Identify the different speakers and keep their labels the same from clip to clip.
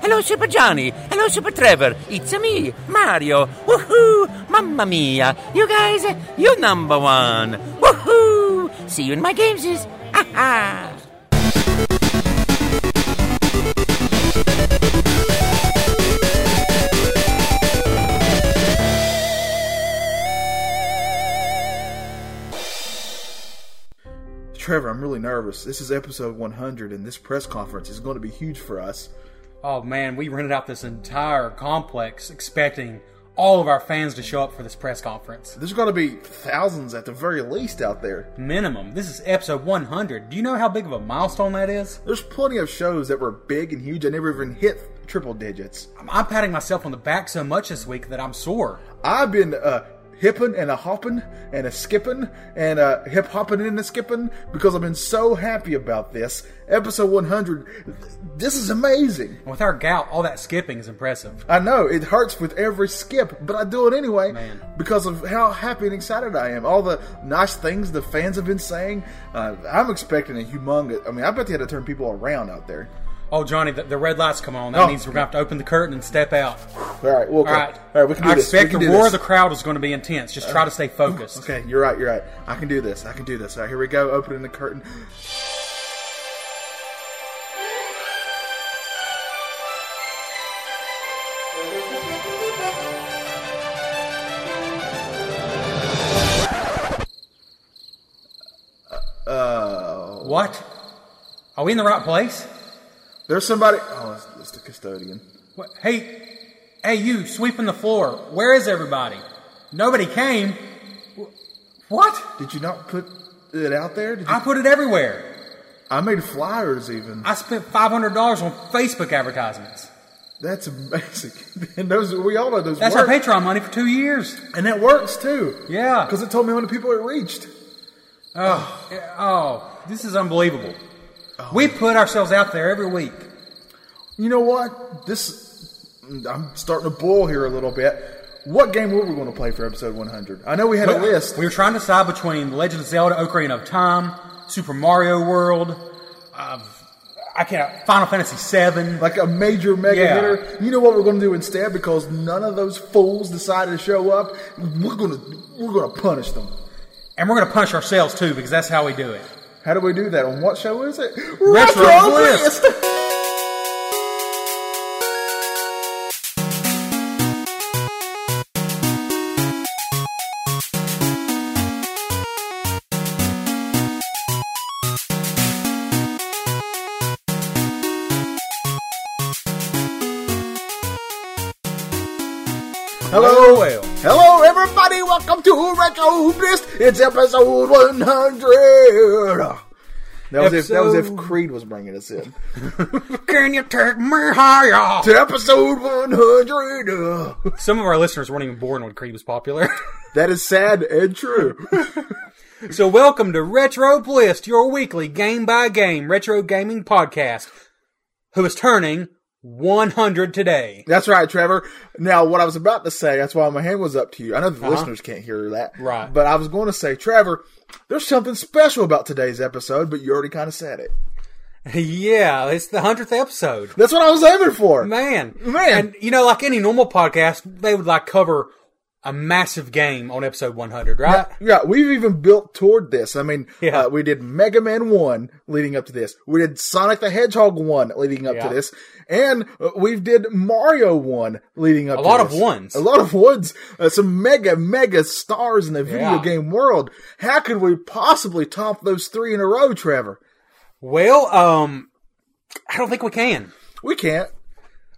Speaker 1: Hello, Super Johnny. Hello, Super Trevor. It's me, Mario. Woohoo! Mamma mia! You guys, you number one. Woohoo! See you in my games. Ah, Ha ha!
Speaker 2: Trevor, I'm really nervous. This is episode 100, and this press conference is going to be huge for us.
Speaker 3: Oh man, we rented out this entire complex expecting all of our fans to show up for this press conference.
Speaker 2: There's going to be thousands at the very least out there.
Speaker 3: Minimum. This is episode 100. Do you know how big of a milestone that is?
Speaker 2: There's plenty of shows that were big and huge and never even hit triple digits.
Speaker 3: I'm, I'm patting myself on the back so much this week that I'm sore.
Speaker 2: I've been uh, hippin' and a hoppin' and a skippin' and a hip hoppin' and a skippin' because I've been so happy about this. Episode 100, this is amazing.
Speaker 3: And with our gout, all that skipping is impressive.
Speaker 2: I know it hurts with every skip, but I do it anyway
Speaker 3: Man.
Speaker 2: because of how happy and excited I am. All the nice things the fans have been saying. Uh, I'm expecting a humongous. I mean, I bet they had to turn people around out there.
Speaker 3: Oh Johnny, the, the red light's come on. That
Speaker 2: Oh.
Speaker 3: means we're gonna have to open the curtain and step out.
Speaker 2: All right, well, okay.
Speaker 3: All right.
Speaker 2: all right, we can do
Speaker 3: I
Speaker 2: this. We
Speaker 3: expect
Speaker 2: can
Speaker 3: the
Speaker 2: do
Speaker 3: roar
Speaker 2: this.
Speaker 3: of the crowd is going to be intense. Just try to stay focused.
Speaker 2: Okay, you're right. You're right. I can do this. I can do this. All right, here we go. Opening the curtain.
Speaker 3: What? Are we in the right place?
Speaker 2: There's somebody. Oh, it's, it's the custodian.
Speaker 3: What? Hey, hey, you sweeping the floor. Where is everybody? Nobody came. Wh- What?
Speaker 2: Did you not put it out there? Did you,
Speaker 3: I put it everywhere.
Speaker 2: I made flyers even.
Speaker 3: I spent five hundred dollars on Facebook advertisements.
Speaker 2: That's amazing. and those we all know those
Speaker 3: That's
Speaker 2: work.
Speaker 3: our Patreon money for two years.
Speaker 2: and that works too.
Speaker 3: Yeah.
Speaker 2: Because it told me how many people it reached.
Speaker 3: Oh, yeah, oh, this is unbelievable.
Speaker 2: Oh,
Speaker 3: We put ourselves out there every week.
Speaker 2: You know what? This I'm starting to boil here a little bit. What game were we going to play for episode 100? I know we had a list.
Speaker 3: We were trying to decide between The Legend of Zelda: Ocarina of Time, Super Mario World. Uh, I can't. Final Fantasy VII.
Speaker 2: like a major mega
Speaker 3: Yeah.
Speaker 2: hitter. You know what we're going to do instead because none of those fools decided to show up. We're going to we're going to punish them.
Speaker 3: And we're going to punish ourselves too because that's how we do it.
Speaker 2: How do we do that? On what show is it?
Speaker 3: Retro Bliss.
Speaker 2: Hello,
Speaker 3: Well.
Speaker 2: hello, everybody. Welcome to Retro Bliss. It's episode one hundred. That was, if, that was if
Speaker 3: Episode-
Speaker 2: Creed was bringing us in.
Speaker 3: Can you take me higher?
Speaker 2: to episode 100. Uh,
Speaker 3: Some of our listeners weren't even born when Creed was popular.
Speaker 2: That is sad and true.
Speaker 3: so welcome to Retro Blist, your weekly game by game retro gaming podcast, who is turning 100 today.
Speaker 2: That's right, Trevor. Now, what I was about to say, that's why my hand was up to you. I know the listeners can't hear that.
Speaker 3: Uh-huh. Right.
Speaker 2: But I was going to say, Trevor, there's something special about today's episode, but you already kind of said it.
Speaker 3: yeah, it's the 100th episode.
Speaker 2: That's what I was aiming for.
Speaker 3: Man.
Speaker 2: Man.
Speaker 3: And, you know, like any normal podcast, they would like cover a massive game on episode 100, right?
Speaker 2: Yeah, we've even built toward this. I mean,
Speaker 3: Yeah.
Speaker 2: uh, we did Mega Man 1 leading up to this. We did Sonic the Hedgehog 1 leading up
Speaker 3: Yeah.
Speaker 2: to this. And uh, we did Mario 1 leading up
Speaker 3: A
Speaker 2: to
Speaker 3: lot of
Speaker 2: this.
Speaker 3: ones.
Speaker 2: A lot of ones. Uh, some mega, mega stars in the video
Speaker 3: Yeah.
Speaker 2: game world. How could we possibly top those three in a row, Trevor?
Speaker 3: Well, um, I don't think we can.
Speaker 2: We can't.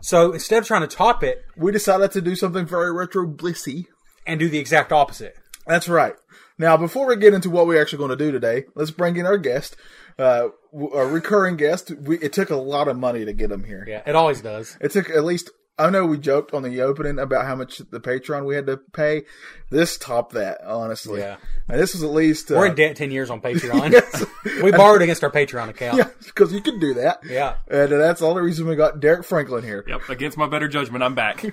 Speaker 3: So instead of trying to top it
Speaker 2: We decided to do something very retro blissy.
Speaker 3: and do the exact opposite.
Speaker 2: That's right. Now, before we get into what we're actually going to do today, let's bring in our guest, uh, w- our recurring guest. We, it took a lot of money to get him here.
Speaker 3: Yeah, it always does.
Speaker 2: It took at least. I know we joked on the opening about how much the Patreon we had to pay. This topped that, honestly.
Speaker 3: Yeah.
Speaker 2: And this was at least. Uh,
Speaker 3: We're in debt ten years on Patreon. we borrowed against our Patreon account.
Speaker 2: yeah, because you can do that.
Speaker 3: Yeah.
Speaker 2: And that's the only reason we got Derek Franklin here.
Speaker 4: Yep, against my better judgment, I'm back.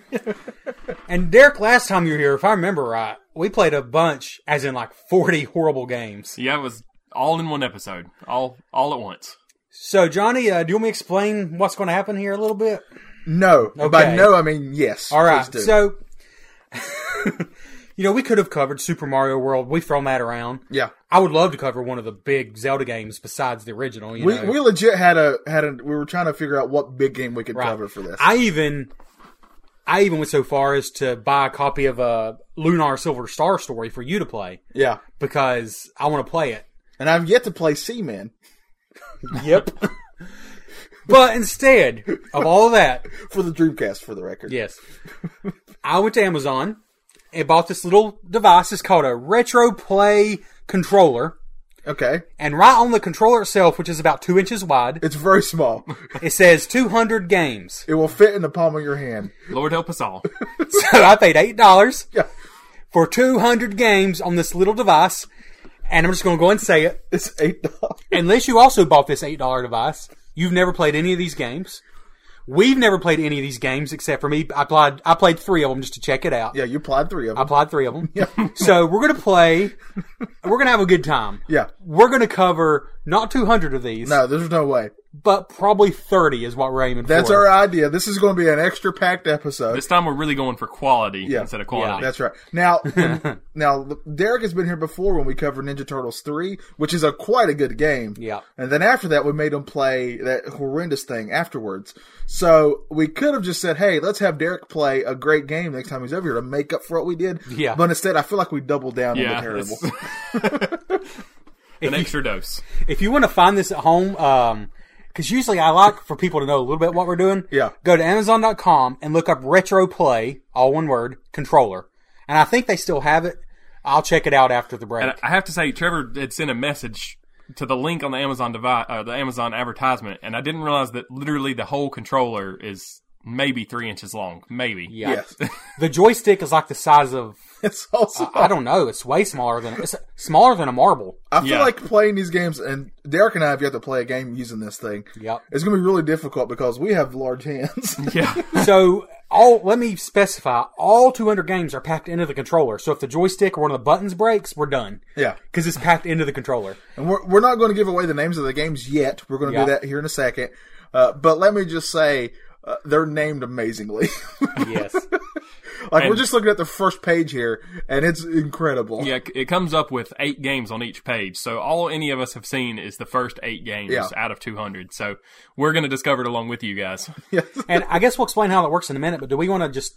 Speaker 3: And Derek, last time you were here, if I remember right, we played a bunch, as in like forty horrible games.
Speaker 4: yeah, it was all in one episode, all all at once.
Speaker 3: So Johnny, uh, do you want me to explain what's going to happen here a little bit?
Speaker 2: No. By
Speaker 3: Okay.
Speaker 2: no, I mean yes.
Speaker 3: All right.
Speaker 2: Please do.
Speaker 3: So, you know, we could have covered Super Mario World. We've thrown that around.
Speaker 2: yeah,
Speaker 3: I would love to cover one of the big Zelda games besides the original. You
Speaker 2: we
Speaker 3: know.
Speaker 2: we legit had a had a we were trying to figure out what big game we could
Speaker 3: Right.
Speaker 2: cover for this.
Speaker 3: I even, I even went so far as to buy a copy of a Lunar Silver Star story for you to play
Speaker 2: yeah,
Speaker 3: because I want to play it.
Speaker 2: and I've yet to play Seaman
Speaker 3: Yep. but instead of all that,
Speaker 2: for the Dreamcast, for the record.
Speaker 3: yes, I went to Amazon and bought this little device. It's called a Retro Play controller.
Speaker 2: Okay,
Speaker 3: And right on the controller itself, which is about two inches wide,
Speaker 2: it's very small.
Speaker 3: it says 200 games.
Speaker 2: it will fit in the palm of your hand.
Speaker 4: Lord help us all.
Speaker 3: So I paid $8
Speaker 2: Yeah,
Speaker 3: for 200 games on this little device. And I'm just going to go and say it.
Speaker 2: it's eight dollars.
Speaker 3: Unless you also bought this $8 device, you've never played any of these games. We've never played any of these games except for me. I played, I played three of them just to check it out.
Speaker 2: Yeah, you applied three of
Speaker 3: I
Speaker 2: them.
Speaker 3: played three of them. So we're going to play. We're going to have a good time.
Speaker 2: yeah,
Speaker 3: We're going to cover not 200 of these,
Speaker 2: no, there's no way.
Speaker 3: but probably 30 is what we're aiming for.
Speaker 2: That's our idea. This is going to be an extra packed episode.
Speaker 4: This time we're really going for quality instead of quantity.
Speaker 2: That's right. Now, when- now Derek has been here before when we covered Ninja Turtles three, which is a quite a good game.
Speaker 3: Yeah.
Speaker 2: And then after that, we made him play that horrendous thing afterwards. So we could have just said, "Hey, let's have Derek play a great game next time he's over here to make up for what we did."
Speaker 3: Yeah.
Speaker 2: But instead, I feel like we doubled down on the
Speaker 4: yeah,
Speaker 2: terrible.
Speaker 4: it's an extra dose.
Speaker 3: if you want to find this at home, um 'cause because usually I like for people to know a little bit what we're doing.
Speaker 2: Yeah.
Speaker 3: Go to Amazon.com and look up Retro Play, all one word, controller. And I think they still have it. I'll check it out after the break.
Speaker 4: And I have to say, Trevor had sent a message to the link on the Amazon device, uh, the Amazon advertisement, and I didn't realize that literally the whole controller is maybe three inches long, maybe.
Speaker 3: yeah.
Speaker 2: Yes.
Speaker 3: The joystick is like the size of
Speaker 2: it's also.
Speaker 3: I don't know. It's way smaller than it's smaller than a marble.
Speaker 2: I feel
Speaker 4: Yeah.
Speaker 2: like playing these games, and Derek and I have yet to play a game using this thing.
Speaker 3: Yep.
Speaker 2: It's going to be really difficult because we have large hands.
Speaker 4: Yeah.
Speaker 3: So all let me specify all 200 games are packed into the controller. So if the joystick or one of the buttons breaks, we're done
Speaker 2: yeah.
Speaker 3: because it's packed into the controller.
Speaker 2: And we're, we're not going to give away the names of the games yet. We're going to
Speaker 3: Yeah.
Speaker 2: do that here in a second. Uh, but let me just say, uh, they're named amazingly.
Speaker 3: Yes.
Speaker 2: like, we're
Speaker 4: And-
Speaker 2: just looking at the first page here, and it's incredible.
Speaker 4: Yeah, it comes up with eight games on each page. So all any of us have seen is the first eight games
Speaker 2: Yeah.
Speaker 4: out of 200. So we're going to discover it along with you guys.
Speaker 3: And I guess we'll explain how that works in a minute, but do we want to just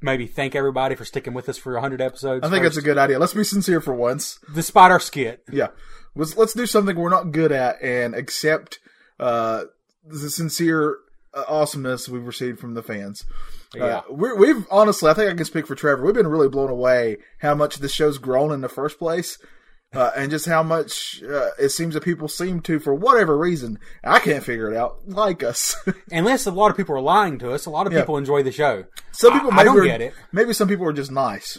Speaker 3: maybe thank everybody for sticking with us for 100 episodes?
Speaker 2: I think it's a good idea. Let's be sincere for once.
Speaker 3: Despite our skit.
Speaker 2: Yeah. Let's, let's do something we're not good at and accept uh, the sincere uh, awesomeness we've received from the fans.
Speaker 3: Yeah.
Speaker 2: Uh, we're, we've honestly, I think I can speak for Trevor. We've been really blown away how much this show's grown in the first place, uh, and just how much uh, it seems that people seem to, for whatever reason, I can't figure it out, like us.
Speaker 3: Unless a lot of people are lying to us, a lot of people enjoy the show.
Speaker 2: some people
Speaker 3: I
Speaker 2: maybe
Speaker 3: don't
Speaker 2: are-
Speaker 3: get it.
Speaker 2: Maybe some people are just nice.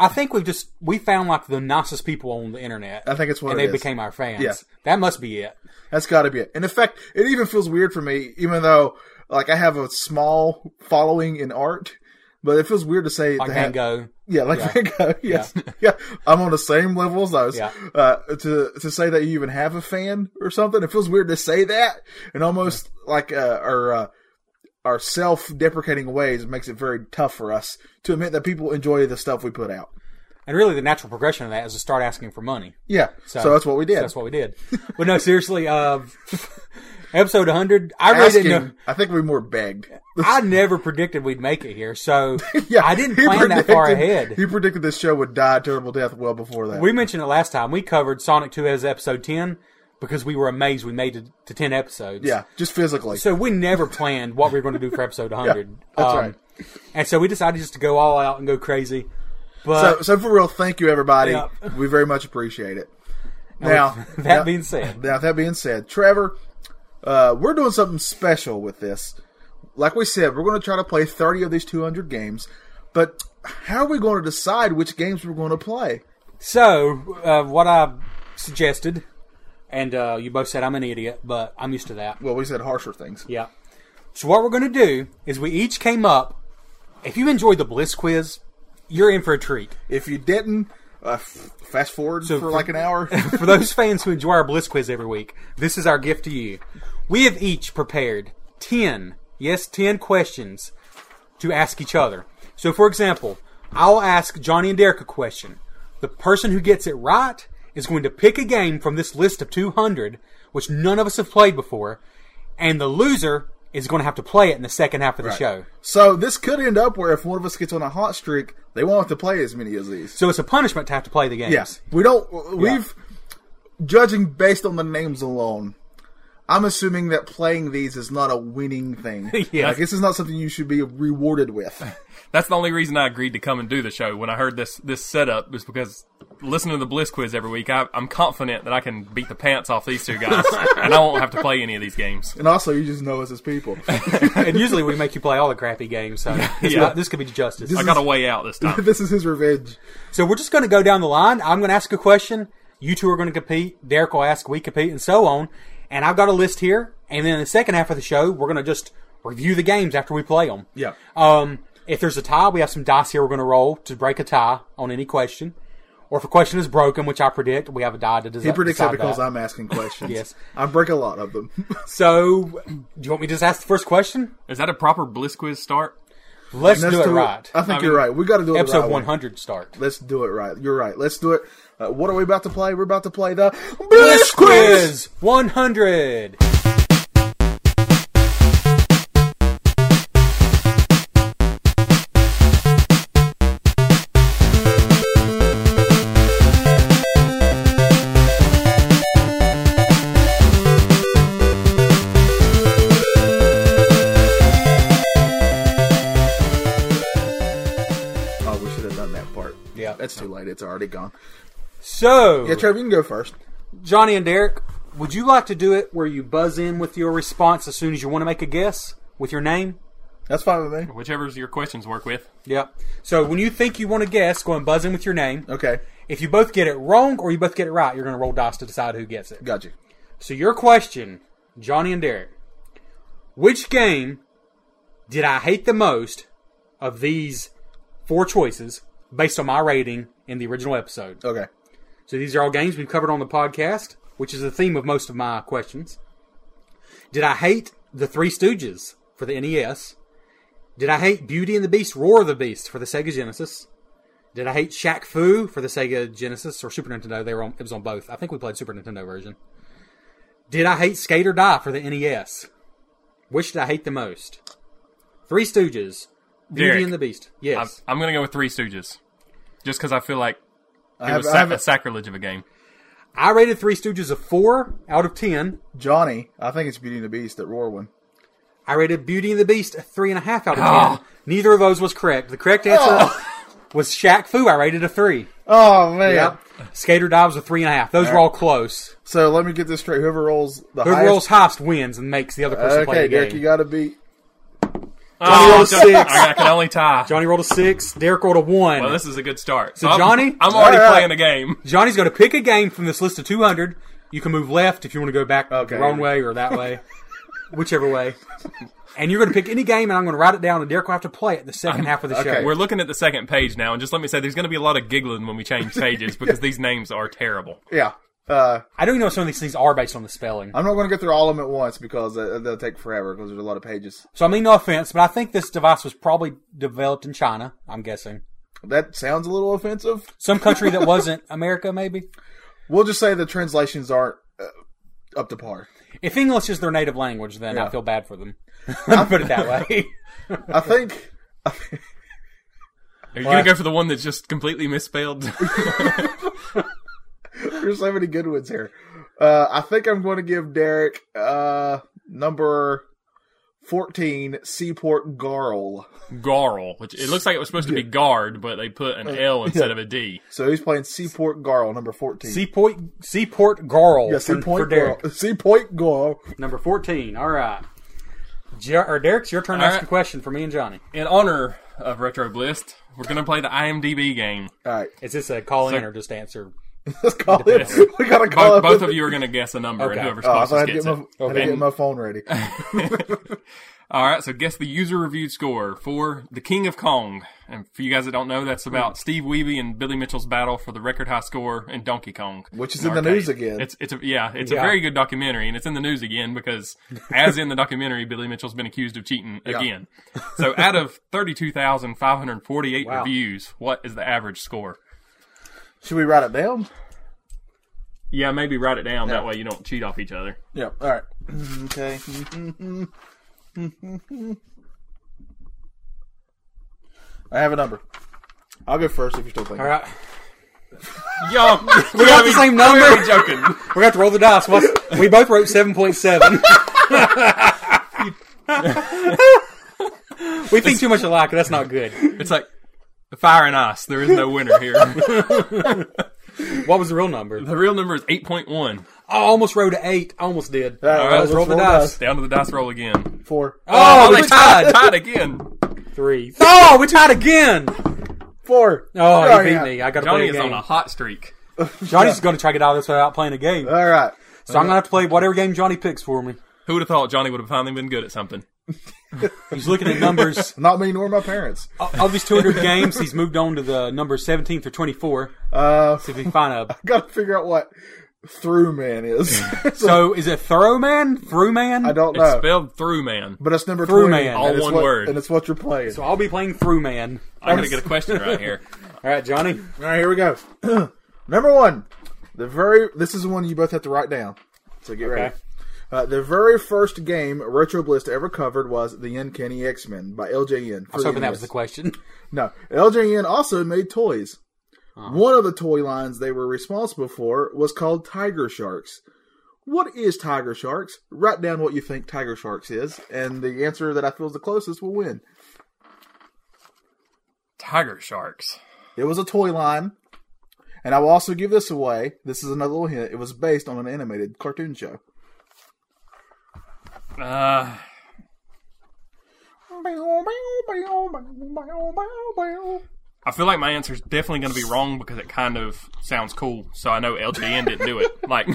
Speaker 3: I think we've just, we found like the nicest people on the internet.
Speaker 2: I think it's what
Speaker 3: And
Speaker 2: it
Speaker 3: they
Speaker 2: is.
Speaker 3: became our fans.
Speaker 2: Yeah.
Speaker 3: That must be it.
Speaker 2: That's got to be it. And in fact, it even feels weird for me, even though like I have a small following in art. But it feels weird to say
Speaker 3: Like
Speaker 2: to have-
Speaker 3: Van Gogh.
Speaker 2: Yeah, like Van Gogh. Yes, yeah. I'm on the same level as those.
Speaker 3: Yeah.
Speaker 2: Uh, to to say that you even have a fan or something, it feels weird to say that, and almost like uh, our uh, our self deprecating ways makes it very tough for us to admit that people enjoy the stuff we put out.
Speaker 3: And really the natural progression of that is to start asking for money.
Speaker 2: Yeah, so, that's what we did.
Speaker 3: That's what we did. but no, seriously, uh, episode 100, I really
Speaker 2: Asking,
Speaker 3: didn't know.
Speaker 2: I think we more begged.
Speaker 3: I never predicted we'd make it here, so
Speaker 2: Yeah,
Speaker 3: I didn't
Speaker 2: he
Speaker 3: plan that far
Speaker 2: predicted-
Speaker 3: ahead.
Speaker 2: He predicted this show would die a terrible death well before that.
Speaker 3: We mentioned it last time. We covered Sonic 2 as episode 10 because we were amazed we made it to 10 episodes.
Speaker 2: yeah, just physically.
Speaker 3: So Um, we never planned what we were going to do for episode 100.
Speaker 2: that's right.
Speaker 3: And so we decided just to go all out and go crazy.
Speaker 2: So,
Speaker 3: But
Speaker 2: so for real, thank you everybody.
Speaker 3: Yeah.
Speaker 2: We very much appreciate it. Now
Speaker 3: that
Speaker 2: now-
Speaker 3: being said,
Speaker 2: now that being said, Trevor, uh, we're doing something special with this. Like we said, we're going to try to play thirty of these two hundred games, but how are we going to decide which games we're going to play?
Speaker 3: so uh, what I suggested, and uh, you both said I'm an idiot, but I'm used to that.
Speaker 2: Well, we said harsher things.
Speaker 3: Yeah. So what we're going to do is we each came up. If you enjoyed the Bliss quiz, you're in for a treat.
Speaker 2: If you didn't, uh, f- fast forward for
Speaker 3: for-
Speaker 2: like an hour.
Speaker 3: For those fans who enjoy our Bliss quiz every week, this is our gift to you. We have each prepared 10 yes, 10 questions to ask each other. So, for example, I'll ask Johnny and Derek a question. The person who gets it right is going to pick a game from this list of 200, which none of us have played before, and the loser is going to have to play it in the second half of the show.
Speaker 2: So this could end up where if one of us gets on a hot streak, they won't have to play as many as these.
Speaker 3: So it's a punishment to have to play the games.
Speaker 2: Yes, we don't. We've judging based on the names alone. I'm assuming that playing these is not a winning thing.
Speaker 3: Yeah.
Speaker 2: Like this is not something you should be rewarded with.
Speaker 4: That's the only reason I agreed to come and do the show when I heard this this setup is because listening to the Bliss quiz every week, I, I'm confident that I can beat the pants off these two guys, and I won't have to play any of these games.
Speaker 2: and also, you just know us as people.
Speaker 3: and usually we make you play all the crappy games, so it's
Speaker 4: Yeah.
Speaker 3: not- this could be justice.
Speaker 4: I got a way out this time.
Speaker 2: this is his revenge.
Speaker 3: So we're just going to go down the line. I'm going to ask a question. You two are going to compete. Derek will ask, we compete, and so on. And I've got a list here. And then in the second half of the show, we're going to just review the games after we play them.
Speaker 2: Yeah.
Speaker 3: Um, if there's a tie, we have some dice here we're going to roll to break a tie on any question. Or if a question is broken, which I predict, we have a die to desi- decide.
Speaker 2: He predicts that because
Speaker 3: that.
Speaker 2: I'm asking questions.
Speaker 3: Yes.
Speaker 2: I break a lot of them.
Speaker 3: So, do you want me to just ask the first question?
Speaker 4: Is that a proper Bliss quiz start?
Speaker 3: Let's
Speaker 2: Let's
Speaker 3: do it
Speaker 2: do it-
Speaker 3: right.
Speaker 2: I think
Speaker 4: I
Speaker 2: you're
Speaker 4: mean,
Speaker 2: right. We got to do it the
Speaker 3: Episode
Speaker 2: right way.
Speaker 3: 100 start.
Speaker 2: Let's do it right. You're right. Let's do it. Uh, what are we about to play? We're about to play the Bliss Quiz.
Speaker 3: 100.
Speaker 2: Oh, we should have done that part.
Speaker 3: Yeah.
Speaker 2: That's too late. It's already gone.
Speaker 3: So,
Speaker 2: Yeah, Trevor, you can go first.
Speaker 3: Johnny and Derek, would you like to do it where you buzz in with your response as soon as you want to make a guess with your name?
Speaker 2: That's fine with me.
Speaker 4: Whichever's your questions work with.
Speaker 3: Yep. So when you think you want to guess, go and buzz in with your name.
Speaker 2: Okay.
Speaker 3: If you both get it wrong or you both get it right, you're going to roll dice to decide who gets it.
Speaker 2: Got you.
Speaker 3: So your question, Johnny and Derek, which game did I hate the most of these four choices based on my rating in the original episode?
Speaker 2: Okay.
Speaker 3: So these are all games we've covered on the podcast, which is the theme of most of my questions. Did I hate The Three Stooges for the NES? Did I hate Beauty and the Beast, Roar of the Beast for the Sega Genesis? Did I hate Shaq Fu for the Sega Genesis or Super Nintendo? They were on, it was on both. I think we played Super Nintendo version. Did I hate Skate or Die for the NES? Which did I hate the most? Three Stooges, Beauty
Speaker 4: Derek.
Speaker 3: and the Beast.
Speaker 4: I'm,
Speaker 3: Yes.
Speaker 4: I'm going to go with Three Stooges, just because I feel like
Speaker 2: I
Speaker 4: it
Speaker 2: have,
Speaker 4: was
Speaker 2: I
Speaker 4: sa-
Speaker 2: have
Speaker 4: a sacrilege of a game.
Speaker 3: I rated Three Stooges a 4 out of 10.
Speaker 2: Johnny. I think it's Beauty and the Beast that Roar one.
Speaker 3: I rated Beauty and the Beast a three and a half out of
Speaker 2: Ah.
Speaker 3: ten. Neither of those was correct. The correct answer was Shaq Fu. I rated a three.
Speaker 2: Oh man.
Speaker 3: Skater Dive was a three and a half. Those were all close.
Speaker 2: So let me get this straight. Whoever rolls the
Speaker 3: Who
Speaker 2: highest.
Speaker 3: rolls highest wins and makes the other person play
Speaker 2: okay,
Speaker 3: the
Speaker 2: Derek,
Speaker 3: game.
Speaker 2: you got to beat.
Speaker 4: Oh,
Speaker 2: rolled six.
Speaker 4: I, I can only tie.
Speaker 3: Johnny rolled a six. Derek rolled a one.
Speaker 4: Well, this is a good start.
Speaker 3: So
Speaker 4: I'm-
Speaker 3: Johnny?
Speaker 4: I'm already
Speaker 2: All right.
Speaker 4: playing the game.
Speaker 3: Johnny's going to pick a game from this list of two hundred. You can move left if you want to go back
Speaker 2: Okay.
Speaker 3: the wrong way or that way, whichever way. And you're going to pick any game, and I'm going to write it down, and Derek will have to play it the second half of the
Speaker 2: okay.
Speaker 3: show.
Speaker 4: We're looking at the second page now, and just let me say, there's going to be a lot of giggling when we change pages because these names are terrible.
Speaker 2: Yeah. Uh,
Speaker 3: I don't even know if some of these things are based on the spelling.
Speaker 2: I'm not going to go through all of them at once because uh, they'll take forever because there's a lot of pages.
Speaker 3: So I mean, no offense, but I think this device was probably developed in China. I'm guessing
Speaker 2: That sounds a little offensive.
Speaker 3: some country that wasn't America, maybe.
Speaker 2: We'll just say the translations aren't uh, up to par.
Speaker 3: If English is their native language, then I
Speaker 2: Yeah.
Speaker 3: feel bad for them. Let me put it that way.
Speaker 2: I think.
Speaker 4: Are you going to go for the one that's just completely misspelled?
Speaker 2: There's so many good ones here. Uh, I think I'm going to give Derek uh, number 14, Seaport Garl.
Speaker 4: Garl, which it looks like it was supposed to be guard, but they put
Speaker 3: Uh,
Speaker 4: an L instead of a D.
Speaker 2: So he's playing Seaport Garl, number 14.
Speaker 3: Seaport Seaport Garl.
Speaker 2: yeah,
Speaker 3: for- for
Speaker 2: Seaport
Speaker 3: Derek.
Speaker 2: Garl. Seaport Garl.
Speaker 3: number fourteen. All right. Jer- or Derek's your turn to
Speaker 4: All
Speaker 3: ask
Speaker 4: right.
Speaker 3: a question for me and Johnny.
Speaker 4: In honor of Retro Blist, we're going to play the IMDb game.
Speaker 2: All right.
Speaker 3: Is this a call in
Speaker 4: So-
Speaker 3: or just answer?
Speaker 2: Let's call it. We got to call
Speaker 4: Both,
Speaker 2: it.
Speaker 4: both of you are going to guess a number, and
Speaker 3: Okay.
Speaker 4: whoever's
Speaker 2: Oh, I
Speaker 4: closest
Speaker 2: thought I'd get
Speaker 4: gets
Speaker 2: my,
Speaker 4: it.
Speaker 2: I had to get my phone ready.
Speaker 4: All right, so guess the user reviewed score for The King of Kong. And for you guys that don't know, that's
Speaker 2: Hmm.
Speaker 4: about Steve Weeby and Billy Mitchell's battle for the record high score in Donkey Kong,
Speaker 2: Which is
Speaker 4: an
Speaker 2: in the
Speaker 4: arcade.
Speaker 2: news again.
Speaker 4: It's it's a, yeah, it's
Speaker 3: Yeah.
Speaker 4: a very good documentary, and it's in the news again because, as in the documentary, Billy Mitchell's been accused of cheating again. So, out of thirty-two thousand five hundred forty-eight
Speaker 3: Wow.
Speaker 4: reviews, what is the average score?
Speaker 2: Should we write it down?
Speaker 4: Yeah, maybe write it down. That
Speaker 2: Yeah.
Speaker 4: way you don't cheat off each other.
Speaker 2: Yeah. All right. okay. I have a number. I'll go first if you're still thinking.
Speaker 3: All right,
Speaker 4: Yo, we
Speaker 3: got the same number.
Speaker 4: We're joking.
Speaker 3: we're gonna have to roll the dice. What's, we both wrote seven point seven. We think too much alike. That's not good.
Speaker 4: It's like fire and ice. There is no winner here.
Speaker 3: What was the real number?
Speaker 4: the real number is eight point one.
Speaker 3: I almost rolled an eight. I almost did.
Speaker 2: All right,
Speaker 4: right,
Speaker 3: let's roll the dice.
Speaker 4: Down to the dice roll again.
Speaker 2: Four.
Speaker 3: Oh, we
Speaker 4: they
Speaker 3: tied.
Speaker 4: Tied again.
Speaker 3: Three. Oh, we tied again.
Speaker 2: Four.
Speaker 3: Oh,
Speaker 2: All
Speaker 3: he beat
Speaker 2: right.
Speaker 3: me. I got to play
Speaker 4: Johnny
Speaker 3: a
Speaker 4: is
Speaker 3: game.
Speaker 4: on a hot streak.
Speaker 3: Johnny's going to try to get out of this without playing a game.
Speaker 2: All right.
Speaker 3: So I'm going to have to play whatever game Johnny picks for me.
Speaker 4: Who would have thought Johnny would have finally been good at something?
Speaker 3: He's looking at numbers.
Speaker 2: Not me nor my parents.
Speaker 3: of his 200 games, he's moved on to the number 17 through 24.
Speaker 2: Uh,
Speaker 3: See if he can find a.
Speaker 2: gotta figure out what through man is.
Speaker 3: So is it Thorough Man? Through Man?
Speaker 2: I don't
Speaker 4: It's
Speaker 2: know,
Speaker 4: spelled through man.
Speaker 2: but it's number
Speaker 3: Through
Speaker 2: twenty,
Speaker 3: man.
Speaker 2: and
Speaker 3: All
Speaker 2: it's
Speaker 4: one
Speaker 2: what-
Speaker 4: word.
Speaker 2: and it's what you're playing.
Speaker 3: So I'll be playing Through Man.
Speaker 4: I'm gonna get a question right here.
Speaker 3: All right, Johnny.
Speaker 2: All right, here we go. Number one, the very this is the one you both have to write down. So get ready. Uh, the very first game Retro Bliss ever covered was The Uncanny X Men by LJN.
Speaker 3: I was hoping that was the question.
Speaker 2: No, LJN also made toys.
Speaker 4: Uh-huh.
Speaker 2: One of the toy lines they were responsible for was called Tiger Sharks. What is Tiger Sharks? Write down what you think Tiger Sharks is, and the answer that I feel is the closest will win.
Speaker 4: Tiger sharks.
Speaker 2: It was a toy line, and I will also give this away. This is another little hint. It was based on an animated cartoon show.
Speaker 4: Uh, I feel like my answer is definitely going to be wrong because it kind of sounds cool. So I know LGN didn't do it. Like,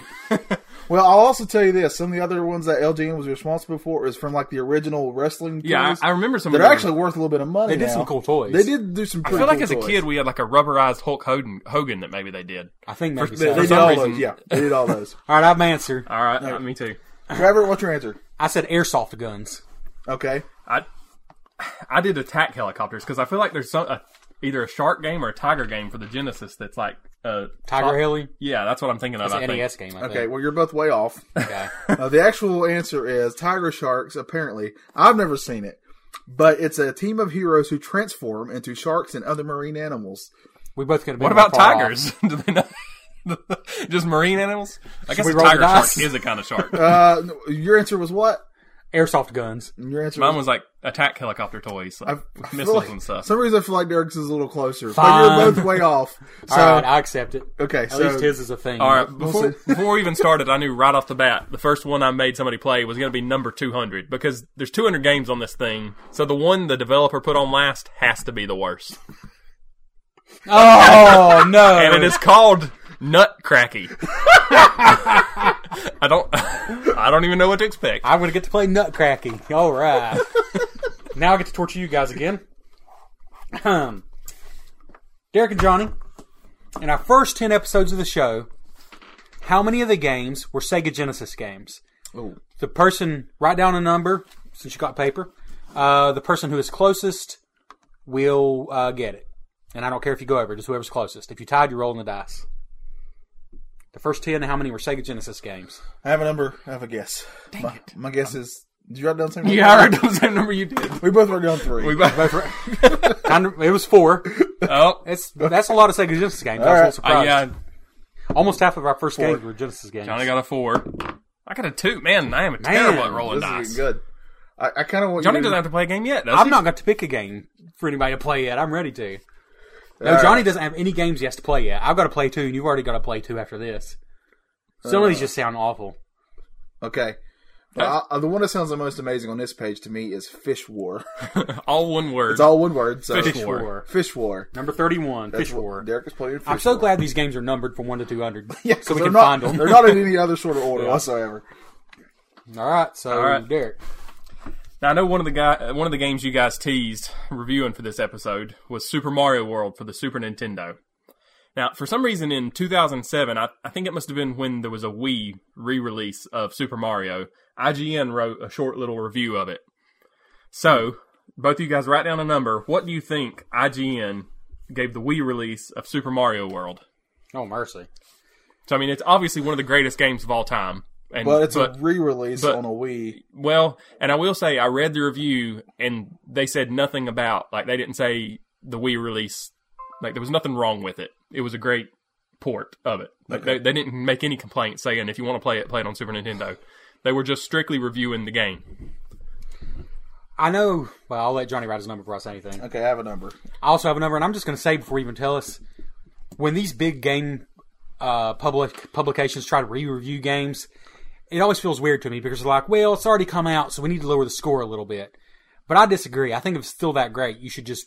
Speaker 2: Well, I'll also tell you this: some of the other ones that LGN was responsible for is from like the original wrestling.
Speaker 4: yeah,
Speaker 2: toys
Speaker 4: I, I remember some.
Speaker 2: that
Speaker 4: of
Speaker 2: are
Speaker 4: them.
Speaker 2: actually worth a little bit of money.
Speaker 3: They did
Speaker 2: now.
Speaker 3: some cool toys.
Speaker 2: They did do some.
Speaker 4: I
Speaker 2: Pretty
Speaker 4: feel like
Speaker 2: cool
Speaker 4: as a
Speaker 2: toys.
Speaker 4: kid we had like a rubberized Hulk Hogan, Hogan that maybe they did.
Speaker 3: I think
Speaker 2: They,
Speaker 3: maybe so.
Speaker 2: they did
Speaker 4: some
Speaker 2: all
Speaker 4: reason-
Speaker 2: those. Yeah, they did all those.
Speaker 3: All right, I have my answer.
Speaker 4: All right, uh, me too.
Speaker 2: Trevor, what's your answer?
Speaker 3: I said airsoft guns.
Speaker 2: Okay.
Speaker 4: I I did attack helicopters because I feel like there's some uh, either a shark game or a tiger game for the Genesis that's like uh,
Speaker 3: Tiger Haley?
Speaker 4: Yeah, that's what I'm thinking of.
Speaker 3: It's
Speaker 4: I
Speaker 3: an
Speaker 4: think.
Speaker 3: NES game, I
Speaker 2: Okay.
Speaker 3: think.
Speaker 2: Well, you're both way off.
Speaker 3: Okay.
Speaker 2: Uh, the actual answer is Tiger Sharks, apparently. I've never seen it, but it's a team of heroes who transform into sharks and other marine animals.
Speaker 3: We both could have been
Speaker 4: What about
Speaker 3: far off.
Speaker 4: tigers? Do they not? Just marine animals? I guess
Speaker 3: we
Speaker 4: a
Speaker 3: roll the
Speaker 4: tiger
Speaker 3: dice?
Speaker 4: shark is a kind of shark.
Speaker 2: Uh, no, your answer was what?
Speaker 3: Airsoft guns.
Speaker 2: Your answer
Speaker 4: Mine
Speaker 2: was.
Speaker 4: was like attack helicopter toys, like,
Speaker 2: I
Speaker 4: with
Speaker 2: feel
Speaker 4: missiles
Speaker 2: like-
Speaker 4: and stuff.
Speaker 2: Some reason I feel like Derek's is a little closer,
Speaker 3: Fine.
Speaker 2: but you're both way off. So,
Speaker 3: All right, I accept it.
Speaker 2: okay,
Speaker 3: At
Speaker 2: so
Speaker 3: least his is a thing.
Speaker 4: All right, before,
Speaker 2: see.
Speaker 4: before we even started, I knew right off the bat the first one I made somebody play was going to be number 200 because there's 200 games on this thing, so the one the developer put on last has to be the worst.
Speaker 3: Oh no!
Speaker 4: And it is called Nutcracky. I don't I don't even know what to expect.
Speaker 3: I'm gonna get to play Nutcracky. All right. now I get to torture you guys again. Um, Derek and Johnny, in our first ten episodes of the show, how many of the games were Sega Genesis games?
Speaker 2: Ooh.
Speaker 3: The person write down a number since you got paper. Uh, the person who is closest will uh, get it, and I don't care if you go over. Just whoever's closest. If you tied, you're rolling the dice. The first ten, how many were Sega Genesis games?
Speaker 2: I have a number. I have a guess. my, my guess is. Did you write down the same
Speaker 4: Yeah, I heard the same number you did.
Speaker 2: We both wrote down three.
Speaker 4: We both-
Speaker 3: Both were- kind of- it was four.
Speaker 4: oh,
Speaker 3: It's that's a lot of Sega Genesis games. I was a little
Speaker 2: Alright.
Speaker 4: I,
Speaker 3: surprised.
Speaker 4: yeah,
Speaker 3: Almost half of our first games were Genesis games.
Speaker 4: Johnny got a four. I got a two. Man, I am terrible at rolling
Speaker 2: this
Speaker 4: dice.
Speaker 2: is good. I, I kind of want
Speaker 4: Johnny
Speaker 2: you to,
Speaker 4: doesn't have to play a game yet, does
Speaker 3: I'm
Speaker 4: he?
Speaker 3: not going to pick a game for anybody to play yet. I'm ready to. No,
Speaker 2: Alright.
Speaker 3: Johnny doesn't have any games he has to play yet. I've got to play two, and you've already got to play two after this. Some
Speaker 2: Uh,
Speaker 3: of these just sound awful.
Speaker 2: Okay. But I, uh, the one that sounds the most amazing on this page to me is Fish War.
Speaker 4: All one word.
Speaker 2: It's all one word. So
Speaker 4: Fish War.
Speaker 3: War.
Speaker 2: Fish War.
Speaker 3: Number thirty-one,
Speaker 2: That's
Speaker 3: Fish
Speaker 2: what
Speaker 3: War.
Speaker 2: Derek is playing. Fish
Speaker 3: I'm so
Speaker 2: War.
Speaker 3: glad these games are numbered from one to two hundred,
Speaker 2: Yeah,
Speaker 3: so we
Speaker 2: they're
Speaker 3: can
Speaker 2: not,
Speaker 3: find them.
Speaker 2: They're not in any other sort of order whatsoever.
Speaker 3: All right, so
Speaker 4: All right.
Speaker 3: Derek,
Speaker 4: Now I know one of the guy, uh, one of the games you guys teased reviewing for this episode was Super Mario World for the Super Nintendo. Now, for some reason in 2007, I, I think it must have been when there was a Wii re-release of Super Mario. IGN wrote a short little review of it. So, both of you guys write down a number. What do you think IGN gave the Wii release of Super Mario World?
Speaker 3: Oh mercy.
Speaker 4: So I mean, it's obviously one of the greatest games of all time. And,
Speaker 2: But it's
Speaker 4: but-
Speaker 2: a re-release
Speaker 4: but-
Speaker 2: on a Wii.
Speaker 4: well, and I will say I read the review and they said nothing about like they didn't say the Wii release like there was nothing wrong with it. It was a great port of it. Like they, they didn't make any complaints saying if you want to play it, play it on Super Nintendo. They were just strictly reviewing the game.
Speaker 3: I know. Well, I'll let Johnny write his number before I say anything.
Speaker 2: Okay, I have a number.
Speaker 3: I also have a number, and I'm just going to say before you even tell us when these big game uh, public publications try to re-review games, it always feels weird to me because they're like, "Well, it's already come out, so we need to lower the score a little bit." But I disagree. I think if it's still that great, you should just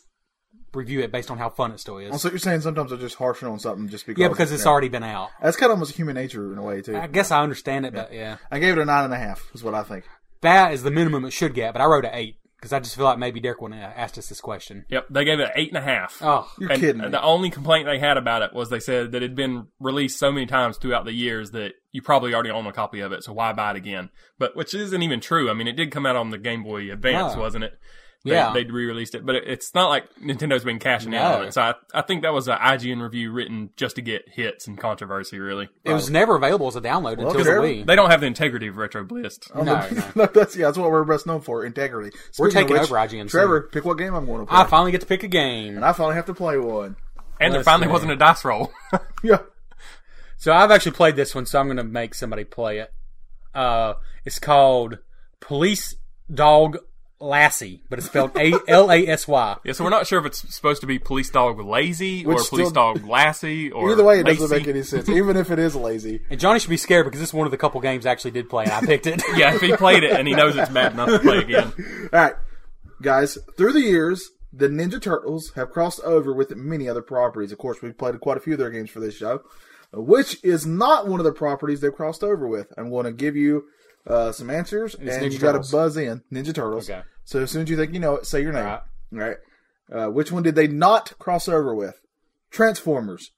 Speaker 3: review it based on how fun it still is.
Speaker 2: So you're saying sometimes they're just harsher on something just because?
Speaker 3: yeah, because it's already been out.
Speaker 2: that's kind of almost human nature in a way too.
Speaker 3: I
Speaker 2: I,
Speaker 3: guess I understand it, but yeah,
Speaker 2: gave it a nine and a half. Is what I think.
Speaker 3: that is the minimum it should get. But I wrote an eight because I just feel like maybe Derek wouldn't have asked us this question.
Speaker 4: Yep, they gave it an eight and a half.
Speaker 3: Oh,
Speaker 2: You're
Speaker 4: and
Speaker 2: kidding me.
Speaker 4: the only complaint they had about it was they said that it had been released so many times throughout the years that you probably already own a copy of it, so why buy it again? But which isn't even true. I mean, it did come out on the Game Boy Advance,
Speaker 3: No.
Speaker 4: wasn't it? They,
Speaker 3: Yeah.
Speaker 4: they re-released it, but it, it's not like Nintendo's been cashing out on
Speaker 3: No.
Speaker 4: it. So I, I think that was an IGN review written just to get hits and controversy. Really,
Speaker 3: it was never available as a download until the
Speaker 2: they're-
Speaker 3: Wii.
Speaker 4: they don't have the integrity of Retro Blist.
Speaker 2: Oh,
Speaker 3: no, no.
Speaker 2: No, that's yeah, that's what we're best known for integrity.
Speaker 3: We're
Speaker 2: Speaking of
Speaker 3: taking
Speaker 2: which,
Speaker 3: over IGN soon.
Speaker 2: Trevor, pick what game I'm going to play.
Speaker 3: I finally get to pick a game.
Speaker 2: and I finally have to play one.
Speaker 4: and there
Speaker 3: Bless
Speaker 4: finally
Speaker 3: me.
Speaker 4: wasn't a dice roll.
Speaker 2: Yeah,
Speaker 3: So I've actually played this one, so I'm going to make somebody play it. Uh, it's called Police Dog Lassie, but it's spelled A L A S Y.
Speaker 4: yeah, so we're not sure if it's supposed to be Police Dog Lazy or
Speaker 2: Which
Speaker 4: Police
Speaker 2: still-
Speaker 4: Dog Lassie or
Speaker 2: either way, it doesn't
Speaker 4: Lacey.
Speaker 2: make any sense. Even if it is lazy,
Speaker 3: And Johnny should be scared because this is one of the couple games I actually did play, and I picked it.
Speaker 4: Yeah, if he played it and he knows it's bad enough to play again.
Speaker 2: All right, guys. Through the years, the Ninja Turtles have crossed over with many other properties. Of course, we've played quite a few of their games for this show, which is not one of the properties they've crossed over with. I'm going to give you uh, some answers, and
Speaker 3: Ninja
Speaker 2: you got
Speaker 3: Turtles.
Speaker 2: to buzz in Ninja Turtles.
Speaker 3: Okay.
Speaker 2: So as soon as you think you know it, say your name.
Speaker 3: All
Speaker 2: All right. Uh, which one did they not cross over with? Transformers,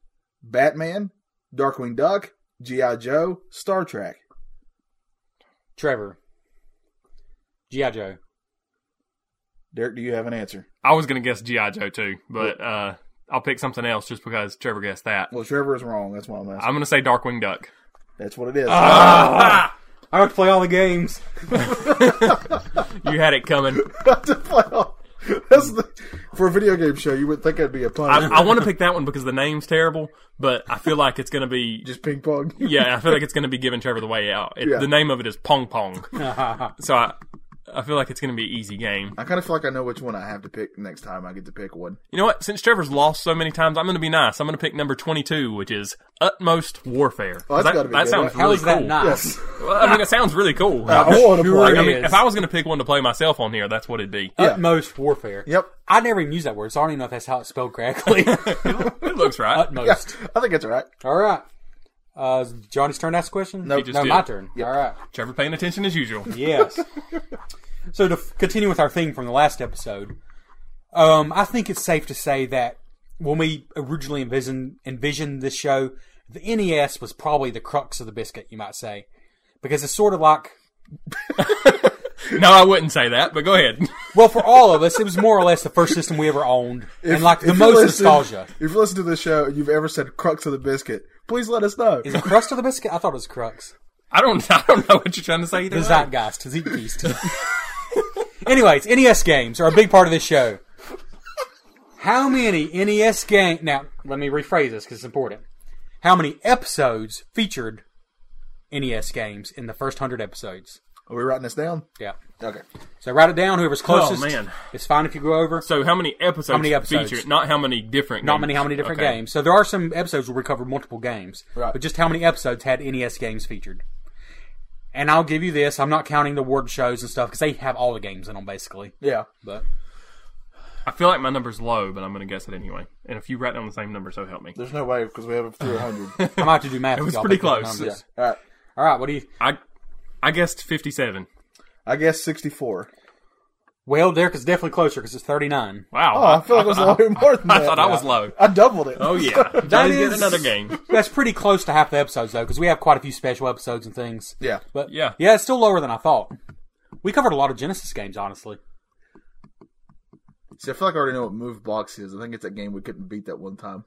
Speaker 2: Batman, Darkwing Duck, GI Joe, Star Trek.
Speaker 3: Trevor, GI Joe.
Speaker 2: Derek, do you have an answer?
Speaker 4: I was gonna guess GI Joe too, but uh, I'll pick something else just because Trevor guessed that.
Speaker 2: Well, Trevor is wrong. That's why I'm asking.
Speaker 4: I'm gonna say Darkwing Duck.
Speaker 2: That's what it is.
Speaker 3: I have to play all the games.
Speaker 4: You had it coming.
Speaker 2: to play off. That's the, for a video game show, you would think it'd be a pun.
Speaker 4: I, I want to pick that one because the name's terrible, but I feel like it's gonna be.
Speaker 2: just ping pong.
Speaker 4: Yeah, I feel like it's gonna be giving Trevor the way out. It,
Speaker 2: Yeah.
Speaker 4: The name of it is Pong Pong, so I, I feel like it's gonna be an easy game.
Speaker 2: I kind of feel like I know which one I have to pick next time I get to pick one.
Speaker 4: You know what? Since Trevor's lost so many times, I'm gonna be nice. I'm gonna pick number 22, which is Utmost Warfare.
Speaker 2: Oh, that's
Speaker 4: that
Speaker 2: gotta be
Speaker 4: that
Speaker 2: good.
Speaker 4: sounds
Speaker 2: How
Speaker 4: really
Speaker 3: How is that
Speaker 4: cool.
Speaker 3: nice?
Speaker 4: Well, I mean, it sounds really cool.
Speaker 2: I want to
Speaker 3: Ah.
Speaker 2: play.
Speaker 3: sure it
Speaker 4: I
Speaker 2: it.
Speaker 4: mean,
Speaker 3: is.
Speaker 4: if I was going to pick one to play myself on here, that's what it'd
Speaker 3: Uh,
Speaker 4: be.
Speaker 3: Utmost warfare.
Speaker 2: Yep.
Speaker 3: I never even used that word, so I don't even know if that's how it's spelled correctly.
Speaker 4: It looks right.
Speaker 3: Utmost.
Speaker 2: I think it's all right.
Speaker 3: All right. Uh, is Johnny's turn to ask a question?
Speaker 2: Nope. He
Speaker 4: just
Speaker 3: No,
Speaker 4: did.
Speaker 3: my turn. All right.
Speaker 4: Trevor paying attention as usual.
Speaker 3: Yes. so to f- continue with our theme from the last episode, um, I think it's safe to say that when we originally envisioned envisioned this show, the NES was probably the crux of the biscuit, you might say, because it's sort of like
Speaker 4: No, I wouldn't say that, but go ahead.
Speaker 3: well, for all of us, it was more or less the first system we ever owned, and like the
Speaker 2: If you
Speaker 3: most
Speaker 2: listen-
Speaker 3: nostalgia.
Speaker 2: If you listen to this show and you've ever said crux of the biscuit, please let us know.
Speaker 3: Is it crust of the biscuit? I thought it was crux.
Speaker 4: I don't. I don't know what you're trying to say
Speaker 3: The
Speaker 4: either. way.
Speaker 3: zeitgeist, zeitgeist. Anyways, NES games are a big part of this show. How many NES game? Now, let me rephrase this because it's important. How many episodes featured NES games in the first hundred episodes?
Speaker 2: Are we writing this down?
Speaker 3: Yeah.
Speaker 2: Okay.
Speaker 3: So write it down. Whoever's closest,
Speaker 4: Oh, man.
Speaker 3: it's fine if you go over.
Speaker 4: So how many episodes? How
Speaker 3: many episodes?
Speaker 4: Featured? Not how many different.
Speaker 3: Not
Speaker 4: games.
Speaker 3: many. How many different
Speaker 4: Okay.
Speaker 3: games? So there are some episodes where we covered multiple games,
Speaker 2: Right.
Speaker 3: but just how many episodes had NES games featured? And I'll give you this. I'm not counting the award shows and stuff because they have all the games in them basically.
Speaker 2: Yeah.
Speaker 3: But
Speaker 4: I feel like my number's low, but I'm going to guess it anyway. And if you write down the same number, so help me.
Speaker 2: There's no way because we have through 100.
Speaker 3: I'm about to do math. It
Speaker 4: was pretty close.
Speaker 2: yeah. All right.
Speaker 3: All right, what do you?
Speaker 4: I I guessed 57.
Speaker 2: I guess 64.
Speaker 3: Well, Derek is definitely closer because it's 39.
Speaker 4: Wow.
Speaker 2: Oh, I feel like it was a little more than
Speaker 4: I
Speaker 2: that.
Speaker 4: thought I was low.
Speaker 2: I doubled it.
Speaker 4: Oh yeah, Johnny's getting
Speaker 3: is-
Speaker 4: another game.
Speaker 3: That's pretty close to half the episodes though, because we have quite a few special episodes and things.
Speaker 2: Yeah.
Speaker 3: But
Speaker 4: Yeah.
Speaker 3: yeah, it's still lower than I thought. We covered a lot of Genesis games, honestly.
Speaker 2: See, I feel like I already know what move blocks is. I think it's that game we couldn't beat that one time.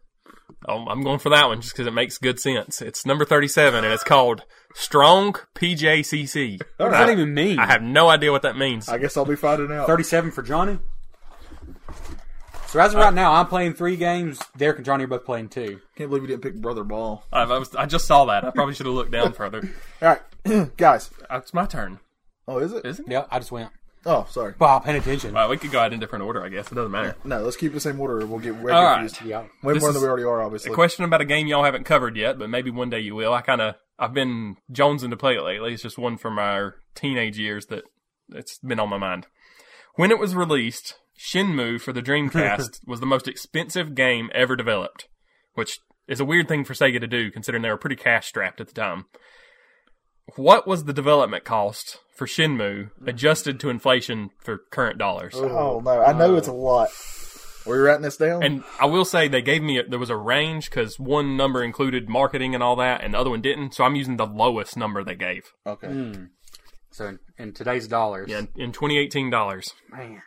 Speaker 4: I'm Oh, I'm going for that one just because it makes good sense. It's number 37 and it's called Strong PJCC.
Speaker 3: What does that even mean?
Speaker 4: I have no idea what that means.
Speaker 2: I guess I'll be finding out.
Speaker 3: 37 for Johnny. So as of
Speaker 4: Uh,
Speaker 3: right now, I'm playing three games. Derek and Johnny are both playing two.
Speaker 2: Can't believe you didn't pick Brother Ball.
Speaker 4: I, I was, I just saw that. I probably should have looked down further.
Speaker 2: All right, guys.
Speaker 4: Uh, It's my turn.
Speaker 2: Oh, is it?
Speaker 4: Is it?
Speaker 3: Yeah, I just went.
Speaker 2: Oh, sorry.
Speaker 3: Wow, paying attention.
Speaker 4: Well, we could go out in different order, I guess. It doesn't matter.
Speaker 2: No, let's keep the same order. or We'll get way
Speaker 4: All
Speaker 2: confused.
Speaker 4: right.
Speaker 3: Yeah.
Speaker 2: Way
Speaker 4: This
Speaker 2: more
Speaker 4: is-
Speaker 2: than we already are, obviously.
Speaker 4: A question about a game y'all haven't covered yet, but maybe one day you will. I kind of I've been jonesing to play it lately. It's just one from our teenage years that it's been on my mind. When it was released, Shinmu for the Dreamcast was the most expensive game ever developed, which is a weird thing for Sega to do considering they were pretty cash strapped at the time. What was the development cost for Shinmu adjusted to inflation for current dollars?
Speaker 2: Oh no, I know it's a lot. Were you writing this down?
Speaker 4: And I will say they gave me a, there was a range because one number included marketing and all that, and the other one didn't. So I'm using the lowest number they gave.
Speaker 2: okay.
Speaker 4: Hmm,
Speaker 3: So in, in today's dollars,
Speaker 4: Yeah, in, in 2018 dollars.
Speaker 3: man,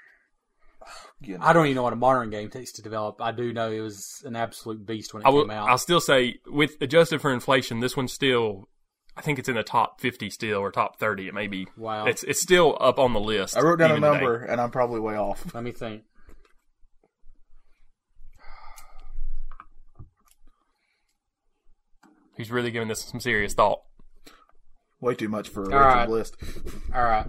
Speaker 2: Goodness.
Speaker 3: I don't even know what a modern game takes to develop. I do know it was an absolute beast when it
Speaker 4: I will.
Speaker 3: came out.
Speaker 4: I'll still say with adjusted for inflation, this one's still. I think it's in the top 50 still or top 30. It may be.
Speaker 3: Wow.
Speaker 4: It's it's still up on the list.
Speaker 2: I wrote down a
Speaker 4: even today.
Speaker 2: number, and I'm probably way off.
Speaker 3: Let me think.
Speaker 4: He's really giving this some serious thought.
Speaker 2: Way too much for a
Speaker 3: All right.
Speaker 2: Richard list.
Speaker 3: All right.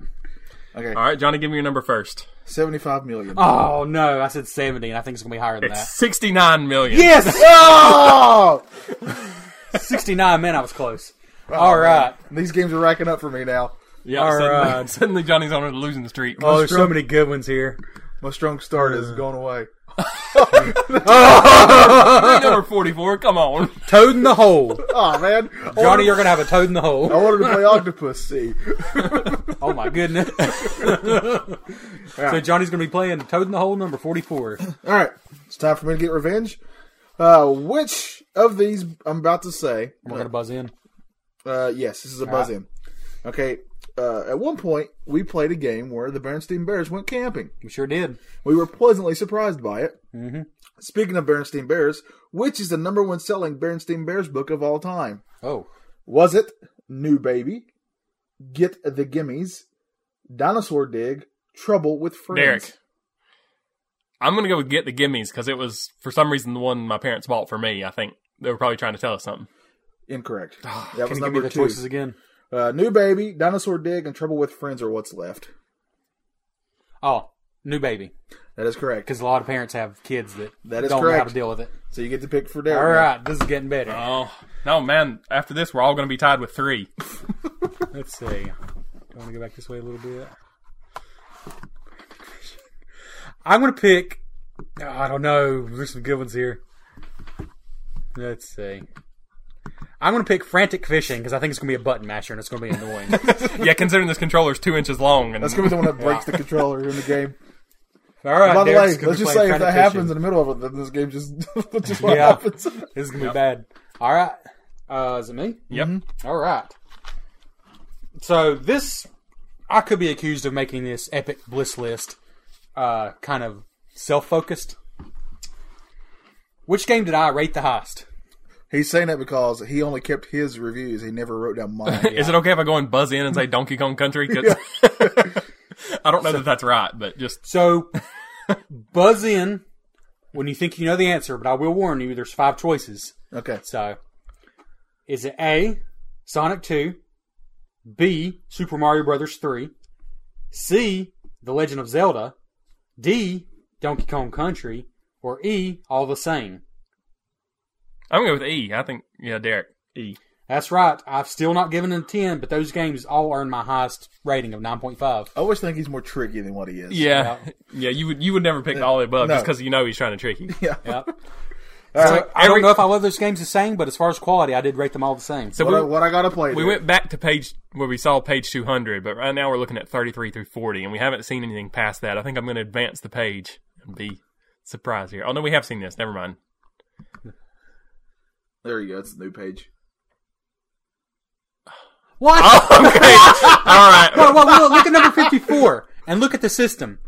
Speaker 2: Okay,
Speaker 4: All right, Johnny, give me your number first.
Speaker 2: seventy-five million.
Speaker 3: Oh no, I said 70, and I think it's gonna be higher than
Speaker 4: It's 69 million.
Speaker 3: that. Yes,
Speaker 2: Oh!
Speaker 3: 69. Man, I was close. All right.
Speaker 2: These games are racking up for me now.
Speaker 4: Yeah.
Speaker 3: All
Speaker 4: suddenly,
Speaker 3: right.
Speaker 4: suddenly Johnny's on a losing streak.
Speaker 3: Oh, there's so many good ones here.
Speaker 2: My strong start is
Speaker 4: Hmm.
Speaker 2: going away.
Speaker 4: number 44. Come on.
Speaker 3: Toad in the hole. Oh.
Speaker 2: Oh man, I
Speaker 3: Johnny,
Speaker 2: wanted-
Speaker 3: you're gonna have a toad in the hole.
Speaker 2: I wanted to play Octopus. See,
Speaker 3: Oh my goodness. so Johnny's gonna be playing toad in the hole number 44.
Speaker 2: all right, it's time for me to get revenge. Uh, which of these I'm about to say?
Speaker 3: We're gonna buzz in.
Speaker 2: Uh, yes, this is a
Speaker 3: Ah.
Speaker 2: buzz in. Okay, uh, at one point we played a game where the Bernstein Bears went camping.
Speaker 3: We sure did.
Speaker 2: We were pleasantly surprised by it. Mm-hmm. Speaking of Bernstein Bears, which is the number one selling Bernstein Bears book of all time?
Speaker 3: Oh,
Speaker 2: Was it New Baby, Get the Gimmies, Dinosaur Dig, Trouble with Friends?
Speaker 4: Derek. I'm gonna go with get the gimmies because it was for some reason the one my parents bought for me. I think they were probably trying to tell us something.
Speaker 2: Incorrect. That
Speaker 3: Ah, can
Speaker 2: was
Speaker 3: you give me
Speaker 2: number
Speaker 3: the
Speaker 2: two.
Speaker 3: choices again?
Speaker 2: Uh, New Baby, Dinosaur Dig, and Trouble with Friends are what's left.
Speaker 3: Oh, new baby.
Speaker 2: That is correct.
Speaker 3: Because a lot of parents have kids that,
Speaker 2: That is
Speaker 3: don't know how
Speaker 2: correct.
Speaker 3: to deal with it.
Speaker 2: So you get to pick for Derek.
Speaker 3: All
Speaker 2: now.
Speaker 3: right, this is getting better.
Speaker 4: Oh no, man! After this, we're all gonna be tied with three.
Speaker 3: Let's see. Do you want to go back this way a little bit? I'm going to pick. I don't know. There's some good ones here. Let's see. I'm going to pick Frantic Fishing because I think it's going to be a button masher and it's going to be annoying.
Speaker 4: yeah, considering this controller's two inches long, and
Speaker 2: That's gonna be the one that breaks the controller in the game.
Speaker 3: All right.
Speaker 2: By the
Speaker 3: Derek's
Speaker 2: way,
Speaker 3: gonna
Speaker 2: let's
Speaker 3: be
Speaker 2: just say
Speaker 3: playing
Speaker 2: if that
Speaker 3: Frantic
Speaker 2: happens in
Speaker 3: Fishing.
Speaker 2: the middle of it, then this game just that's just what
Speaker 3: Yeah.
Speaker 2: happens.
Speaker 3: this is going to be bad. All right. Uh, is it me?
Speaker 4: yep,
Speaker 2: Mm-hmm.
Speaker 3: All right. So this, I could be accused of making this epic bliss list, uh, kind of self-focused. Which game did I rate the highest?
Speaker 2: He's saying that because he only kept his reviews. He never wrote down mine.
Speaker 4: is it okay if I go and buzz in and say Donkey Kong Country? 'Cause- I don't know that that's right, but just
Speaker 3: So, buzz in when you think you know the answer, but I will warn you, there's five choices.
Speaker 2: Okay.
Speaker 3: So, is it A, Sonic 2, B, Super Mario Brothers 3, C, The Legend of Zelda, D, Donkey Kong Country, or E, all the same?
Speaker 4: I'm gonna go with E. I think yeah, Derek E.
Speaker 3: That's right. I've still not given it a 10, but those games all earned my highest rating of 9.5.
Speaker 2: I always think he's more tricky than what he is.
Speaker 4: Yeah, yeah. You would you would never pick all the above
Speaker 2: Uh, No.
Speaker 4: just because you know he's trying to trick you.
Speaker 3: Yep.
Speaker 2: All right.
Speaker 3: So I
Speaker 4: Uh, every-
Speaker 3: don't know if I love those games the same, but as far as quality, I did rate them all the same.
Speaker 4: So
Speaker 2: what, I,
Speaker 4: we,
Speaker 2: what I gotta play?
Speaker 4: we
Speaker 2: then.
Speaker 4: went back to page where we saw page 200, but right now we're looking at 33 through 40, and we haven't seen anything past that. I think I'm going to advance the page and be surprised here. Oh no, we have seen this. Never mind.
Speaker 2: There you go. It's a new page.
Speaker 3: What?
Speaker 4: Okay. All right.
Speaker 3: Well, well, look, look at number 54 and look at the system.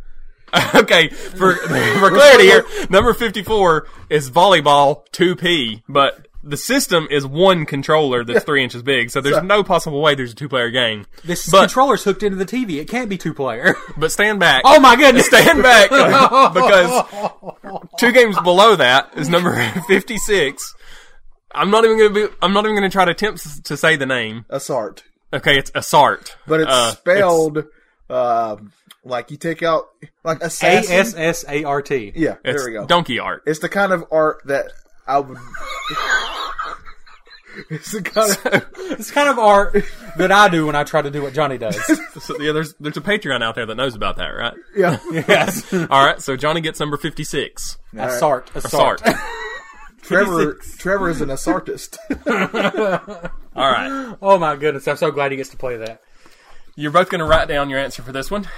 Speaker 4: okay, for for clarity here, number fifty four is volleyball two P, but the system is one controller that's three inches big, so there's no possible way there's a two player game.
Speaker 3: This
Speaker 4: But-
Speaker 3: controller's hooked into the TV. It can't be two player.
Speaker 4: But stand back.
Speaker 3: Oh my goodness.
Speaker 4: Stand back because two games below that is number fifty six. I'm not even gonna be. I'm not even gonna try to attempt s- to say the name.
Speaker 2: Assart.
Speaker 4: Okay, it's Assart,
Speaker 2: But it's
Speaker 4: Uh, it's-
Speaker 2: spelled uh, like you take out like
Speaker 3: A
Speaker 2: assassin.
Speaker 3: S S A R T.
Speaker 2: yeah,
Speaker 4: It's
Speaker 2: there we go.
Speaker 4: Donkey Art.
Speaker 2: It's the kind of art that I would. it's the kind of
Speaker 3: It's kind of art that I do when I try to do what Johnny does.
Speaker 4: So, yeah, there's there's a Patreon out there that knows about that, right?
Speaker 2: yeah.
Speaker 3: Yes. A
Speaker 4: All right, so Johnny gets number fifty six.
Speaker 3: sart. A sart.
Speaker 4: Sart.
Speaker 2: Trevor Trevor is an assartist.
Speaker 4: All right.
Speaker 3: Oh my goodness. I'm so glad he gets to play that.
Speaker 4: You're both going to write down your answer for this one.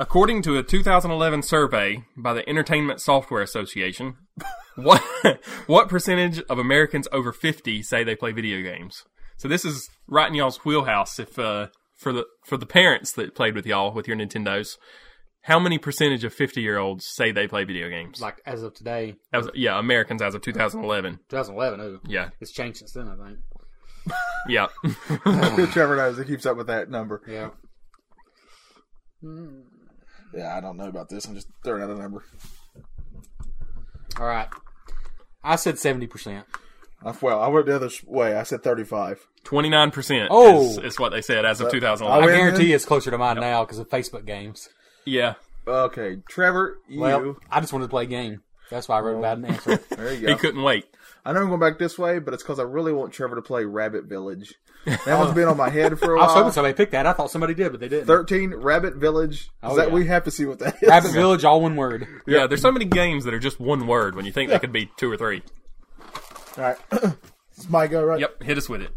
Speaker 4: According to a 2011 survey by the Entertainment Software Association, what what percentage of Americans over 50 say they play video games? So this is right in y'all's wheelhouse. If uh, for the for the parents that played with y'all with your Nintendos, how many percentage of 50 year olds say they play video games?
Speaker 3: Like as of today,
Speaker 4: That was- yeah, Americans as of 2011.
Speaker 3: 2011. Ooh.
Speaker 4: Yeah,
Speaker 3: It's changed since then, I think.
Speaker 4: yeah.
Speaker 2: Trevor knows he keeps up with that number.
Speaker 3: Yeah.
Speaker 2: Yeah, I don't know about this. I'm just throwing out a number.
Speaker 3: All right. I said 70%.
Speaker 2: I, Uh, well, I went the other way. I said 35.
Speaker 4: 29%
Speaker 3: Oh.
Speaker 4: is, is what they said as of
Speaker 3: I
Speaker 4: 2011.
Speaker 2: Wait a
Speaker 3: guarantee
Speaker 2: minute.
Speaker 3: it's closer to mine now because of Facebook games.
Speaker 4: Yeah.
Speaker 2: Okay, Trevor, you.
Speaker 3: Well, I just wanted to play a game. That's why I wrote about an answer.
Speaker 2: there you
Speaker 4: He
Speaker 2: go.
Speaker 4: couldn't wait.
Speaker 2: I know I'm going back this way, but it's because I really want Trevor to play Rabbit Village. That one's been on my head for a
Speaker 3: I was
Speaker 2: while.
Speaker 3: hoping somebody picked that. I thought somebody did, but they didn't.
Speaker 2: 13 Rabbit Village. Is that
Speaker 3: yeah.
Speaker 2: we have to see what that is?
Speaker 3: Rabbit Village, all one word.
Speaker 4: Yeah, there's so many games that are just one word when you think they could be two or three.
Speaker 2: All right. it's my go, right?
Speaker 4: Yep, hit us with it.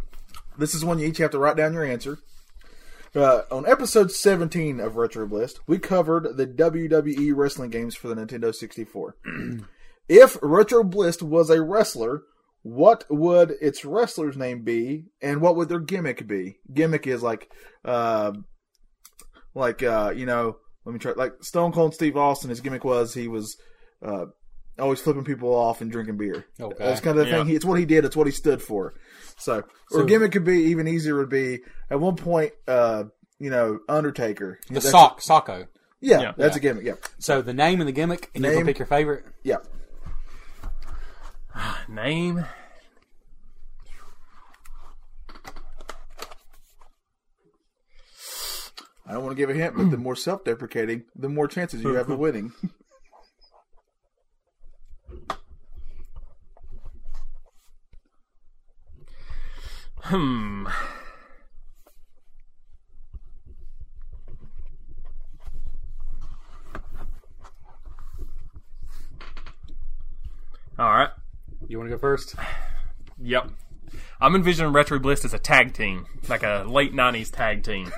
Speaker 2: This is one you each have to write down your answer. Uh, on episode 17 of Retro Blist, we covered the WWE wrestling games for the Nintendo 64. if Retro Blist was a wrestler, what would its wrestler's name be, and what would their gimmick be? Gimmick is like, uh, like uh, you know, let me try. Like Stone Cold Steve Austin, his gimmick was he was uh, always flipping people off and drinking beer.
Speaker 3: Okay.
Speaker 2: that's kind of the thing.
Speaker 4: Yeah.
Speaker 2: He, it's what he did. It's what he stood for. So, or gimmick could be even easier. Would be at one point, uh, you know, Undertaker.
Speaker 3: The sock, Socko.
Speaker 2: Yeah,
Speaker 4: Yeah.
Speaker 2: that's a gimmick. Yeah,
Speaker 3: So the name and the gimmick, and you
Speaker 2: Name.
Speaker 3: can pick your favorite.
Speaker 2: yeah.
Speaker 4: Name.
Speaker 2: I don't want to give a hint, but the more self-deprecating, the more chances you have of winning.
Speaker 4: Hmm. All right.
Speaker 3: You want to go first?
Speaker 4: Yep. I'm envisioning Retro Bliss as a tag team, like a late '90s tag team.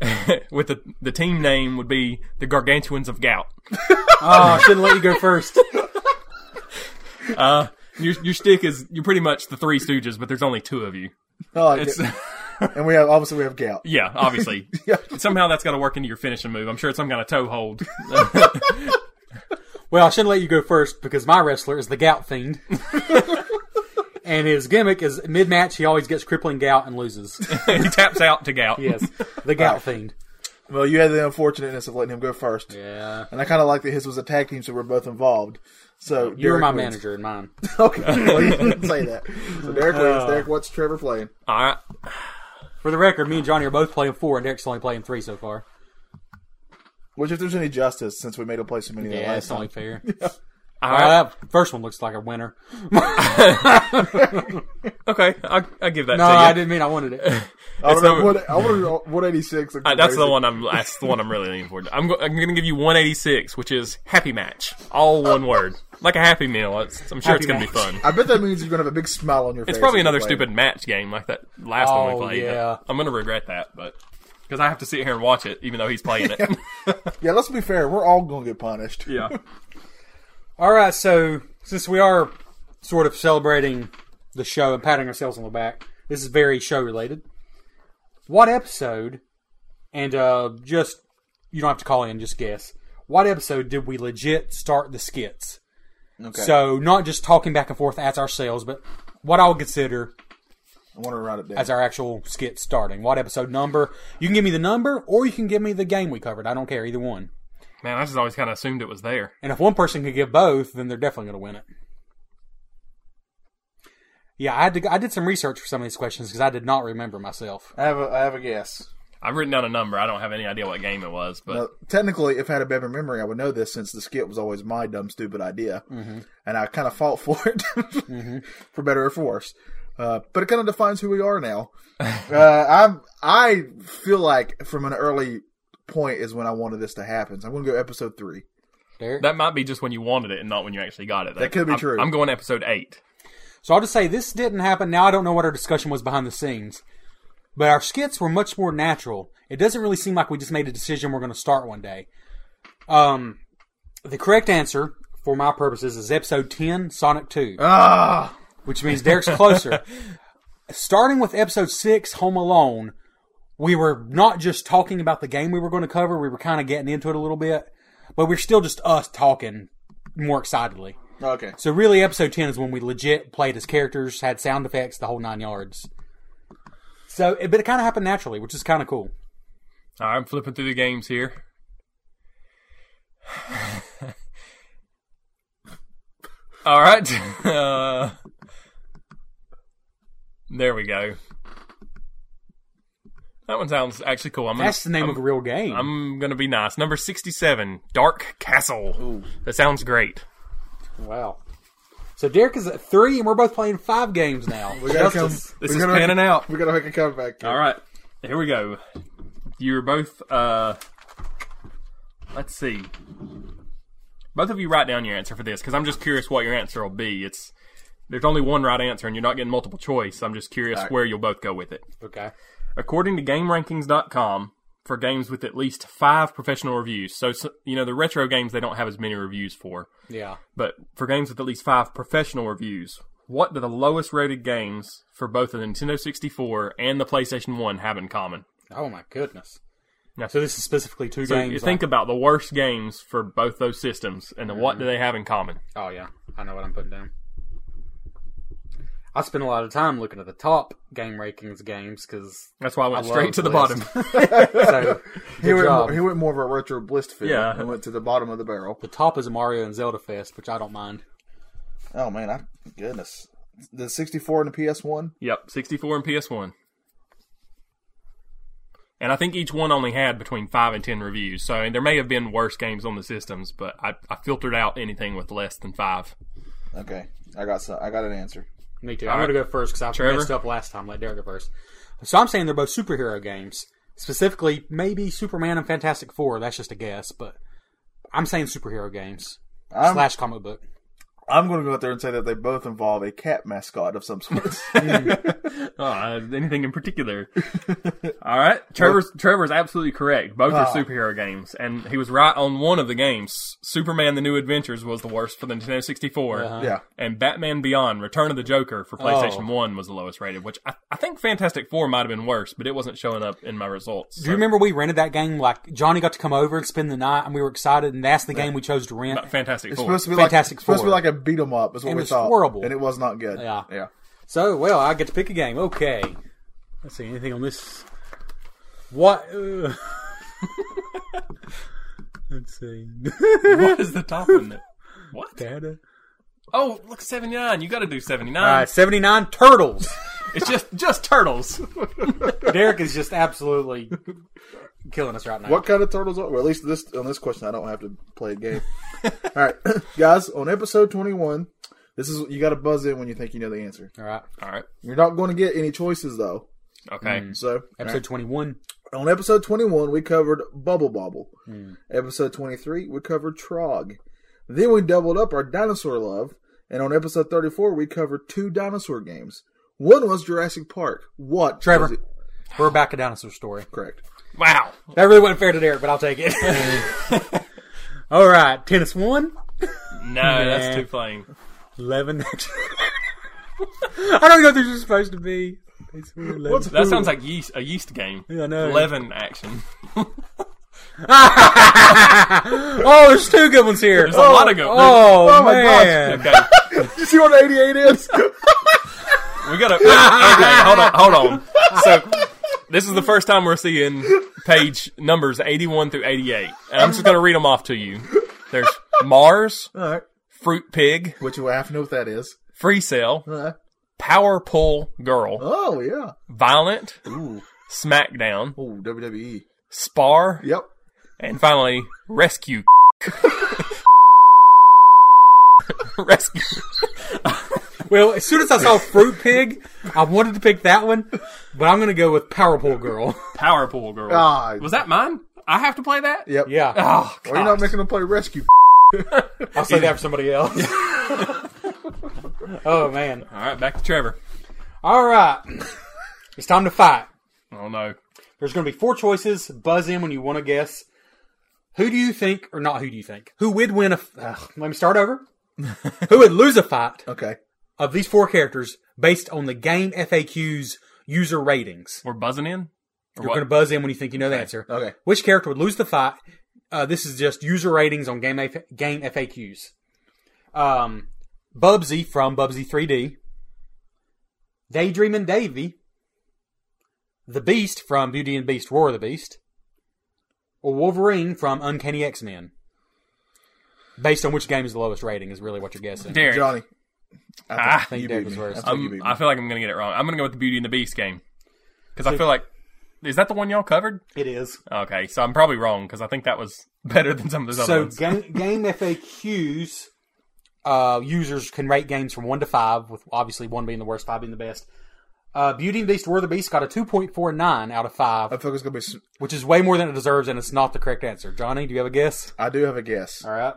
Speaker 4: With the the team name would be the Gargantuans of Gout.
Speaker 3: Oh, I shouldn't let you go first.
Speaker 4: Uh, Your your stick is you're pretty much the Three Stooges, but there's only two of you.
Speaker 2: I like
Speaker 4: It's
Speaker 2: it. And we have obviously we have gout.
Speaker 4: Yeah, obviously.
Speaker 2: Yeah.
Speaker 4: Somehow that's got to work into your finishing move. I'm sure it's some kind of toe hold.
Speaker 3: Well, I shouldn't let you go first because my wrestler is the Gout Fiend. and his gimmick is mid match, he always gets crippling gout and loses.
Speaker 4: he taps out to gout.
Speaker 3: Yes, the Gout Fiend.
Speaker 2: Well, you had the unfortunateness of letting him go first,
Speaker 3: Yeah.
Speaker 2: and I kind of like that his was a tag team, so we're both involved. So Derek
Speaker 3: You're my
Speaker 2: wins.
Speaker 3: manager and mine.
Speaker 2: Okay, well, you didn't say that. So Derek wins. Derek, what's Trevor playing?
Speaker 4: All right.
Speaker 3: For the record, me and Johnny are both playing four, and Derek's only playing three so far.
Speaker 2: Which, if there's any justice, since we made him play so many of the
Speaker 3: Yeah,
Speaker 2: last
Speaker 3: that's
Speaker 2: time.
Speaker 3: only fair. Uh, that first one looks like a winner.
Speaker 4: Okay, I, I give that
Speaker 3: No,
Speaker 4: to you.
Speaker 3: I didn't mean I wanted it.
Speaker 2: I
Speaker 4: It's
Speaker 2: don't know
Speaker 4: number-
Speaker 2: what I want to one eighty six.
Speaker 4: Uh, that's the one I'm. That's the one I'm really leaning forward. To. I'm. Go, I'm going to give you 186, which is happy match, all one word, like a happy meal. It's, I'm sure it's going to be
Speaker 3: Happy
Speaker 4: fun.
Speaker 2: I bet that means you're gonna have a big smile on your face.
Speaker 4: It's probably
Speaker 2: when you
Speaker 4: another
Speaker 2: play it.
Speaker 4: stupid match game like that last one
Speaker 3: Oh,
Speaker 4: we played.
Speaker 3: yeah.
Speaker 4: I'm going to regret that, but because I have to sit here and watch it, even though he's playing it.
Speaker 2: Yeah, let's be fair. We're all gonna get punished.
Speaker 4: yeah.
Speaker 3: All right, so since we are sort of celebrating the show and patting ourselves on the back, this is very show related. What episode, and uh, just, you don't have to call in, just guess. What episode did we legit start the skits?
Speaker 2: Okay.
Speaker 3: So, not just talking back and forth as ourselves, but what I would consider
Speaker 2: I want to write it down.
Speaker 3: as our actual skit starting. What episode number? You can give me the number, or you can give me the game we covered. I don't care, either one.
Speaker 4: Man, I just always kind of assumed it was there.
Speaker 3: And if one person could give both, then they're definitely going to win it. Yeah, I had to, I did some research for some of these questions because I did not remember myself.
Speaker 2: I have a I have a guess.
Speaker 4: I've written down a number. I don't have any idea what game it was, but
Speaker 2: Now, technically, if I had a better memory, I would know this since the skit was always my dumb, stupid idea,
Speaker 4: Mm-hmm.
Speaker 2: and I kind of fought for it, for better or for worse. Uh, but it kind of defines who we are now. uh, I'm I feel like from an early point is when I wanted this to happen. So I'm going to go episode three.
Speaker 3: Derek?
Speaker 4: that might be just when you wanted it and not when you actually got it. That
Speaker 2: could be
Speaker 4: I'm-
Speaker 2: true.
Speaker 4: I'm going episode eight.
Speaker 3: So I'll just say this didn't happen. Now I don't know what our discussion was behind the scenes, but our skits were much more natural. It doesn't really seem like we just made a decision we're going to start one day. Um, the correct answer for my purposes is episode ten, Sonic Two.
Speaker 2: Ah,
Speaker 3: which means Derek's closer. Starting with episode six, Home Alone, we were not just talking about the game we were going to cover. We were kind of getting into it a little bit, but we're still just us talking more excitedly.
Speaker 2: okay.
Speaker 3: So really, episode ten is when we legit played as characters, had sound effects, the whole nine yards. So, it, but it kind of happened naturally, which is kind of cool.
Speaker 4: All right, I'm flipping through the games here. All right. Uh, there we go. That one sounds actually cool. I'm gonna,
Speaker 3: That's the name of a real game.
Speaker 4: I'm going to be nice. Number 67, Dark Castle. That sounds great.
Speaker 3: wow. So Derek is at three, and we're both playing five games now.
Speaker 2: We gotta
Speaker 3: Justice.
Speaker 2: come-
Speaker 4: This
Speaker 2: we
Speaker 4: is
Speaker 2: gotta make-
Speaker 4: panning out.
Speaker 2: We gotta make a comeback.
Speaker 4: All right. Here we go. You're both uh let's see. Both of you write down your answer for this cuz I'm just curious what your answer will be. It's there's only one right answer and you're not getting multiple choice. I'm just curious where you'll both go with it.
Speaker 3: Okay.
Speaker 4: According to GameRankings.com, for games with at least 5 professional reviews. So, so you know, the retro games they don't have as many reviews for.
Speaker 3: Yeah.
Speaker 4: But for games with at least five professional reviews, what do the lowest rated games for both the Nintendo 64 and the PlayStation 1 have in common?
Speaker 3: Oh my goodness.
Speaker 4: Now,
Speaker 3: So this is specifically two
Speaker 4: so
Speaker 3: games.
Speaker 4: you think
Speaker 3: like-
Speaker 4: about the worst games for both those systems, and what
Speaker 3: Mm-hmm.
Speaker 4: do they have in common?
Speaker 3: Oh yeah, I know what I'm putting down. I spend a lot of time looking at the top game rankings games because
Speaker 4: That's why I went
Speaker 3: I
Speaker 4: straight
Speaker 3: love
Speaker 4: to the
Speaker 3: lists.
Speaker 4: bottom.
Speaker 3: so
Speaker 2: He
Speaker 3: good
Speaker 2: went,
Speaker 3: job.
Speaker 2: more, he went more of a retro bliss feel.
Speaker 4: Yeah.
Speaker 2: and went to the bottom of the barrel.
Speaker 3: the top is Mario and Zelda Fest, which I don't mind.
Speaker 2: Oh man, I, goodness. The 64 and the PS One.
Speaker 4: yep, 64 and PS1. And I think each one only had between five and ten reviews. So, and there may have been worse games on the systems, but I, I filtered out anything with less than five.
Speaker 2: Okay, I got some, I got an answer.
Speaker 3: Me too. I'm going to go first because I
Speaker 4: Trevor?
Speaker 3: messed up last time. Let Derek go first. So I'm saying they're both superhero games. Specifically, maybe Superman and Fantastic Four. That's just a guess, but I'm saying superhero games
Speaker 2: I'm,
Speaker 3: slash comic book.
Speaker 2: I'm going to go out there and say that they both involve a cat mascot of some sort.
Speaker 4: Oh, uh, anything in particular? All right, Trevor's Trevor's absolutely correct. Both
Speaker 3: Ah.
Speaker 4: are superhero games, and he was right on one of the games. Superman: The New Adventures was the worst for the Nintendo 64,
Speaker 2: yeah.
Speaker 4: and Batman Beyond: Return of the Joker for PlayStation
Speaker 3: Oh.
Speaker 4: One was the lowest rated. Which I, I think Fantastic Four might have been worse, but it wasn't showing up in my results.
Speaker 3: Do you
Speaker 4: So,
Speaker 3: remember we rented that game? Like Johnny got to come over and spend the night, and we were excited, and that's the game we chose to rent.
Speaker 4: Fantastic Four.
Speaker 2: Supposed to be like
Speaker 3: Fantastic
Speaker 2: supposed to
Speaker 3: Four.
Speaker 2: be like a beat 'em up is what
Speaker 3: It
Speaker 2: we
Speaker 3: was
Speaker 2: thought.
Speaker 3: horrible.
Speaker 2: and it was not good.
Speaker 3: Yeah.
Speaker 2: yeah.
Speaker 3: So, well, I get to pick a game. Okay. Let's see. Anything on this? What? Uh... Let's see.
Speaker 4: what is the top one? that- What?
Speaker 3: Data.
Speaker 4: Oh, look, 79. You got to do 79.
Speaker 3: All right, 79 Turtles.
Speaker 4: It's just just turtles.
Speaker 3: Derek is just absolutely killing us right now.
Speaker 2: What kind of turtles are? Well, at least this on this question, I don't have to play a game. All right, guys, on episode twenty-one, this is you got to buzz in when you think you know the answer.
Speaker 3: All right.
Speaker 4: All right.
Speaker 2: You're not going to get any choices though.
Speaker 4: Okay.
Speaker 3: Mm.
Speaker 2: So
Speaker 3: Episode 21.
Speaker 2: on episode twenty-one, we covered Bubble Bobble. Episode twenty-three, we covered Trog. Then we doubled up our dinosaur love, and on episode thirty-four, we covered two dinosaur games. One was Jurassic Park. What?
Speaker 3: Trevor.
Speaker 2: was it?
Speaker 3: We're back a dinosaur story.
Speaker 2: Correct.
Speaker 4: Wow.
Speaker 3: That really wasn't fair to Derek, but I'll take it.
Speaker 4: Mm.
Speaker 3: All right. Tennis one.
Speaker 4: No, that's too plain.
Speaker 3: 11. I don't know if this is supposed to be. It's really 11.
Speaker 4: That sounds like yeast, a yeast game.
Speaker 3: I know.
Speaker 4: Eleven action.
Speaker 3: oh, there's two good ones here.
Speaker 4: There's a lot of go.
Speaker 3: oh,
Speaker 2: Oh, my
Speaker 3: man.
Speaker 4: Okay.
Speaker 2: You see what eighty-eight is?
Speaker 4: We gotta. Okay, hold on, hold on. So, this is the first time we're seeing page numbers 81 through 88. And I'm just gonna read them off to you. There's Mars,
Speaker 2: All right.
Speaker 4: Fruit Pig,
Speaker 2: Which you have to know what that is.
Speaker 4: Free Cell,
Speaker 2: Uh,
Speaker 4: Power Pull Girl,
Speaker 2: oh yeah.
Speaker 4: Violent,
Speaker 2: Ooh.
Speaker 4: SmackDown,
Speaker 2: Oh WWE.
Speaker 4: Spar,
Speaker 2: Yep.
Speaker 4: and finally, Rescue. Rescue.
Speaker 3: Well, as soon as I saw Fruit Pig, I wanted to pick that one, but I'm going to go with Powerpool Girl.
Speaker 4: Power Pull Girl.
Speaker 2: Ah.
Speaker 4: Was that mine? I have to play that?
Speaker 2: Yep.
Speaker 3: Yeah.
Speaker 4: Oh,
Speaker 2: Why are you
Speaker 4: gosh.
Speaker 2: not making them play rescue?
Speaker 3: I'll say that for somebody else. oh, man.
Speaker 4: All right, back to Trevor.
Speaker 3: All right. It's time to fight.
Speaker 4: Oh, no.
Speaker 3: There's going to be four choices. Buzz in when you want to guess. Who do you think, or not who do you think, who would win a. f- Ugh, let me start over. who would lose a fight
Speaker 2: Okay.
Speaker 3: of these four characters based on the game FAQ's user ratings?
Speaker 4: We're buzzing in? Or
Speaker 3: You're going to buzz in when you think you know the answer.
Speaker 2: Okay.
Speaker 3: Which character would lose the fight? Uh, this is just user ratings on game F- game FAQs. Um, Bubsy from Bubsy 3D, Daydreamin' Davy, the Beast from Beauty and the Beast Roar of the Beast, or Wolverine from Uncanny X Men. Based on which game is the lowest rating is really what you're guessing.
Speaker 4: Derek.
Speaker 2: Johnny.
Speaker 4: Ah.
Speaker 3: I think
Speaker 2: You
Speaker 3: Derek
Speaker 2: beat
Speaker 3: was
Speaker 2: me.
Speaker 3: worse.
Speaker 2: That's what you
Speaker 4: I'm,
Speaker 2: beat me.
Speaker 4: Um, I feel like I'm gonna get it wrong. I'm gonna go with the Beauty and the Beast game because I feel like is that the one y'all covered?
Speaker 3: It is.
Speaker 4: Okay, so I'm probably wrong because I think that was better than some of those other
Speaker 3: So
Speaker 4: ones.
Speaker 3: game, game FAQs uh, users can rate games from one to five, with obviously one being the worst, five being the best. Uh, Beauty and the Beast: War of the Beast got a two point four nine out of
Speaker 2: I
Speaker 3: five,
Speaker 2: feel like it's gonna be. s-
Speaker 3: which is way more than it deserves, and it's not the correct answer. Johnny, do you have a guess?
Speaker 2: I do have a guess.
Speaker 3: All right,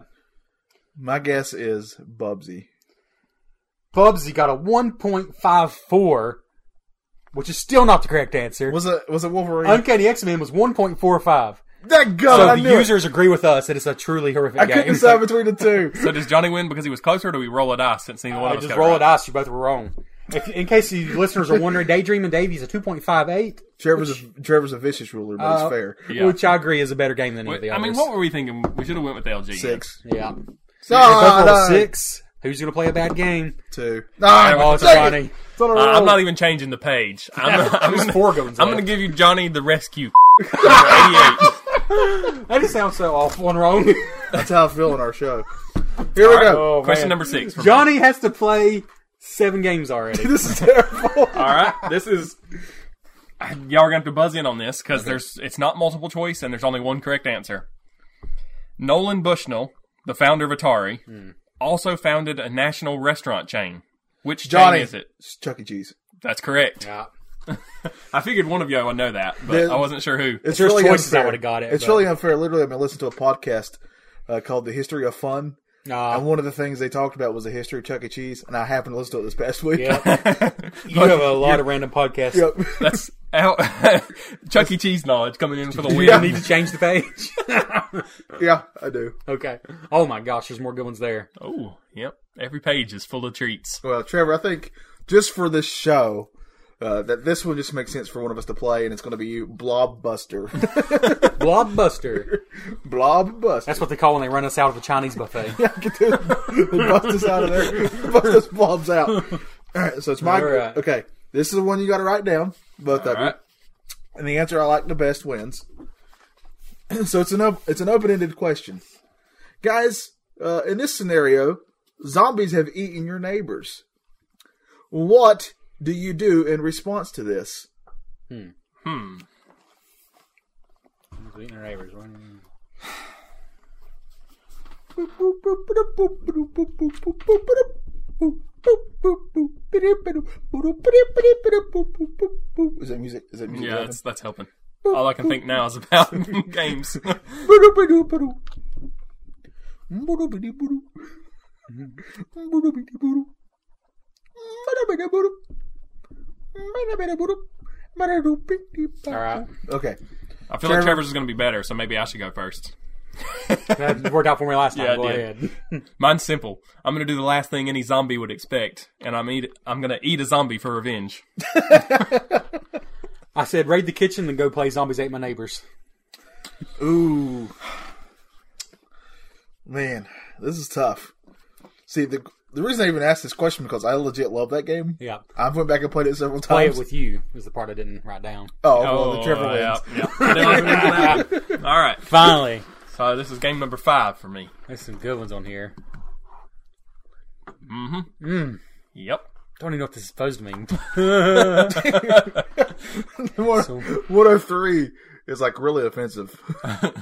Speaker 2: My guess is Bubsy.
Speaker 3: Bubsy got a one point five four, which is still not the correct answer.
Speaker 2: Was it was it Wolverine?
Speaker 3: Uncanny X Men was one point four five.
Speaker 2: that gun.
Speaker 3: So
Speaker 2: I
Speaker 3: the
Speaker 2: knew it.
Speaker 3: users agree with us that it's a truly horrific
Speaker 2: I
Speaker 3: game.
Speaker 2: couldn't decide between the two.
Speaker 4: So does Johnny win because he was closer? or Do we roll a dice since neither one
Speaker 3: I
Speaker 4: of us
Speaker 3: just
Speaker 4: got
Speaker 3: roll
Speaker 4: it
Speaker 3: a dice. You both were wrong. If, in case you listeners are wondering, Daydream and Davies a two point five eight,
Speaker 2: Trevor's a, Trevor's a vicious ruler, but
Speaker 3: Uh,
Speaker 2: it's fair.
Speaker 4: Yeah.
Speaker 3: which I agree is a better game than any
Speaker 4: right?
Speaker 3: of the
Speaker 4: I
Speaker 3: others.
Speaker 4: mean, what were we thinking? We should have went with LG.
Speaker 2: Six.
Speaker 3: yeah,
Speaker 2: Ah,
Speaker 3: Both rolled
Speaker 2: no.
Speaker 3: six. Who's gonna play a bad game?
Speaker 2: Two. Ah,
Speaker 3: Oh, it's
Speaker 2: dang it.
Speaker 3: Johnny.
Speaker 2: It's on a
Speaker 4: Uh, I'm
Speaker 2: roll.
Speaker 4: not even changing the page. I'm, I'm,
Speaker 3: There's
Speaker 4: gonna,
Speaker 3: four goings
Speaker 4: I'm
Speaker 3: left.
Speaker 4: gonna give you Johnny the rescue. number 88.
Speaker 3: That just sounds so awful and wrong.
Speaker 2: That's how I feel on our show. Here we go.
Speaker 3: Oh,
Speaker 4: Question
Speaker 3: man.
Speaker 4: number six. for me.
Speaker 3: Johnny has to play seven games already.
Speaker 2: This is terrible.
Speaker 4: All right, this is y'all are gonna have to buzz in on this because there's it's not multiple choice and there's only one correct answer. Nolan Bushnell, the founder of Atari,
Speaker 2: Hmm.
Speaker 4: also founded a national restaurant chain. Which
Speaker 2: Johnny.
Speaker 4: chain is it?
Speaker 2: It's Chuck E. Cheese.
Speaker 4: That's correct.
Speaker 3: Yeah.
Speaker 4: I figured one of y'all would know that, but
Speaker 2: Then-
Speaker 4: I wasn't sure who.
Speaker 2: It's
Speaker 3: There's
Speaker 2: really
Speaker 3: choices I
Speaker 2: unfair.
Speaker 3: would've got it,
Speaker 2: It's
Speaker 3: but-
Speaker 2: really unfair. Literally, I've been listening to a podcast uh, called "The History of Fun," and
Speaker 3: Nah.
Speaker 2: one of the things they talked about was the history of Chuck E. Cheese, and I happened to listen to it this past week.
Speaker 3: Yeah. you have a lot of random podcasts.
Speaker 2: Yep.
Speaker 4: That's out, Chuck E. Cheese knowledge coming in for the
Speaker 3: We don't
Speaker 4: win.
Speaker 3: need to change the page.
Speaker 2: yeah, I do.
Speaker 3: okay. Oh my gosh, there's more good ones there.
Speaker 4: oh, yep. Every page is full of treats.
Speaker 2: Well, Trevor, I think just for this show, uh, that this one just makes sense for one of us to play, and it's going to be you, Blobbuster.
Speaker 3: Blobbuster.
Speaker 2: Blobbuster.
Speaker 3: That's what they call when they run us out of a Chinese buffet.
Speaker 2: Get the- they bust us out of there. Bust us blobs out. All right, so it's my
Speaker 3: All right.
Speaker 2: okay. This is the one you got to write down, both
Speaker 4: All
Speaker 2: of you.
Speaker 4: right.
Speaker 2: and the answer I like the best wins. so it's an op- it's an open ended question, guys. Uh, in this scenario, zombies have eaten your neighbors. What do you do in response to this?
Speaker 3: Beating their neighbors. Right?
Speaker 2: Is that music? Is that music?
Speaker 4: Yeah, that's that's helping. All I can think now is about games.
Speaker 3: All right.
Speaker 2: Okay.
Speaker 4: I feel
Speaker 2: Trevor-
Speaker 4: like Trevor's is going to be better, so maybe I should go first.
Speaker 3: That worked out for me last time.
Speaker 4: Yeah, it
Speaker 3: Go
Speaker 4: did.
Speaker 3: ahead.
Speaker 4: Mine's simple. I'm going to do the last thing any zombie would expect, and I'm eat. I'm going to eat a zombie for revenge.
Speaker 3: I said raid the kitchen and go play zombies ate my neighbors.
Speaker 2: Ooh. Man, this is tough. See, the the reason I even asked this question because I legit love that game.
Speaker 3: Yeah.
Speaker 2: I went back and played it several
Speaker 3: Play
Speaker 2: times.
Speaker 3: it with you is the part I didn't write down.
Speaker 2: oh, well, the Trevor
Speaker 4: yeah,
Speaker 2: wins.
Speaker 4: yeah. I didn't even remember that. All right,
Speaker 3: Finally,
Speaker 4: so this is game number five for me.
Speaker 3: there's some good ones on here.
Speaker 4: Yep.
Speaker 3: Don't even know what this is supposed to mean.
Speaker 2: One- 103 is like really offensive.
Speaker 3: I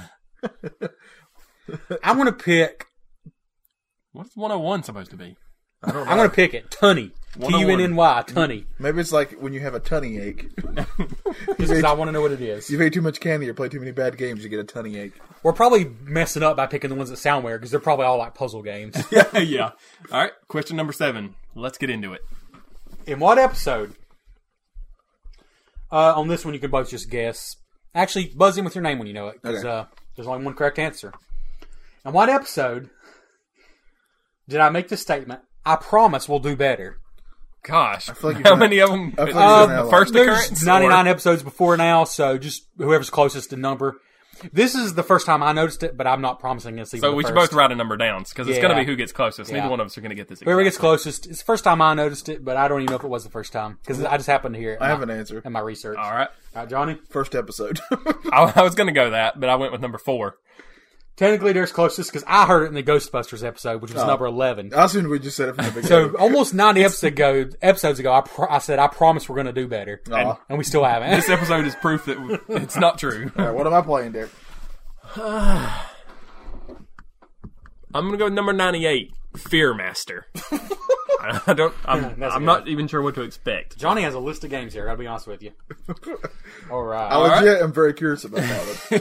Speaker 3: want to pick.
Speaker 4: What's 101 supposed to be?
Speaker 3: I want to pick it. Tunny. T u n n y. Tunny.
Speaker 2: Maybe it's like when you have a tummy ache.
Speaker 3: Because I want to know what it is.
Speaker 2: You've ate too much candy or played too many bad games, you get a tummy ache.
Speaker 3: We're probably messing up by picking the ones that sound weird because they're probably all like puzzle games.
Speaker 4: yeah. All right. Question number seven. Let's get into it.
Speaker 3: In what episode? Uh, on this one, you can both just guess. Actually, buzz in with your name when you know it, because
Speaker 2: Okay.
Speaker 3: uh, there's only one correct answer. In what episode did I make the statement? I promise we'll do better.
Speaker 4: Gosh,
Speaker 2: feel like you're
Speaker 4: how
Speaker 2: gonna-
Speaker 4: many of them?
Speaker 2: I feel like you're gonna have
Speaker 4: the
Speaker 2: a
Speaker 4: first occurrence.
Speaker 3: There's 99
Speaker 4: or-
Speaker 3: episodes before now, so just whoever's closest in number. This is the first time I noticed it, but I'm not promising it's even.
Speaker 4: So
Speaker 3: the
Speaker 4: we should
Speaker 3: first.
Speaker 4: both write a number down because it's
Speaker 3: Yeah.
Speaker 4: going to be who gets closest.
Speaker 3: Yeah.
Speaker 4: Neither one of us are going to get this.
Speaker 3: Whoever
Speaker 4: exact.
Speaker 3: gets closest, it's the first time I noticed it, but I don't even know if it was the first time because I just happened to hear it. in
Speaker 2: I
Speaker 3: my-
Speaker 2: have an answer.
Speaker 3: in my research.
Speaker 4: All right.
Speaker 3: All right, Johnny.
Speaker 2: First episode.
Speaker 4: I, I was going to go that, but I went with number four.
Speaker 3: Technically, there's closest because I heard it in the Ghostbusters episode, which
Speaker 4: Oh.
Speaker 3: was number eleven.
Speaker 2: I assume we just said it from the beginning.
Speaker 3: So almost ninety episodes ago, episodes ago, I, pro- I said I promise we're going to do better,
Speaker 4: Oh.
Speaker 2: Aw.
Speaker 3: and we still haven't.
Speaker 4: This episode is proof that w- it's not true.
Speaker 2: All right, what am I playing, Derek?
Speaker 4: I'm going to go with number 98, Fear Master. I don't. I'm,
Speaker 3: that's
Speaker 4: I'm
Speaker 3: good.
Speaker 4: not even sure what to expect.
Speaker 3: Johnny has a list of games here. I'll be honest with you. All right.
Speaker 2: I
Speaker 3: All
Speaker 2: legit am very curious about that one.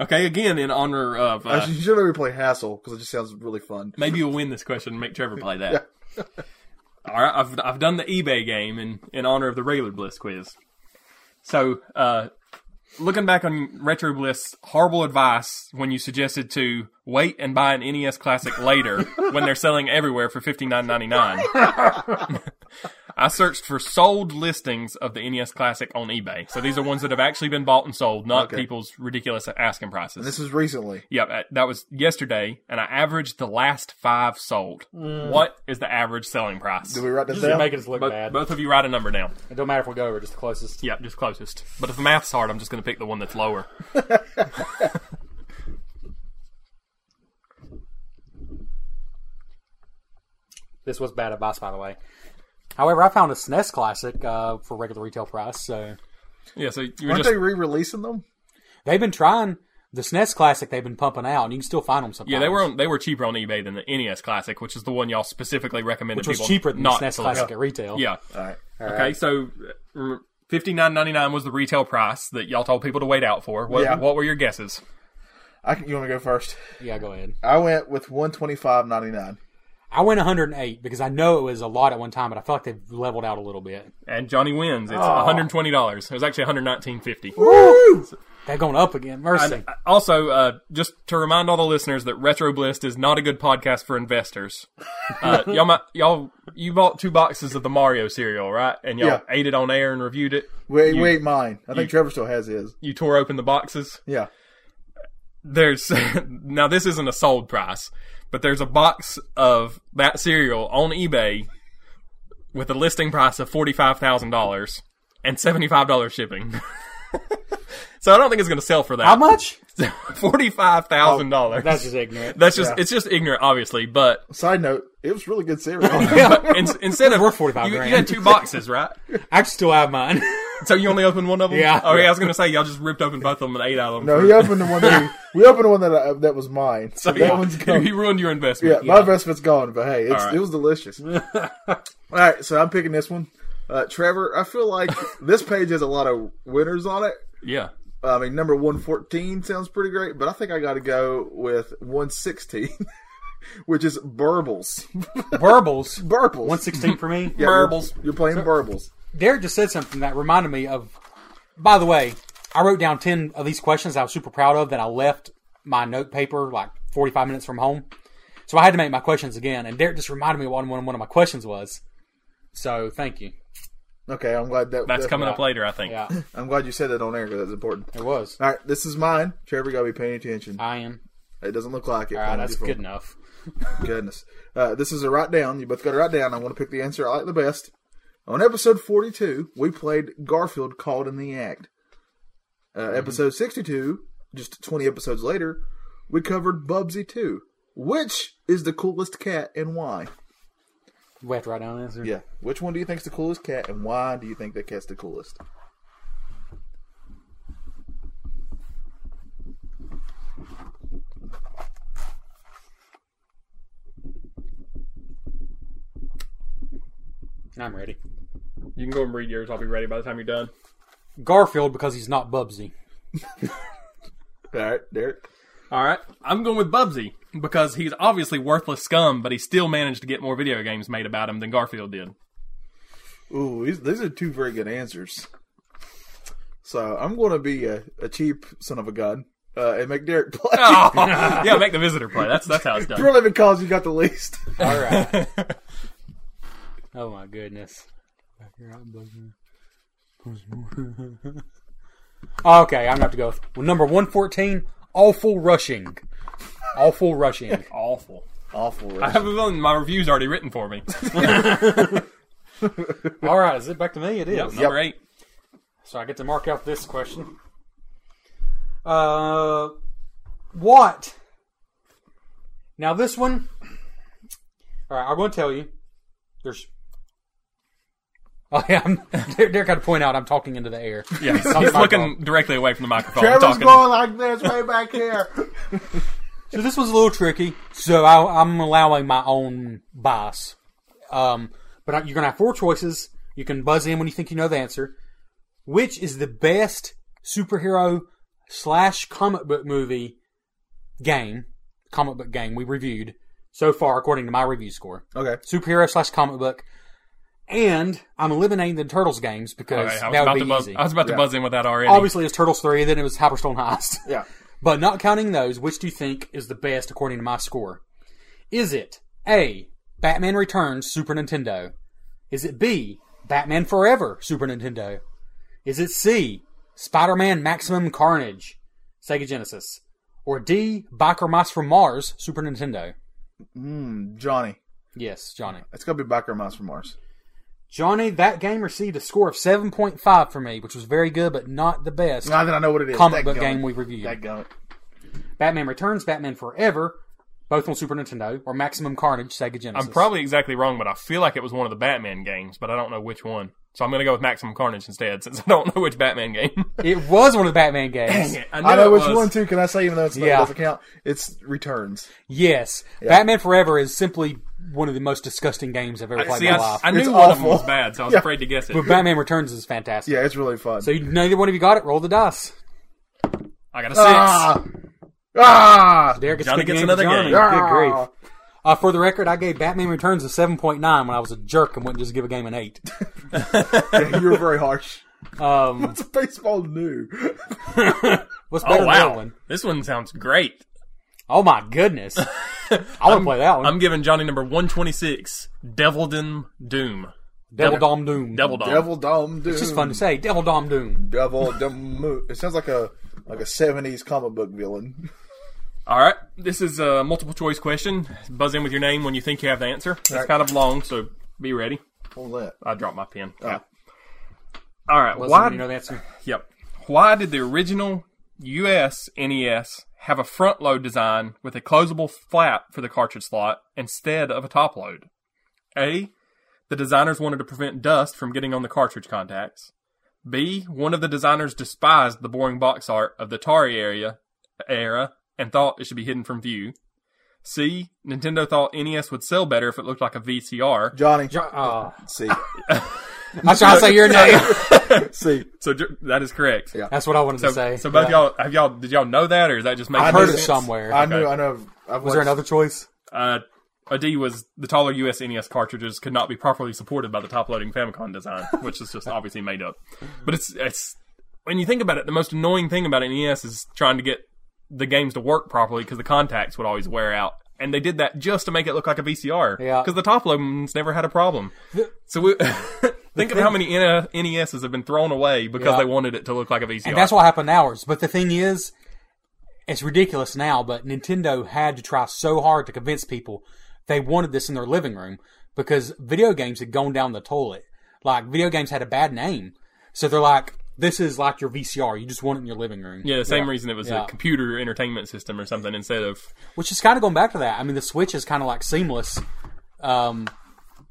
Speaker 4: Okay, again in honor of uh,
Speaker 2: Actually, you should maybe play Hassle because it just sounds really fun.
Speaker 4: maybe you'll win this question and make Trevor play that. All right, I've I've done the eBay game in in honor of the regular Bliss quiz. So, uh, looking back on Retro Bliss, horrible advice when you suggested to wait and buy an NES Classic later when they're selling everywhere for fifty nine ninety nine. I searched for sold listings of the NES Classic on eBay. So these are ones that have actually been bought and sold, not
Speaker 2: Okay.
Speaker 4: people's ridiculous asking prices.
Speaker 2: This is recently.
Speaker 4: Yeah, uh, that was yesterday, and I averaged the last five sold. What is the average selling price?
Speaker 2: Did we write this
Speaker 3: just to
Speaker 2: down?
Speaker 3: make us look
Speaker 4: Mm. both,
Speaker 3: bad.
Speaker 4: both of you write a number down.
Speaker 3: It don't matter if we go over, just the closest.
Speaker 4: Yeah, just closest. But if the math's hard, I'm just going to pick the one that's lower.
Speaker 3: This was bad advice, by the way. However, I found a SNES classic uh, for regular retail price, so
Speaker 4: Yeah, so you were
Speaker 2: Aren't
Speaker 4: just
Speaker 2: they re-releasing them?
Speaker 3: they've been trying the SNES classic. They've been pumping out, and you can still find them sometimes.
Speaker 4: yeah they were on, they were cheaper on eBay than the NES Classic, which is the one y'all specifically recommended.
Speaker 3: which was
Speaker 4: people
Speaker 3: cheaper than the
Speaker 4: not
Speaker 3: SNES
Speaker 4: to-
Speaker 3: classic at retail.
Speaker 4: Yeah.
Speaker 2: All right.
Speaker 4: Okay, so uh, fifty nine ninety nine was the retail price that y'all told people to wait out for. What,
Speaker 2: Yeah.
Speaker 4: what were your guesses?
Speaker 2: I can, you want to go first?
Speaker 3: yeah. Go ahead.
Speaker 2: I went with one twenty five ninety nine.
Speaker 3: I went 108 because I know it was a lot at one time, but I feel like they've leveled out a little bit.
Speaker 4: And Johnny wins.
Speaker 3: Oh.
Speaker 4: It's one hundred twenty dollars. It was actually one hundred nineteen fifty.
Speaker 3: They're going up again. Mercy.
Speaker 4: And, uh, also, uh, just to remind all the listeners that RetroBlist is not a good podcast for investors. Uh, y'all, might, y'all, you bought two boxes of the Mario cereal, right? And y'all
Speaker 2: Yeah.
Speaker 4: ate it on air and reviewed it.
Speaker 2: Wait, wait, mine. I think Trevor still has his.
Speaker 4: You tore open the boxes.
Speaker 2: Yeah.
Speaker 4: There's now this isn't a sold price, but there's a box of that cereal on eBay with a listing price of forty five thousand dollars and seventy five dollars shipping. so I don't think it's going to sell for
Speaker 3: How
Speaker 4: that.
Speaker 3: much?
Speaker 4: Forty five thousand dollars.
Speaker 3: Oh, That's just ignorant.
Speaker 4: That's just it's just ignorant, obviously. But,
Speaker 2: Side note: It was really good cereal.
Speaker 3: yeah.
Speaker 4: but in, instead of
Speaker 3: We're 45
Speaker 4: you, you
Speaker 3: grand.
Speaker 4: had two boxes, right?
Speaker 3: I still have mine.
Speaker 4: So you only opened one of them?
Speaker 3: Yeah.
Speaker 4: Oh, yeah. I was gonna say y'all just ripped open both of them and ate out of them.
Speaker 2: No, he opened the one that he, we opened the one that I, that was mine. So,
Speaker 4: so
Speaker 2: that
Speaker 4: yeah,
Speaker 2: one's
Speaker 4: he,
Speaker 2: gone.
Speaker 4: he ruined your
Speaker 2: yeah,
Speaker 4: investment.
Speaker 2: my investment's gone, but hey, it's,
Speaker 4: All right.
Speaker 2: it was delicious. All right, so I'm picking this one. Uh, Trevor, I feel like this page has a lot of winners on it.
Speaker 4: Yeah.
Speaker 2: I mean, number 114 sounds pretty great, but I think I got to go with 116, which is Burbles.
Speaker 3: Burbles.
Speaker 2: Burbles.
Speaker 3: One sixteen for me.
Speaker 2: Yeah, you're-
Speaker 4: Burbles.
Speaker 2: You're, playing Burbles.
Speaker 3: Derek just said something that reminded me of. By the way, I wrote down ten of these questions I was super proud of that I left my note paper like forty five minutes from home, so I had to make my questions again. And Derek just reminded me what one one of my questions was. So thank you.
Speaker 2: Okay, I'm glad that
Speaker 4: That's
Speaker 2: that-
Speaker 4: coming up later, I think.
Speaker 3: Yeah,
Speaker 2: I'm glad you said that on air because that's important.
Speaker 3: it was.
Speaker 2: All right, this is mine. Trevor, got to be paying attention.
Speaker 3: I am.
Speaker 2: It doesn't look like it.
Speaker 3: All right, that's good enough.
Speaker 2: Goodness. Uh, this is a write down. You both got to write down. I want to pick the answer I like the best. On episode 42, we played Garfield Called in the Act. Uh, Episode 62, just 20 episodes later, we covered Bubsy 2. Which is the coolest cat and why?
Speaker 3: We have to write down this. or-
Speaker 2: Yeah. Which one do you think is the coolest cat and why do you think that cat's the coolest?
Speaker 3: I'm ready.
Speaker 4: You can go and read yours. I'll be ready by the time you're done.
Speaker 3: Garfield because he's not Bubsy.
Speaker 2: All right, Derek.
Speaker 4: All right. I'm going with Bubsy because he's obviously worthless scum, but he still managed to get more video games made about him than Garfield did.
Speaker 2: Ooh, these, these are two very good answers. So I'm going to be a, a cheap son of a gun uh, and make Derek play.
Speaker 3: Ah!
Speaker 4: Oh, yeah, make the visitor play. That's that's how it's done.
Speaker 2: Purely because you got the least.
Speaker 3: All right. oh my goodness. Okay, I'm gonna have to go with well, number one fourteen. Awful rushing. Awful rushing.
Speaker 4: Awful.
Speaker 2: Awful.
Speaker 4: I have a feeling my review's already written for me.
Speaker 3: All right, is it back to me? It is.
Speaker 4: Yep, number eight.
Speaker 3: So I get to mark out this question. Uh, what? Now this one. All right, I'm going to tell you. There's. Oh yeah, I'm, Derek got to point out I'm talking into the air.
Speaker 4: Yeah, he's,
Speaker 3: Not
Speaker 4: he's
Speaker 3: my
Speaker 4: looking
Speaker 3: fault.
Speaker 4: directly away from the microphone.
Speaker 2: Trevor's
Speaker 4: talking.
Speaker 2: going like this way back here.
Speaker 3: So this was a little tricky. So I, I'm allowing my own bias. Um, but I- you're gonna have four choices. You can buzz in when you think you know the answer. Which is the best superhero slash comic book movie game? Comic book game we reviewed so far, according to my review score.
Speaker 2: Okay.
Speaker 3: Superhero slash comic book. And I'm eliminating the Turtles games because
Speaker 4: Okay, I, was
Speaker 3: that
Speaker 4: about
Speaker 3: would
Speaker 4: to
Speaker 3: be
Speaker 4: buzz,
Speaker 3: easy.
Speaker 4: I was about to
Speaker 2: Yeah.
Speaker 4: buzz in with that already.
Speaker 3: Obviously, it's Turtles three. Then it was Hyperstone Heist.
Speaker 2: Yeah.
Speaker 3: But not counting those, which do you think is the best according to my score? Is it A. Batman Returns Super Nintendo? Is it B. Batman Forever Super Nintendo? Is it C. Spider Man Maximum Carnage Sega Genesis? Or D. Biker Mice from Mars Super Nintendo?
Speaker 2: Hmm, Johnny.
Speaker 3: Yes, Johnny.
Speaker 2: It's going to be Biker Mice from Mars.
Speaker 3: Johnny, that game received a score of 7.5 for me, which was very good, but not the best
Speaker 2: Now that I know what it is.
Speaker 3: comic
Speaker 2: that
Speaker 3: book
Speaker 2: gummit.
Speaker 3: game we reviewed.
Speaker 2: That gummit.
Speaker 3: Batman Returns, Batman Forever, both on Super Nintendo, or Maximum Carnage, Sega Genesis.
Speaker 4: I'm probably exactly wrong, but I feel like it was one of the Batman games, but I don't know which one. So I'm going to go with Maximum Carnage instead, since I don't know which Batman game.
Speaker 3: It was one of the Batman games.
Speaker 2: I know
Speaker 4: it
Speaker 2: which
Speaker 4: was.
Speaker 2: one too. Can I say even though it's not,
Speaker 3: Yeah.
Speaker 2: it doesn't count? It's returns.
Speaker 3: Yes, Batman Forever is simply one of the most disgusting games I've ever played
Speaker 4: See,
Speaker 3: in my
Speaker 4: I,
Speaker 3: life.
Speaker 4: I knew
Speaker 2: It's
Speaker 4: one of them
Speaker 2: awful.
Speaker 4: was bad, so I was
Speaker 2: Yeah.
Speaker 4: afraid to guess it.
Speaker 3: but Batman Returns is fantastic.
Speaker 2: Yeah, it's really fun.
Speaker 3: So you, neither one of you got it. Roll the dice.
Speaker 4: I got a six. Oh,
Speaker 2: ah, ah,
Speaker 3: Derek gets,
Speaker 4: Johnny
Speaker 3: to pick
Speaker 4: gets
Speaker 3: the
Speaker 4: another
Speaker 3: game.
Speaker 4: game.
Speaker 3: Johnny. Good grief. Uh, for the record, I gave Batman Returns a 7.9 when I was a jerk and wouldn't just give a game an 8.
Speaker 2: Yeah, you were very harsh.
Speaker 3: Um,
Speaker 2: It's baseball new.
Speaker 3: what's better
Speaker 4: oh,
Speaker 3: than that
Speaker 4: wow.
Speaker 3: one?
Speaker 4: This one sounds great.
Speaker 3: Oh my goodness. I want to play that one.
Speaker 4: I'm giving Johnny number 126, Devildon Doom.
Speaker 3: Devil Dom Doom.
Speaker 4: Devil Dom.
Speaker 2: Devil Dom Doom.
Speaker 3: It's just fun to say. Devil Dom Doom.
Speaker 2: Devil Dom. It sounds like a like a seventies comic book villain.
Speaker 4: All right. This is a multiple choice question. Buzz in with your name when you think you have the answer. It's kind of long, so be ready.
Speaker 2: Hold that.
Speaker 4: I dropped my pen. All right.
Speaker 3: Doesn't
Speaker 4: Why?
Speaker 3: You know the answer.
Speaker 4: Yep. Why did the original US NES E have a front load design with a closable flap for the cartridge slot instead of a top load? A. The designers wanted to prevent dust from getting on the cartridge contacts. B. One of the designers despised the boring box art of the Atari area era and thought it should be hidden from view. C. Nintendo thought NES would sell better if it looked like a VCR.
Speaker 2: Johnny,
Speaker 3: Jo- oh.
Speaker 2: see,
Speaker 3: I was trying to say your name.
Speaker 2: see,
Speaker 4: So ju- that is correct.
Speaker 2: Yeah.
Speaker 3: That's what I wanted
Speaker 4: So,
Speaker 3: to say.
Speaker 4: so both
Speaker 3: Yeah.
Speaker 4: y'all have y'all did y'all know that or is that just making
Speaker 3: I've heard
Speaker 4: sense?
Speaker 3: it somewhere.
Speaker 2: I
Speaker 4: Okay.
Speaker 2: knew, I know. I've
Speaker 3: Was there
Speaker 2: watched-
Speaker 3: another choice?
Speaker 4: Uh, a D was the taller US NES E cartridges could not be properly supported by the top-loading Famicom design, which is just obviously made up. But it's it's when you think about it, the most annoying thing about NES is trying to get the games to work properly because the contacts would always wear out. And they did that just to make it look like a VCR.
Speaker 3: Yeah.
Speaker 4: Because the top loadings never had a problem. So we, think of how many N- NESs have been thrown away because
Speaker 3: Yeah.
Speaker 4: they wanted it to look like a VCR.
Speaker 3: And that's what happened to ours. But the thing is, it's ridiculous now, but Nintendo had to try so hard to convince people they wanted this in their living room because video games had gone down the toilet. Like, video games had a bad name. So they're like, this is like your VCR. You just want it in your living room.
Speaker 4: yeah, the same reason it was
Speaker 3: Yeah.
Speaker 4: a computer entertainment system or something instead of
Speaker 3: Which is kind of going back to that. I mean, the Switch is kind of like seamless. Um,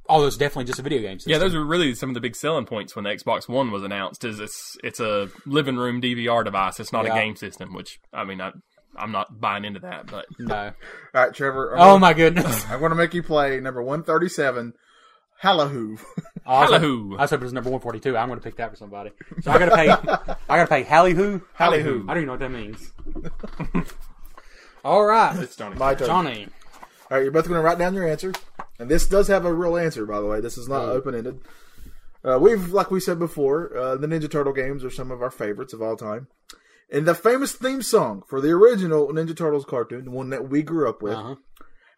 Speaker 3: although it's definitely just a video game system.
Speaker 4: Yeah, those were really some of the big selling points when the Xbox One was announced. Is it's it's a living room DVR device. It's not
Speaker 3: Yeah.
Speaker 4: a game system. Which I mean, I, I'm not buying into that. But
Speaker 3: No.
Speaker 2: All right, Trevor. I'm
Speaker 3: Oh
Speaker 2: gonna-
Speaker 3: my goodness.
Speaker 2: I'm going to make you play number one thirty-seven. Hallahoo.
Speaker 3: I was,
Speaker 4: Hallahoo.
Speaker 3: I was hoping it was number one forty two. I'm going to pick that for somebody. So I got to pay. I got to pay Halleyhoo.
Speaker 4: Halleyhoo.
Speaker 3: I don't even know what that means. All right,
Speaker 4: it's Johnny.
Speaker 2: My turn.
Speaker 3: Johnny.
Speaker 2: All right, you're both going to write down your answer. And this does have a real answer, by the way. This is not open ended. Uh, we've, like we said before, uh, the Ninja Turtle games are some of our favorites of all time. And the famous theme song for the original Ninja Turtles cartoon, the one that we grew up with,
Speaker 3: Uh-huh.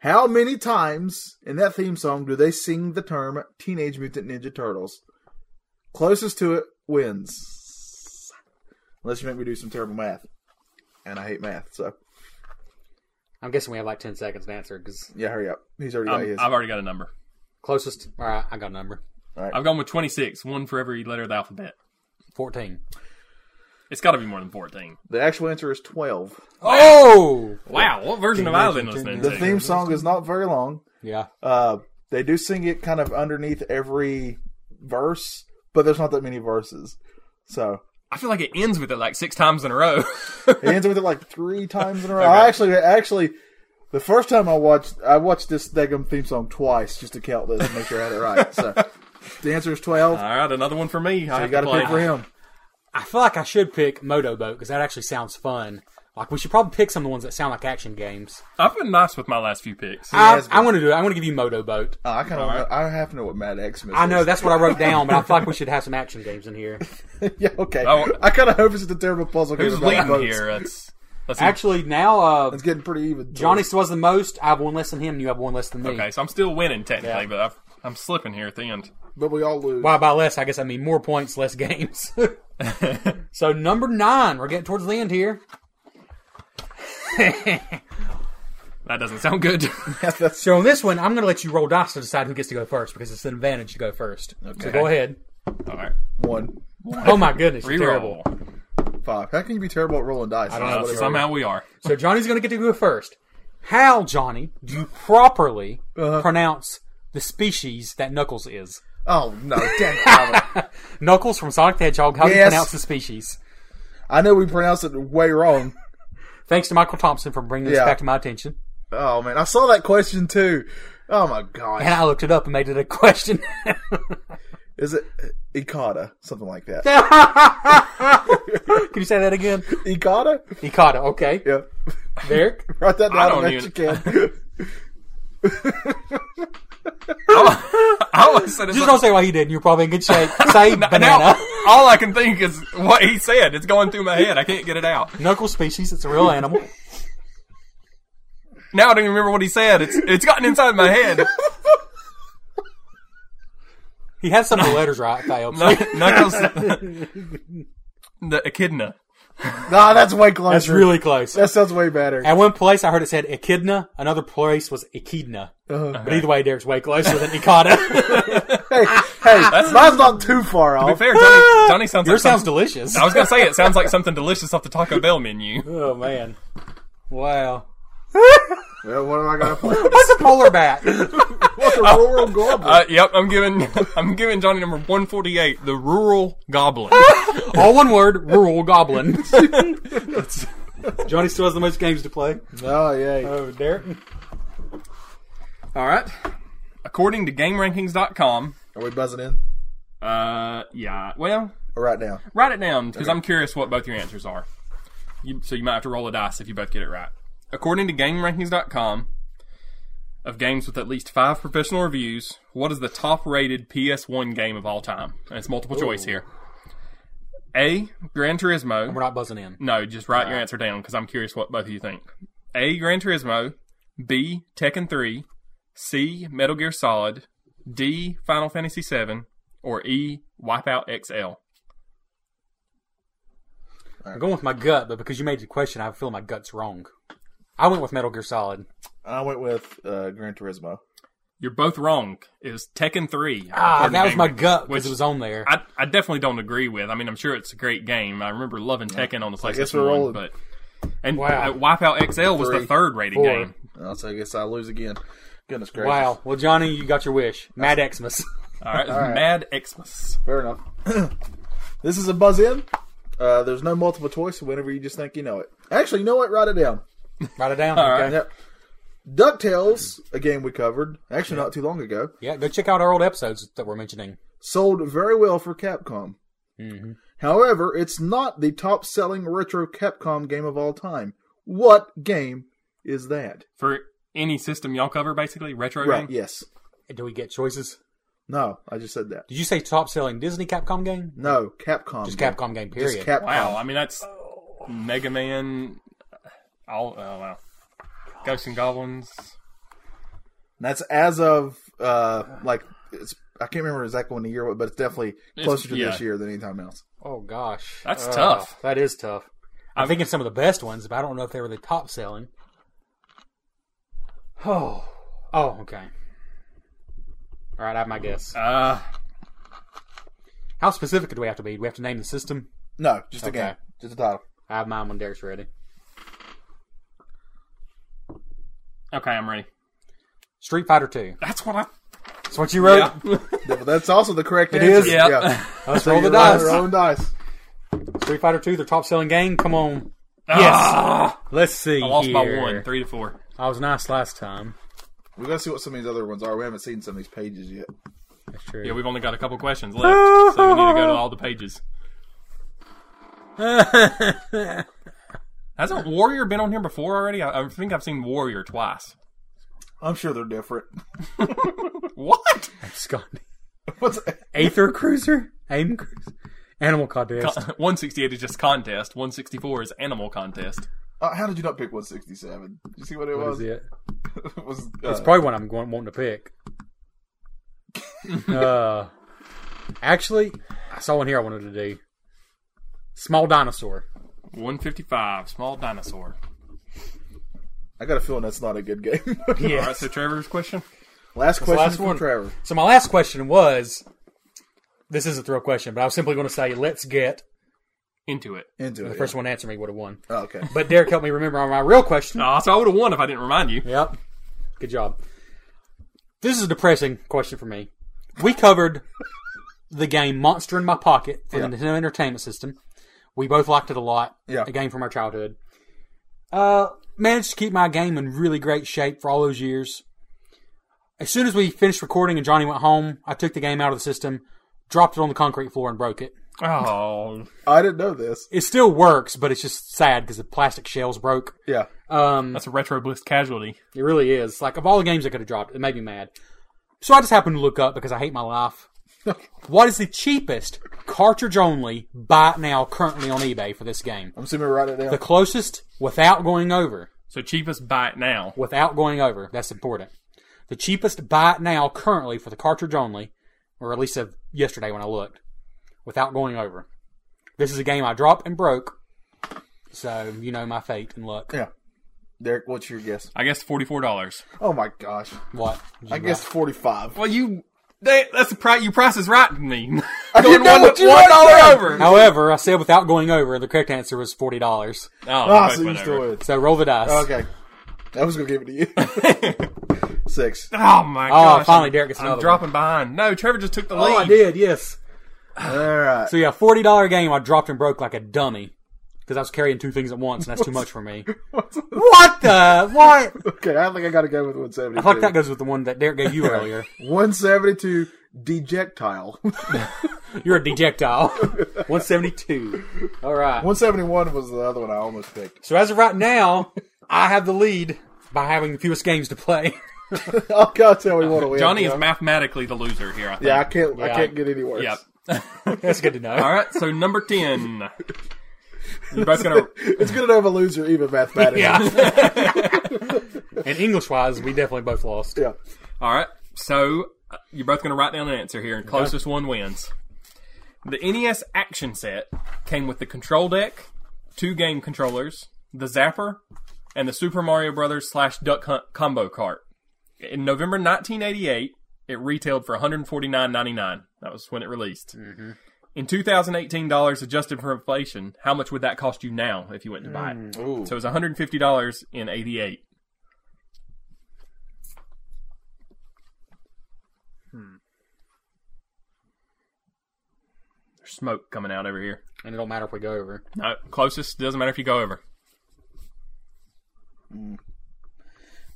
Speaker 2: how many times in that theme song do they sing the term Teenage Mutant Ninja Turtles? Closest to it wins. Unless you make me do some terrible math. And I hate math, so
Speaker 3: I'm guessing we have like ten seconds to answer because
Speaker 2: yeah, hurry up. He's already got
Speaker 4: Um, I'm,
Speaker 2: his.
Speaker 4: I've already got a number.
Speaker 3: closest. All right, I got a number
Speaker 4: I've gone with 26, one for every letter of the alphabet.
Speaker 3: fourteen.
Speaker 4: It's got to be more than 14.
Speaker 2: The actual answer is 12.
Speaker 3: Oh,
Speaker 4: Wow, what version of I've been listening
Speaker 2: The
Speaker 4: to?
Speaker 2: theme song is not very long.
Speaker 3: yeah.
Speaker 2: Uh, they do sing it kind of underneath every verse, but there's not that many verses. So
Speaker 4: I feel like it ends with it like six times in a row.
Speaker 2: it ends with it like three times in a row. I actually, actually, the first time I watched, I watched this Degum theme song twice just to count this and make sure I had it right. So the answer is twelve.
Speaker 4: All right, another one for me. Uh, I
Speaker 2: you
Speaker 4: have
Speaker 2: got
Speaker 4: to
Speaker 2: to
Speaker 4: play.
Speaker 2: pick for him.
Speaker 3: I feel like I should pick Moto Boat because that actually sounds fun. Like we should probably pick some of the ones that sound like action games.
Speaker 4: I've been nice with my last few picks.
Speaker 3: I,
Speaker 2: has been.
Speaker 3: I'm going to do it. I'm going to give you Moto Boat.
Speaker 2: Uh, I kind of, I have to know what Mad X is.
Speaker 3: I know that's what I wrote down, but I feel like we should have some action games in here.
Speaker 2: yeah, okay.
Speaker 4: Oh.
Speaker 2: I kind of hope it's a terrible puzzle. game
Speaker 4: Who's
Speaker 2: about
Speaker 4: leading
Speaker 2: boats.
Speaker 4: here? Let's, let's see.
Speaker 3: Actually, now uh,
Speaker 2: It's getting pretty even.
Speaker 3: Johnny still has the most. I have one less than him. and You have one less than me.
Speaker 4: okay, so I'm still winning technically,
Speaker 3: Yeah.
Speaker 4: but I've, I'm slipping here at the end.
Speaker 2: but we all lose.
Speaker 3: By by less, I guess I mean more points, less games. so number nine, we're getting towards the end here.
Speaker 4: That doesn't sound good.
Speaker 3: So on this one, I'm going to let you roll dice to decide who gets to go first because it's an advantage to go first. So go ahead.
Speaker 4: All right.
Speaker 2: One,
Speaker 3: Oh my goodness, you're
Speaker 4: Reroll.
Speaker 3: terrible.
Speaker 2: five. How can you be terrible at rolling dice? I
Speaker 3: don't know.
Speaker 4: Uh, somehow we are.
Speaker 3: So Johnny's going to get to go first. How Johnny do you properly pronounce the species that Knuckles is?
Speaker 2: Oh no, damn it.
Speaker 3: Knuckles from Sonic the Hedgehog. How do you
Speaker 2: Yes.
Speaker 3: pronounce the species?
Speaker 2: I know we pronounced it way wrong.
Speaker 3: Thanks to Michael Thompson for bringing this
Speaker 2: Yeah.
Speaker 3: back to my attention.
Speaker 2: Oh man, I saw that question too. Oh my god,
Speaker 3: And I looked it up and made it a question.
Speaker 2: is it uh, Ikata? Something like that.
Speaker 3: Can you say that again?
Speaker 2: Ikata?
Speaker 3: Ikata, okay.
Speaker 2: Yeah,
Speaker 3: Derek?
Speaker 2: write that
Speaker 4: I
Speaker 2: down
Speaker 4: don't
Speaker 2: if you can.
Speaker 4: All I said is
Speaker 3: Just
Speaker 4: like-
Speaker 3: don't say what he did. and You're probably in good shape. Say banana.
Speaker 4: now, all I can think is what he said. It's going through my head. I can't get it out.
Speaker 3: Knuckle species. It's a real animal.
Speaker 4: Now I don't even remember what he said. It's it's gotten inside my head.
Speaker 3: He had some of the letters right. if That helps.
Speaker 4: Knuckles, the echidna.
Speaker 2: nah, that's way closer.
Speaker 3: That's really close.
Speaker 2: That sounds way better.
Speaker 3: At one place, I heard it said echidna. Another place was echidna. But either way, Derek's way closer than Ikata.
Speaker 2: hey, hey, mine's not too far
Speaker 4: To be
Speaker 2: off.
Speaker 4: fair, Johnny, Johnny sounds
Speaker 3: Yours
Speaker 4: like some-
Speaker 3: sounds delicious.
Speaker 4: I was gonna say it sounds like something delicious off the Taco Bell menu.
Speaker 3: Oh man! Wow.
Speaker 2: Well, what am I gonna play?
Speaker 3: What's a polar bat?
Speaker 2: What a rural goblin.
Speaker 4: Uh, yep, I'm giving I'm giving Johnny number 148 the rural goblin.
Speaker 3: All one word, rural goblin. That's- Johnny still has the most games to play.
Speaker 2: oh yeah.
Speaker 3: Oh, Derek. All right.
Speaker 4: According to GameRankings.com,
Speaker 2: Are we buzzing in?
Speaker 4: uh, yeah, well,
Speaker 2: Or right now.
Speaker 4: write it down because I'm curious what both your answers are. You, so you might have to roll a dice if you both get it right. According to GameRankings.com, of games with at least five professional reviews, what is the top-rated PS1 game of all time? And it's multiple choice here. A. Gran Turismo.
Speaker 3: We're not buzzing in.
Speaker 4: No, just write your answer down because I'm curious what both of you think. A. Gran Turismo. B. Tekken 3. C. Metal Gear Solid. D. Final Fantasy VII. Or E. Wipeout XL.
Speaker 3: I'm going with my gut, but because you made the question, I feel my gut's wrong. I went with Metal Gear Solid.
Speaker 2: I went with uh, Gran Turismo.
Speaker 4: You're both wrong. It was Tekken 3.
Speaker 3: Ah,
Speaker 4: according to
Speaker 3: that was my
Speaker 4: GameRankings,
Speaker 3: gut
Speaker 4: Which
Speaker 3: because it was on there.
Speaker 4: I, I definitely don't agree with. I mean, I'm sure it's a great game. I remember loving Tekken on the PlayStation
Speaker 2: guess we're
Speaker 4: 1,
Speaker 2: rolling.
Speaker 4: but... And
Speaker 3: Wow.
Speaker 4: uh, Wipeout XL was the
Speaker 2: Three,
Speaker 4: third rated
Speaker 3: four.
Speaker 4: game.
Speaker 2: Uh, so I guess I lose again. Goodness gracious.
Speaker 3: wow. Well, Johnny, you got your wish. Mad Xmas.
Speaker 4: All right, it was Mad Xmas.
Speaker 2: Fair enough. this is a buzz in. Uh, there's no multiple choice. Whenever you just think you know it. Actually, you know what? Write it down.
Speaker 3: Write it down.
Speaker 4: right.
Speaker 3: okay?
Speaker 2: Yep. Ducktales, a game we covered actually not too long ago,
Speaker 3: Yeah, go check out our old episodes that we're mentioning.
Speaker 2: sold very well for Capcom.
Speaker 3: Mm-hmm.
Speaker 2: However, it's not the top-selling retro Capcom game of all time. What game is that?
Speaker 4: For any system y'all cover, basically, retro
Speaker 2: Right.
Speaker 4: game?
Speaker 2: Yes.
Speaker 3: Do we get choices?
Speaker 2: No. I just said that.
Speaker 3: Did you say top selling Disney Capcom game?
Speaker 2: No. Capcom.
Speaker 3: Just
Speaker 2: game.
Speaker 3: Capcom game,
Speaker 2: Just
Speaker 3: period.
Speaker 2: Capcom.
Speaker 4: Wow, I mean that's Mega Man. All oh wow, Ghosts and Goblins.
Speaker 2: That's as of uh like it's I can't remember exactly when the year was, but it's definitely closer to this
Speaker 4: yeah.
Speaker 2: year than any time else.
Speaker 3: oh, gosh.
Speaker 4: That's tough.
Speaker 3: That is tough. I'm thinking some of the best ones, but I don't know if they were the top selling. Oh. Oh, okay. All right, I have my guess.
Speaker 4: Uh,
Speaker 3: How specific do we have to be? Do we have to name the system?
Speaker 2: No, just a
Speaker 3: Okay.
Speaker 2: game, just a title.
Speaker 3: I have mine when Derek's ready.
Speaker 4: okay, I'm ready.
Speaker 3: Street Fighter 2.
Speaker 4: That's what I.
Speaker 3: That's what you wrote?
Speaker 2: Yeah, but that's also the correct
Speaker 3: It
Speaker 2: answer.
Speaker 3: is?
Speaker 4: Yeah.
Speaker 3: Let's
Speaker 2: So
Speaker 3: roll
Speaker 2: you're rolling
Speaker 3: the dice.
Speaker 2: your own dice.
Speaker 3: Street Fighter 2, their top selling game? Come on.
Speaker 4: Ah,
Speaker 3: Let's see.
Speaker 4: I lost
Speaker 3: here.
Speaker 4: by one, three to four.
Speaker 3: I was nice last time.
Speaker 2: We gotta see what some of these other ones are. We haven't seen some of these pages yet.
Speaker 3: That's true.
Speaker 4: Yeah, we've only got a couple questions left, so we need to go to all the pages. Hasn't Warrior been on here before already? I, I think I've seen Warrior twice.
Speaker 2: I'm sure they're different.
Speaker 4: What?
Speaker 3: Scotty.
Speaker 2: What's
Speaker 3: Aether Cruiser? Aim Cruiser? Animal Contest.
Speaker 4: 168 is just contest. 164 is animal contest.
Speaker 2: uh, how did you not pick 167? Did you see what it
Speaker 3: What
Speaker 2: was?
Speaker 3: is it?
Speaker 2: It was
Speaker 3: It's
Speaker 2: uh,
Speaker 3: probably one I'm going, wanting to pick. uh, actually, I saw one here I wanted to do. Small Dinosaur.
Speaker 4: 155, small dinosaur.
Speaker 2: I got a feeling that's not a good game.
Speaker 4: All right, so Trevor's question.
Speaker 2: last question
Speaker 3: last
Speaker 2: from
Speaker 3: one.
Speaker 2: Trevor.
Speaker 3: So my last question was, this isn't the real question, but I was simply going to say, let's get
Speaker 4: Into it.
Speaker 2: Into
Speaker 3: the
Speaker 2: it.
Speaker 3: first one to answer me would have won.
Speaker 2: yeah. Oh, okay.
Speaker 3: But Derek helped me remember on my real question.
Speaker 4: Ah, so I would have won if I didn't remind you.
Speaker 3: Yep. Good job. This is a depressing question for me. We covered the game Monster in My Pocket for the Nintendo Entertainment System. We both liked it a lot.
Speaker 2: Yeah.
Speaker 3: A game from our childhood. Uh, managed to keep my game in really great shape for all those years. As soon as we finished recording and Johnny went home, I took the game out of the system, dropped it on the concrete floor, and broke it.
Speaker 4: Oh,
Speaker 2: I didn't know this.
Speaker 3: It still works, but it's just sad because the plastic shells broke.
Speaker 2: Yeah.
Speaker 3: Um,
Speaker 4: that's a retro bliss casualty.
Speaker 3: It really is. Like of all the games I could have dropped, it made me mad. So I just happened to look up because I hate my life. what is the cheapest cartridge only buy it now currently on eBay for this game?
Speaker 2: I'm assuming we write it down.
Speaker 3: The closest without going over.
Speaker 4: So cheapest buy it now.
Speaker 3: Without going over. That's important. The cheapest buy it now currently for the cartridge only, or at least of yesterday when I looked, without going over. This is a game I dropped and broke. So you know my fate and luck.
Speaker 2: yeah. Derek, what's your guess?
Speaker 4: I guess forty-four dollars.
Speaker 2: Oh my gosh.
Speaker 3: What?
Speaker 2: I guess 45.
Speaker 4: Well, you that, that's the price. You price is right to me. I
Speaker 2: didn't know what Oh, you wrote down.
Speaker 4: over.
Speaker 3: However, I said without going over, and the correct answer was forty dollars.
Speaker 4: Oh,
Speaker 2: Ah,
Speaker 4: both
Speaker 2: so you
Speaker 4: went
Speaker 2: still
Speaker 4: over.
Speaker 2: win.
Speaker 3: So roll the dice.
Speaker 2: Okay. I was gonna give it to you. Six.
Speaker 4: Oh my gosh!
Speaker 3: finally
Speaker 4: I'm-
Speaker 3: Derek gets
Speaker 4: I'm
Speaker 3: another
Speaker 4: dropping behind. No, Trevor just took the lead.
Speaker 3: Oh, I did. Yes.
Speaker 2: All right.
Speaker 3: So yeah, forty dollar game. I dropped and broke like a dummy because I was carrying two things at once, and that's too much for me. what the what?
Speaker 2: Okay, I think I got to go with one seventy
Speaker 3: I think that
Speaker 2: two.
Speaker 3: goes with the one that Derek gave you earlier.
Speaker 2: One seventy two dejectile.
Speaker 3: You're a dejectile. One seventy two. All right.
Speaker 2: one seventy one was the other one I almost picked.
Speaker 3: So as of right now, I have the lead by having the fewest games to play.
Speaker 2: I can't Oh, tell we want to win.
Speaker 4: Johnny
Speaker 2: you
Speaker 4: is
Speaker 2: know?
Speaker 4: mathematically the loser here. I think.
Speaker 2: Yeah, I can't. I
Speaker 3: Yeah.
Speaker 2: can't get any worse.
Speaker 4: Yep.
Speaker 3: That's good to know.
Speaker 4: All right. So number ten. You're both gonna.
Speaker 2: It's good to have a loser, even mathematically.
Speaker 3: Yeah. and English wise, we definitely both lost.
Speaker 2: yeah.
Speaker 4: All right. So uh, you're both going to write down an answer here, and closest one wins. The NES action set came with the control deck, two game controllers, the Zapper, and the Super Mario Brothers slash Duck Hunt combo cart. In November 1988, it retailed for $149.99. That was when it released. In 2018 dollars adjusted for inflation, how much would that cost you now if you went to buy it?
Speaker 2: Ooh.
Speaker 4: So it was $150 in 88. There's smoke coming out over here.
Speaker 3: And it don't matter if we go over.
Speaker 4: No, closest doesn't matter if you go over.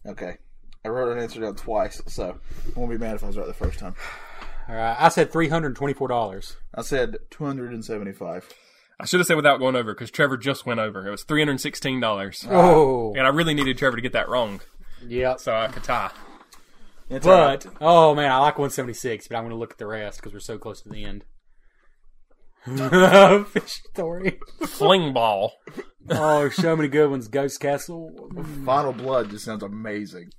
Speaker 2: Okay. I wrote an answer down twice, so I won't be mad if I was right the first time.
Speaker 3: All right. I said three hundred twenty four dollars.
Speaker 2: I said two hundred and seventy five.
Speaker 4: I should have said without going over because Trevor just went over. It was three hundred sixteen dollars,
Speaker 3: Oh.
Speaker 4: and I really needed Trevor to get that wrong
Speaker 3: Yep.
Speaker 4: so I could tie.
Speaker 3: But oh man, I like 176, but I'm going to look at the rest because we're so close to the end. Fish story.
Speaker 4: Fling ball.
Speaker 3: Oh, there's so many good ones. Ghost Castle
Speaker 2: Final Blood just sounds amazing.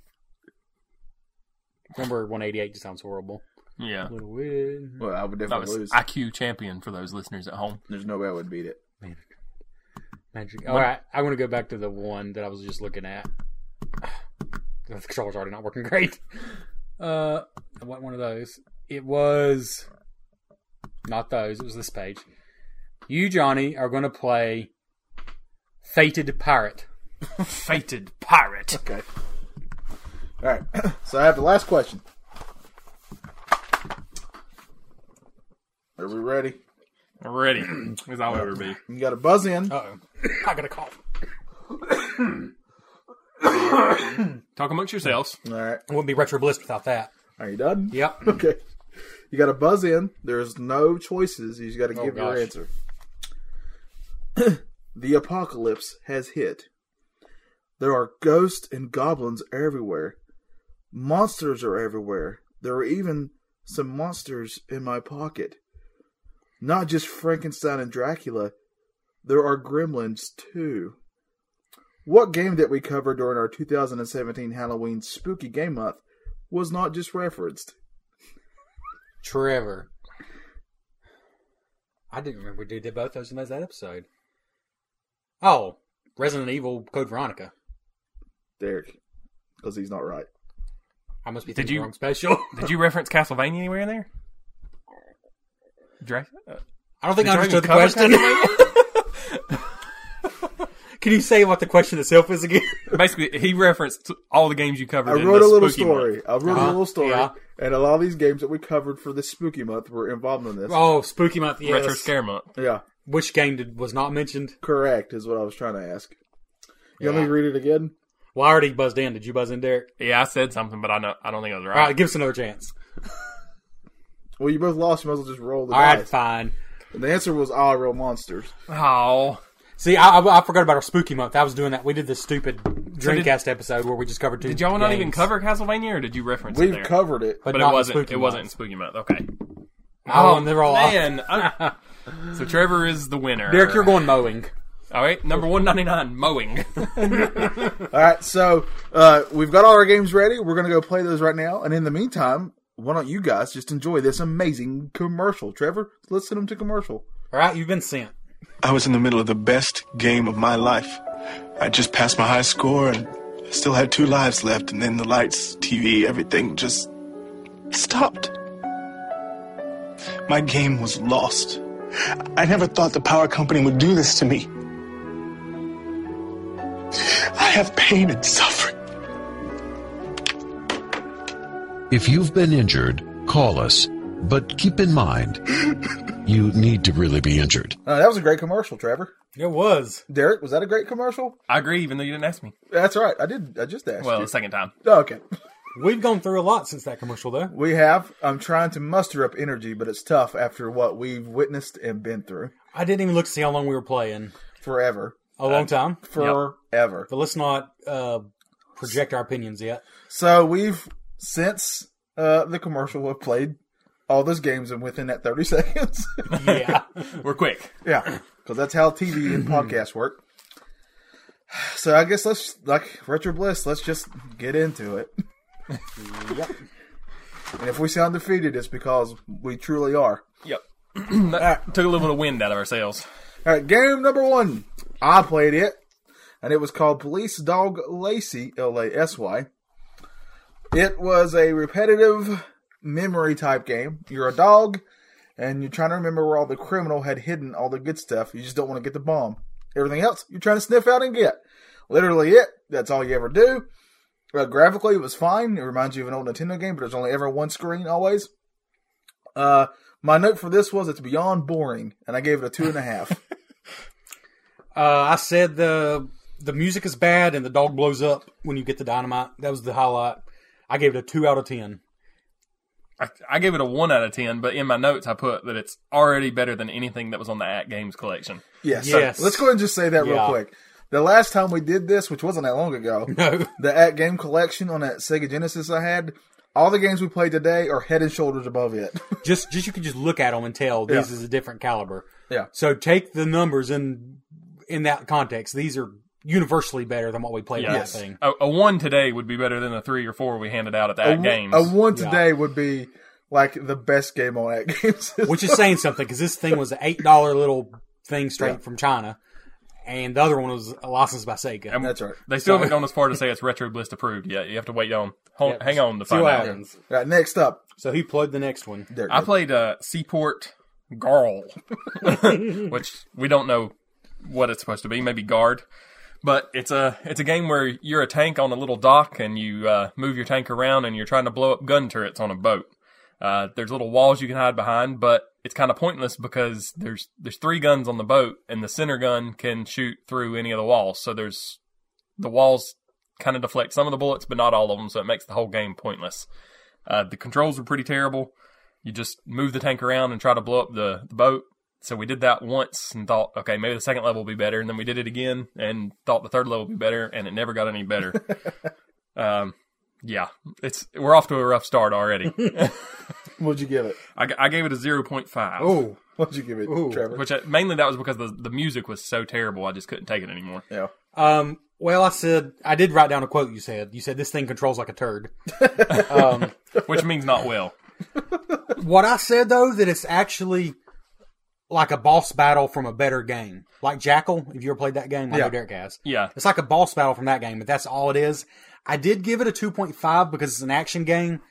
Speaker 3: number 188 just sounds horrible.
Speaker 4: Yeah,
Speaker 3: Little win.
Speaker 2: Well, I would
Speaker 4: that
Speaker 2: definitely
Speaker 4: was
Speaker 2: lose.
Speaker 4: IQ champion for those listeners at home.
Speaker 2: There's no way I would beat it.
Speaker 3: Magic. All right, I want to go back to the one that I was just looking at. The controller's already not working great. Uh, I want one of those. It was not those. It was this page. You, Johnny, are going to play Fated Pirate.
Speaker 4: Fated pirate.
Speaker 2: Okay. All right. So I have the last question. Are we ready?
Speaker 4: Ready as I'll ever be.
Speaker 2: You got to buzz in.
Speaker 3: Uh-oh. I got a cough.
Speaker 4: Talk amongst yourselves.
Speaker 2: All right.
Speaker 3: I wouldn't be Retro Bliss without that.
Speaker 2: Are you done?
Speaker 3: Yep.
Speaker 2: Okay. You got to buzz in. There's no choices. You just got to give your
Speaker 3: gosh.
Speaker 2: answer. the apocalypse has hit. There are ghosts and goblins everywhere. Monsters are everywhere. There are even some monsters in my pocket. Not just Frankenstein and Dracula. There are gremlins too. What game that we covered during our 2017 Halloween spooky game month was not just referenced?
Speaker 3: Trevor. I didn't remember we did both those in that episode. Oh, Resident Evil Code Veronica.
Speaker 2: Derek, because he's not right.
Speaker 3: I must be
Speaker 4: Did
Speaker 3: thinking
Speaker 4: you-
Speaker 3: wrong special.
Speaker 4: Did you reference Castlevania anywhere in there? Drake? Uh,
Speaker 3: I don't think
Speaker 4: Did
Speaker 3: I
Speaker 4: you
Speaker 3: understood the
Speaker 4: cover
Speaker 3: question. Can you say what the question itself is again?
Speaker 4: basically, he referenced all the games you covered.
Speaker 2: I
Speaker 4: in
Speaker 2: wrote
Speaker 4: the
Speaker 2: a little
Speaker 4: spooky
Speaker 2: story.
Speaker 4: month.
Speaker 2: I wrote a
Speaker 3: Uh-huh,
Speaker 2: little story,
Speaker 3: yeah.
Speaker 2: and a lot of these games that we covered for this spooky month were involved in this.
Speaker 3: Oh, Spooky Month. Yes.
Speaker 4: Retro Scare Month.
Speaker 2: Yeah,
Speaker 3: Which game did, was not mentioned?
Speaker 2: correct is what I was trying to ask. You want me
Speaker 3: Yeah.
Speaker 2: to read it again?
Speaker 3: Well, I already buzzed in. Did you buzz in, Derek?
Speaker 4: Yeah, I said something, but I know I don't think I was
Speaker 3: All
Speaker 4: right.
Speaker 3: right, give us another chance.
Speaker 2: Well, you both lost. You might as well just roll the
Speaker 3: All right,
Speaker 2: dice.
Speaker 3: fine.
Speaker 2: And the answer was all real monsters.
Speaker 4: Oh,
Speaker 3: See, I, I, I forgot about our Spooky Month. I was doing that. We did this stupid Dreamcast episode where we just covered two.
Speaker 4: did y'all not even
Speaker 3: games.
Speaker 4: cover Castlevania, or did you reference it
Speaker 2: We've
Speaker 4: there?
Speaker 2: covered it.
Speaker 4: but it
Speaker 3: not in
Speaker 4: wasn't.
Speaker 3: Spooky
Speaker 4: it
Speaker 3: Month.
Speaker 4: wasn't in Spooky Month. Okay.
Speaker 3: Oh, and they're all off.
Speaker 4: man. I- so Trevor is the winner.
Speaker 3: Derek, you're going mowing.
Speaker 4: All right, number one ninety nine mowing.
Speaker 2: All right, so uh, we've got all our games ready. We're gonna go play those right now. And in the meantime, why don't you guys just enjoy this amazing commercial? Trevor, let's send them to commercial.
Speaker 3: All right, you've been sent.
Speaker 5: I was in the middle of the best game of my life. I just passed my high score and I still had two lives left, and then the lights, TV, everything just stopped. My game was lost. I never thought the power company would do this to me. I have pain and suffering.
Speaker 6: If you've been injured, call us. But keep in mind, you need to really be injured.
Speaker 2: Uh, that was a great commercial, Trevor.
Speaker 4: It was.
Speaker 2: Derek, was that a great commercial?
Speaker 4: I agree, even though you didn't ask me.
Speaker 2: That's right. I did. I just asked
Speaker 4: Well,
Speaker 2: you.
Speaker 4: the second time.
Speaker 2: Oh, okay.
Speaker 3: We've gone through a lot since that commercial, though.
Speaker 2: We have. I'm trying to muster up energy, but it's tough after what we've witnessed and been through.
Speaker 3: I didn't even look to see how long we were playing.
Speaker 2: Forever.
Speaker 3: A
Speaker 4: Uh,
Speaker 3: long time.
Speaker 2: Forever.
Speaker 3: But let's not uh, project our opinions yet.
Speaker 2: So we've, since uh, the commercial, have played all those games and within that 30 seconds.
Speaker 3: Yeah.
Speaker 4: We're quick.
Speaker 2: Yeah, because that's how TV and podcasts work. So I guess let's like retro bliss. Let's just get into it. And if we sound defeated, it's because we truly are.
Speaker 4: Yep. that took a little bit of wind out of our sails.
Speaker 2: All right, Uh, game number one. I played it, and it was called Police Dog Lacey L A S Y. It was a repetitive memory type game. You're a dog, and you're trying to remember where all the criminal had hidden all the good stuff. You just don't want to get the bomb. Everything else, you're trying to sniff out and get. Literally, it. That's all you ever do. Uh, graphically, it was fine. It reminds you of an old Nintendo game, but there's only ever one screen always. Uh, my note for this was it's beyond boring, and I gave it a two and a half.
Speaker 3: Uh, I said the the music is bad and the dog blows up when you get the dynamite. That was the highlight. I gave it a two out of ten.
Speaker 4: I, I gave it a 1 out of 10, but in my notes I put that it's already better than anything that was on the At Games collection.
Speaker 2: Yes.
Speaker 3: Yes.
Speaker 2: let's go ahead and just say that real
Speaker 3: Yeah.
Speaker 2: quick. The last time we did this, which wasn't that long ago,
Speaker 3: No.
Speaker 2: the at game collection on that Sega Genesis I had, all the games we played today are head and shoulders above it.
Speaker 3: just just you could just look at them and tell this is a different caliber.
Speaker 2: yeah.
Speaker 3: So take the numbers in in that context. These are universally better than what we played with
Speaker 4: Yes.
Speaker 3: that thing.
Speaker 4: A, a 1 today would be better than the 3 or 4 we handed out at the At Games.
Speaker 2: A one
Speaker 3: Yeah.
Speaker 2: today would be like the best game on at games.
Speaker 3: Which is saying something because this thing was an eight dollar little thing straight
Speaker 2: Yeah.
Speaker 3: from China, and the other one was licensed by Sega.
Speaker 4: And
Speaker 2: That's right.
Speaker 4: They still haven't gone as far to say it's Retro Bliss approved yet. You have to wait on. Hold,
Speaker 3: Yeah.
Speaker 4: hang on to
Speaker 3: See
Speaker 4: find
Speaker 3: what
Speaker 4: out.
Speaker 3: happens.
Speaker 2: All right, next up,
Speaker 3: So he plugged the next one.
Speaker 2: Derek.
Speaker 4: I played uh, Seaport Garl, which we don't know what it's supposed to be. Maybe guard, but it's a it's a game where you're a tank on a little dock and you uh, move your tank around and you're trying to blow up gun turrets on a boat. Uh, there's little walls you can hide behind, but it's kind of pointless because there's there's three guns on the boat and the center gun can shoot through any of the walls. So there's the walls kind of deflect some of the bullets, but not all of them. So it makes the whole game pointless. Uh, the controls were pretty terrible you just move the tank around and try to blow up the, the boat. So we did that once and thought, okay, maybe the second level will be better. And then we did it again and thought the third level would be better, and it never got any better. um, yeah, it's we're off to a rough start already.
Speaker 2: What'd you give it?
Speaker 4: I, g- I gave it a zero point five,
Speaker 3: Oh,
Speaker 2: What'd you give it,
Speaker 3: Ooh.
Speaker 2: Trevor?
Speaker 4: which I, mainly that was because the the music was so terrible, I just couldn't take it anymore.
Speaker 2: yeah.
Speaker 3: Um, well, I said I did write down a quote you said. You said this thing controls like a turd. um,
Speaker 4: Which means not well.
Speaker 3: what I said though that it's actually like a boss battle from a better game, like Jackal. If you ever played that game, I
Speaker 2: Yeah.
Speaker 3: know Derek has.
Speaker 4: Yeah,
Speaker 3: It's like a boss battle from that game, but that's all it is. I did give it a two point five because it's an action game,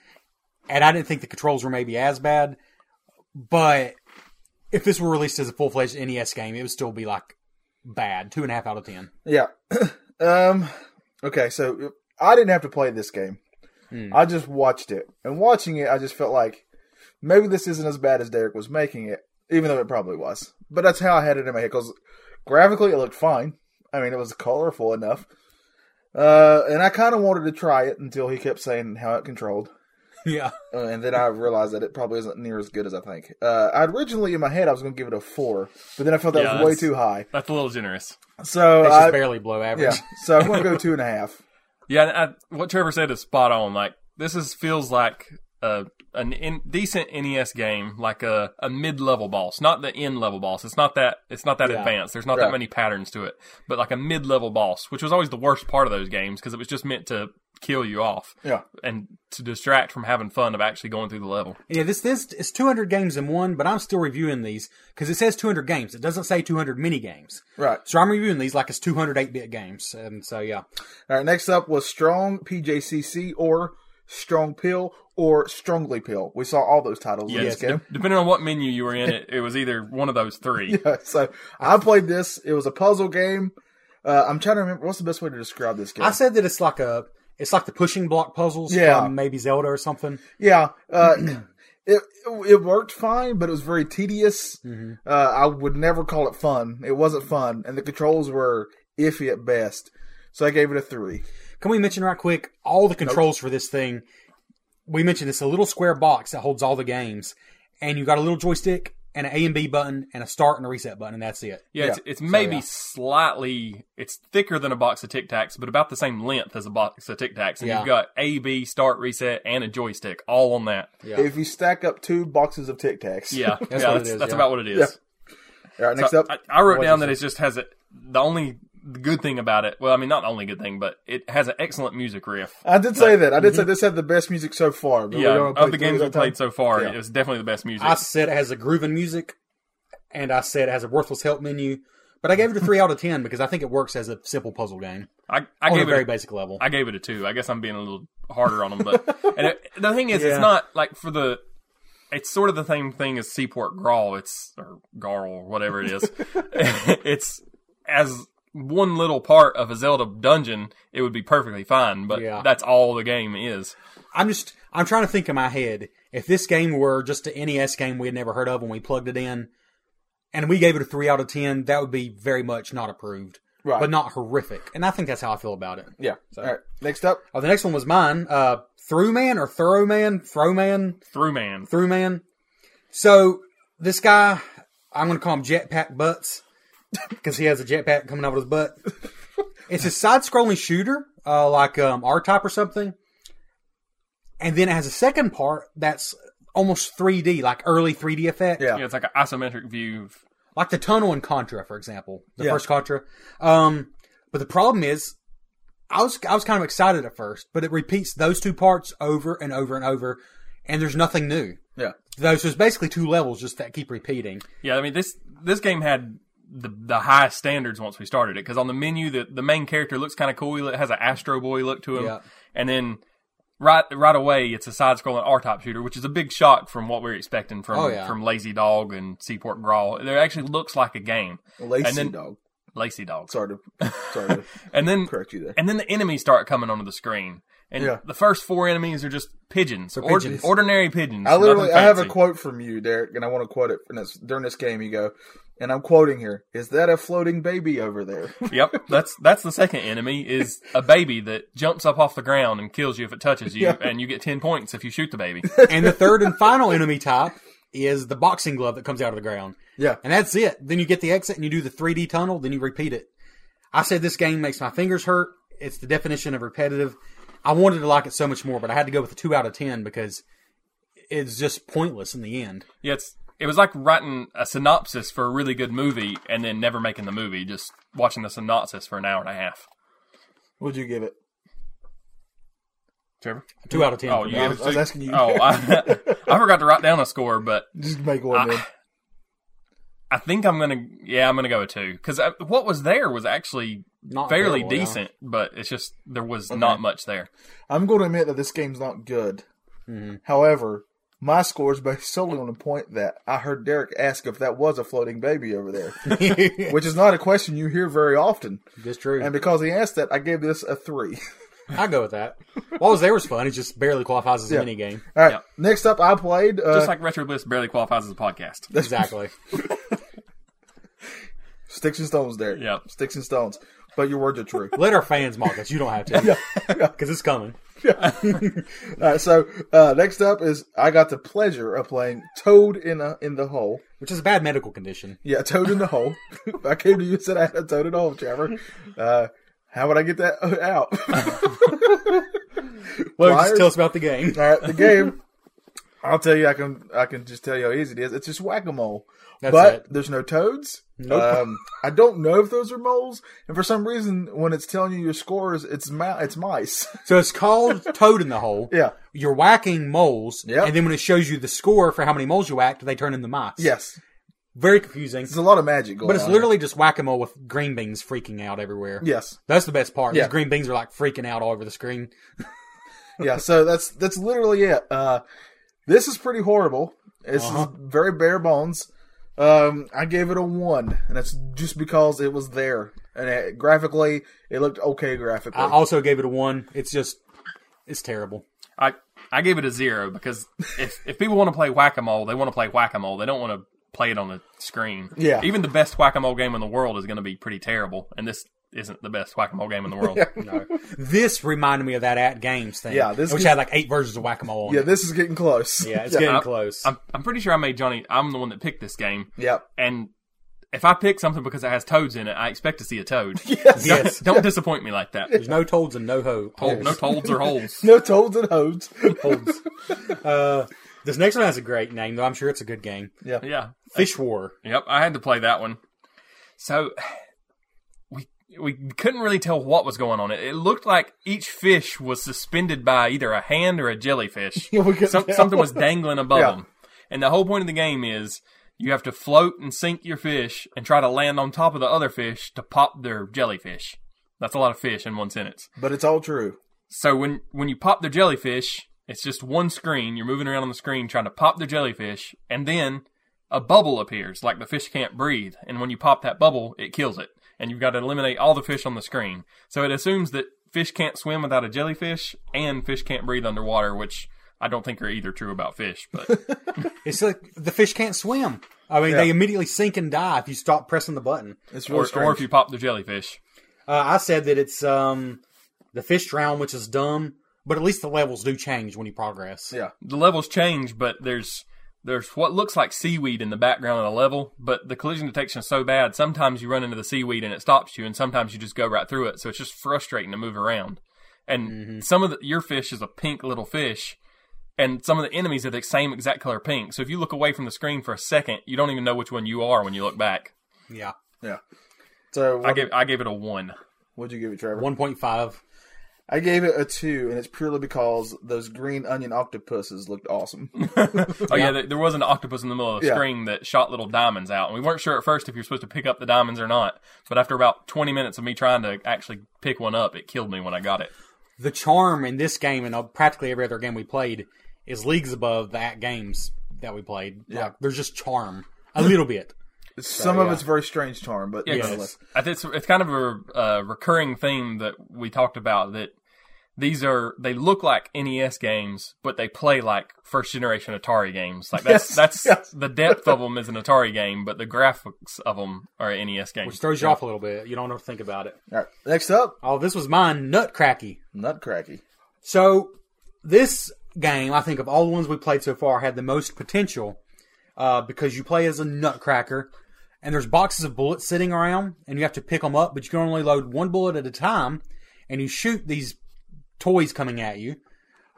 Speaker 3: and I didn't think the controls were maybe as bad. But if this were released as a full fledged NES game, it would still be like bad. Two and a half out of ten.
Speaker 2: Yeah. um. Okay, so I didn't have to play this game.
Speaker 4: Hmm.
Speaker 2: I just watched it, and watching it, I just felt like maybe this isn't as bad as Derek was making it, even though it probably was. But that's how I had it in my head because graphically, it looked fine. I mean, it was colorful enough, uh, and I kind of wanted to try it until he kept saying how it controlled.
Speaker 3: Yeah.
Speaker 2: Uh, and then I realized that it probably isn't near as good as I think. Uh, I originally in my head I was going to give it a four, but then I felt that
Speaker 4: Yeah,
Speaker 2: was way
Speaker 4: that's-
Speaker 2: too high.
Speaker 4: that's a little generous.
Speaker 2: So
Speaker 3: It's just
Speaker 2: I,
Speaker 3: barely below average.
Speaker 2: yeah, so I'm going to go two and a half.
Speaker 4: Yeah, and I, what Trevor said is spot on. Like this is feels like a an in, decent NES game, like a, a mid level boss, not the end level boss. It's not that it's not that
Speaker 3: Yeah.
Speaker 4: advanced. There's not
Speaker 2: Right.
Speaker 4: that many patterns to it, but like a mid level boss, which was always the worst part of those games because it was just meant to kill you off
Speaker 2: Yeah.
Speaker 4: and to distract from having fun of actually going through the level.
Speaker 3: Yeah, this this is 200 games in one, but I'm still reviewing these because it says 200 games. It doesn't say 200 mini games.
Speaker 2: Right.
Speaker 3: So I'm reviewing these like it's 200 8-bit games. And so yeah,
Speaker 2: All right, next up was Strong PJCC or Strong Pill or Strongly Pill. We saw all those titles in this
Speaker 4: Yes,
Speaker 2: game.
Speaker 4: de- depending on what menu you were in, it, it was either one of those three.
Speaker 2: so I played this. It was a puzzle game. Uh, I'm trying to remember what's the best way to describe this game.
Speaker 3: I said that it's like a It's like the pushing block puzzles
Speaker 2: Yeah.
Speaker 3: from maybe Zelda or something.
Speaker 2: Yeah, uh, it it worked fine, but it was very tedious. Uh, I would never call it fun. It wasn't fun, and the controls were iffy at best. So I gave it a three.
Speaker 3: Can we mention right quick all the controls for this thing? We mentioned it's a little square box that holds all the games, and you got a little joystick and an A and B button and a start and a reset button, and that's it.
Speaker 4: Yeah, it's, it's maybe slightly it's thicker than a box of Tic Tacs, but about the same length as a box of Tic Tacs, and
Speaker 3: Yeah.
Speaker 4: you've got A, B, start, reset, and a joystick all on that. Yeah,
Speaker 2: If you stack up two boxes of Tic Tacs,
Speaker 4: yeah, that's,
Speaker 3: what it
Speaker 4: that's,
Speaker 3: is, yeah.
Speaker 4: about what it is.
Speaker 2: All right, next
Speaker 4: So
Speaker 2: up,
Speaker 4: I, I wrote down that it just has a, the only good thing about it. Well, I mean, not the only good thing, but it has an excellent music riff.
Speaker 2: I did say that. I did say this had the best music so far. But
Speaker 4: yeah,
Speaker 2: we're gonna play
Speaker 4: of the
Speaker 2: through
Speaker 4: games
Speaker 2: that
Speaker 4: we
Speaker 2: time.
Speaker 4: played so far,
Speaker 2: Yeah.
Speaker 4: it was definitely the best music.
Speaker 3: I said it has a grooving music, and I said it has a worthless help menu, but I gave it a three out of ten because I think it works as a simple puzzle game
Speaker 4: I, I
Speaker 3: on a
Speaker 4: gave
Speaker 3: very
Speaker 4: it a-
Speaker 3: basic level.
Speaker 4: I gave it a two. I guess I'm being a little harder on them, but and it, the thing is,
Speaker 3: Yeah.
Speaker 4: it's not like for the. It's sort of the same thing as Seaport Grawl. It's or Garl or whatever it is. it's as one little part of a Zelda dungeon, it would be perfectly fine. But
Speaker 3: Yeah.
Speaker 4: that's all the game is.
Speaker 3: I'm just I'm trying to think in my head if this game were just an NES game we had never heard of when we plugged it in, and we gave it a three out of ten, that would be very much not approved,
Speaker 2: Right.
Speaker 3: but not horrific. And I think that's how I feel about it.
Speaker 2: Yeah. All right, next up,
Speaker 3: Oh, the next one was mine. Uh, Through Man or Thorough Man, Throw Man,
Speaker 4: Through man.
Speaker 3: Through Man. So this guy, I'm going to call him Jetpack Butts because he has a jetpack coming out of his butt. It's a side-scrolling shooter, uh, like um, R-Type or something. And then it has a second part that's almost 3D, like early 3D effect
Speaker 2: yeah,
Speaker 4: Yeah, it's like an isometric view. of-
Speaker 3: like the tunnel in Contra, for example, the
Speaker 2: Yeah.
Speaker 3: first Contra. Um, but the problem is, I was I was kind of excited at first, but it repeats those two parts over and over and over, and there's nothing new.
Speaker 2: yeah.
Speaker 3: Those there's basically two levels just that keep repeating.
Speaker 4: Yeah, I mean this this game had the the high standards once we started it because on the menu the the main character looks kind of cool. It has an Astro Boy look to him,
Speaker 3: Yeah.
Speaker 4: and then right right away it's a side scrolling R type shooter, which is a big shock from what we were expecting from
Speaker 3: Oh, yeah.
Speaker 4: from Lazy Dog and Seaport Grawl. It actually looks like a game,
Speaker 2: Lacy
Speaker 4: And then-
Speaker 2: dog.
Speaker 4: Lazy Dog.
Speaker 2: Sorry to, sorry to
Speaker 4: And then
Speaker 2: correct you there.
Speaker 4: and then the enemies start coming onto the screen. And
Speaker 2: Yeah.
Speaker 4: the first four enemies are just pigeons,
Speaker 3: They're
Speaker 4: ord-
Speaker 3: pigeons.
Speaker 4: ordinary pigeons.
Speaker 2: I literally,
Speaker 4: nothing
Speaker 2: I have a
Speaker 4: fancy.
Speaker 2: quote from you, Derek, and I want to quote it from this, during this game. You go, and I'm quoting here: "Is that a floating baby over there?"
Speaker 4: Yep, that's that's the second enemy is a baby that jumps up off the ground and kills you if it touches you, and you get ten points if you shoot the baby.
Speaker 3: and the third and final enemy type is the boxing glove that comes out of the ground.
Speaker 2: Yeah.
Speaker 3: and that's it. Then you get the exit and you do the 3D tunnel. Then you repeat it. I said this game makes my fingers hurt. It's the definition of repetitive. I wanted to like it so much more, but I had to go with a two out of ten because it's just pointless in the end.
Speaker 4: Yeah, it's it was like writing a synopsis for a really good movie and then never making the movie, just watching the synopsis for an hour and a half.
Speaker 2: Would you give it?
Speaker 4: Trevor?
Speaker 3: Two out of ten.
Speaker 4: Oh,
Speaker 3: for
Speaker 4: you
Speaker 3: me.
Speaker 4: gave
Speaker 2: I
Speaker 4: it
Speaker 2: was,
Speaker 4: a
Speaker 2: I was
Speaker 4: two?
Speaker 2: asking you.
Speaker 4: Oh, I, I forgot to write down a score, but
Speaker 2: just make
Speaker 4: Ah.
Speaker 2: one. then.
Speaker 4: I think I'm gonna yeah I'm gonna go a two because what was there was actually
Speaker 3: Not
Speaker 4: fairly
Speaker 3: terrible, yeah.
Speaker 4: decent, but it's just there was not much there.
Speaker 2: I'm going to admit that this game's not good. Mm-hmm. However, my score is based solely on the point that I heard Derek ask if that was a floating baby over there, which is not a question you hear very often.
Speaker 3: That's true.
Speaker 2: And because he asked that, I gave this a three.
Speaker 3: I go with that. What was there was fun. It just barely qualifies as a mini game.
Speaker 2: All right,
Speaker 4: Yeah.
Speaker 2: next up, I played. Uh,
Speaker 4: Just like Retro Bliss barely qualifies as a podcast.
Speaker 3: Exactly.
Speaker 2: Sticks and Stones, Derek.
Speaker 4: Yep.
Speaker 2: Sticks and Stones. But your words are true.
Speaker 3: Let our fans mock us. You don't have to. Because it's coming.
Speaker 2: All right, so uh, next up is I got the pleasure of playing Toad in a, in the Hole.
Speaker 3: Which is a bad medical condition.
Speaker 2: Yeah, Toad in the Hole. I came to you and said I had a Toad in the Hole, Trevor. Uh, how would I get that out?
Speaker 3: Well, just
Speaker 2: Liars.
Speaker 3: tell us about the game.
Speaker 2: All right, the game. I'll tell you. I can. I can just tell you how easy it is. It's just whack a mole.
Speaker 3: That's
Speaker 2: but
Speaker 3: it.
Speaker 2: there's no toads.
Speaker 3: Nope.
Speaker 2: Um, I don't know if those are moles. And for some reason, when it's telling you your scores, it's ma- it's mice.
Speaker 3: So it's called Toad in the Hole.
Speaker 2: Yeah.
Speaker 3: You're whacking moles,
Speaker 2: Yep.
Speaker 3: and then when it shows you the score for how many moles you whacked, they turn into mice.
Speaker 2: yes,
Speaker 3: Very confusing.
Speaker 2: there's a lot of magic going.
Speaker 3: But it's
Speaker 2: on
Speaker 3: literally just whack a mole with green beans freaking out everywhere.
Speaker 2: here. yes,
Speaker 3: That's the best part.
Speaker 2: Yeah.
Speaker 3: These green beans are like freaking out all over the screen.
Speaker 2: yeah. So that's that's literally it. Uh, this is pretty horrible. This
Speaker 3: Uh-huh.
Speaker 2: is very bare bones. Um, I gave it a one, and that's just because it was there. And it, graphically, it looked okay. Graphically,
Speaker 3: I also gave it a one. It's just It's terrible.
Speaker 4: I I gave it a zero because if if people want to play whack a mole, they want to play whack a mole. They don't want to play it on the screen.
Speaker 2: Yeah.
Speaker 4: Even the best whack a mole game in the world is going to be pretty terrible, and this isn't the best whack a mole game in the world.
Speaker 3: This reminded me of that at games thing.
Speaker 2: Yeah, this
Speaker 3: which
Speaker 2: is-
Speaker 3: had like eight versions of whack a mole.
Speaker 2: Yeah, this is getting close.
Speaker 3: yeah, it's getting
Speaker 4: I-
Speaker 3: close.
Speaker 4: I'm I'm pretty sure I made Johnny. I'm the one that picked this game.
Speaker 2: Yep.
Speaker 4: And if I pick something because it has toads in it, I expect to see a toad.
Speaker 3: yes,
Speaker 4: Don't disappoint me like that.
Speaker 3: there's no toads and no ho-
Speaker 4: Hole-
Speaker 3: holes.
Speaker 4: no toads or holes.
Speaker 2: No toads and hoes.
Speaker 3: holes. Uh, this next one has a great name, though. I'm sure it's a good game.
Speaker 4: Yeah.
Speaker 3: Fish War.
Speaker 4: Yep, I had to play that one. So we we couldn't really tell what was going on. It, it looked like each fish was suspended by either a hand or a jellyfish.
Speaker 2: we couldn't
Speaker 4: Some,
Speaker 2: tell.
Speaker 4: something was dangling above
Speaker 2: Yeah.
Speaker 4: them. And the whole point of the game is you have to float and sink your fish and try to land on top of the other fish to pop their jellyfish. That's a lot of fish in one sentence.
Speaker 2: but it's all true.
Speaker 4: So when when you pop the jellyfish, it's just one screen. You're moving around on the screen trying to pop the jellyfish, and then a bubble appears, like the fish can't breathe. And when you pop that bubble, it kills it, and you've got to eliminate all the fish on the screen. So it assumes that fish can't swim without a jellyfish, and fish can't breathe underwater, which I don't think are either true about fish. But
Speaker 3: It's like the fish can't swim. I mean, they immediately sink and die if you stop pressing the button.
Speaker 2: It's really
Speaker 4: or,
Speaker 2: strange.
Speaker 4: or if you pop the jellyfish,
Speaker 3: Uh, I said that it's um, the fish drown, which is dumb, but at least the levels do change when you progress.
Speaker 2: Yeah.
Speaker 4: the levels change, but there's there's what looks like seaweed in the background of the level, but the collision detection is so bad. Sometimes you run into the seaweed and it stops you, and sometimes you just go right through it. So it's just frustrating to move around. And some of the, your fish is a pink little fish, and some of the enemies are the same exact color pink. So if you look away from the screen for a second, you don't even know which one you are when you look back.
Speaker 3: Yeah.
Speaker 2: Yeah. So
Speaker 4: I
Speaker 2: what,
Speaker 4: gave I gave it a one.
Speaker 2: what'd you give it, Trevor?
Speaker 3: 1.5.
Speaker 2: I gave it a two, and it's purely because those green onion octopuses looked awesome.
Speaker 4: Oh yeah, there, there was an octopus in the middle of the
Speaker 2: Yeah.
Speaker 4: screen that shot little diamonds out, and we weren't sure at first if you're supposed to pick up the diamonds or not. But after about 20 minutes of me trying to actually pick one up, it killed me when I got it.
Speaker 3: The charm in this game and uh, practically every other game we played is leagues above the at games that we played. Yeah. Like, there's just charm. A little bit.
Speaker 2: Some of it's very strange charm, but
Speaker 4: It's,
Speaker 2: nonetheless.
Speaker 4: I think it's, it's kind of a uh, recurring theme that we talked about that these are they look like NES games, but they play like first generation Atari games. Like that's
Speaker 2: Yes,
Speaker 4: that's
Speaker 2: yes.
Speaker 4: the depth of them is an Atari game, but the graphics of them are NES
Speaker 3: Which
Speaker 4: games.
Speaker 3: throws you off a little bit. You don't know to think about it.
Speaker 2: All right. Next up,
Speaker 3: Oh, this was mine, Nutcracky.
Speaker 2: Nutcracky.
Speaker 3: So this game, I think of all the ones we played so far, had the most potential uh, because you play as a nutcracker, and there's boxes of bullets sitting around, and you have to pick them up, but you can only load one bullet at a time, and you shoot these toys coming at you,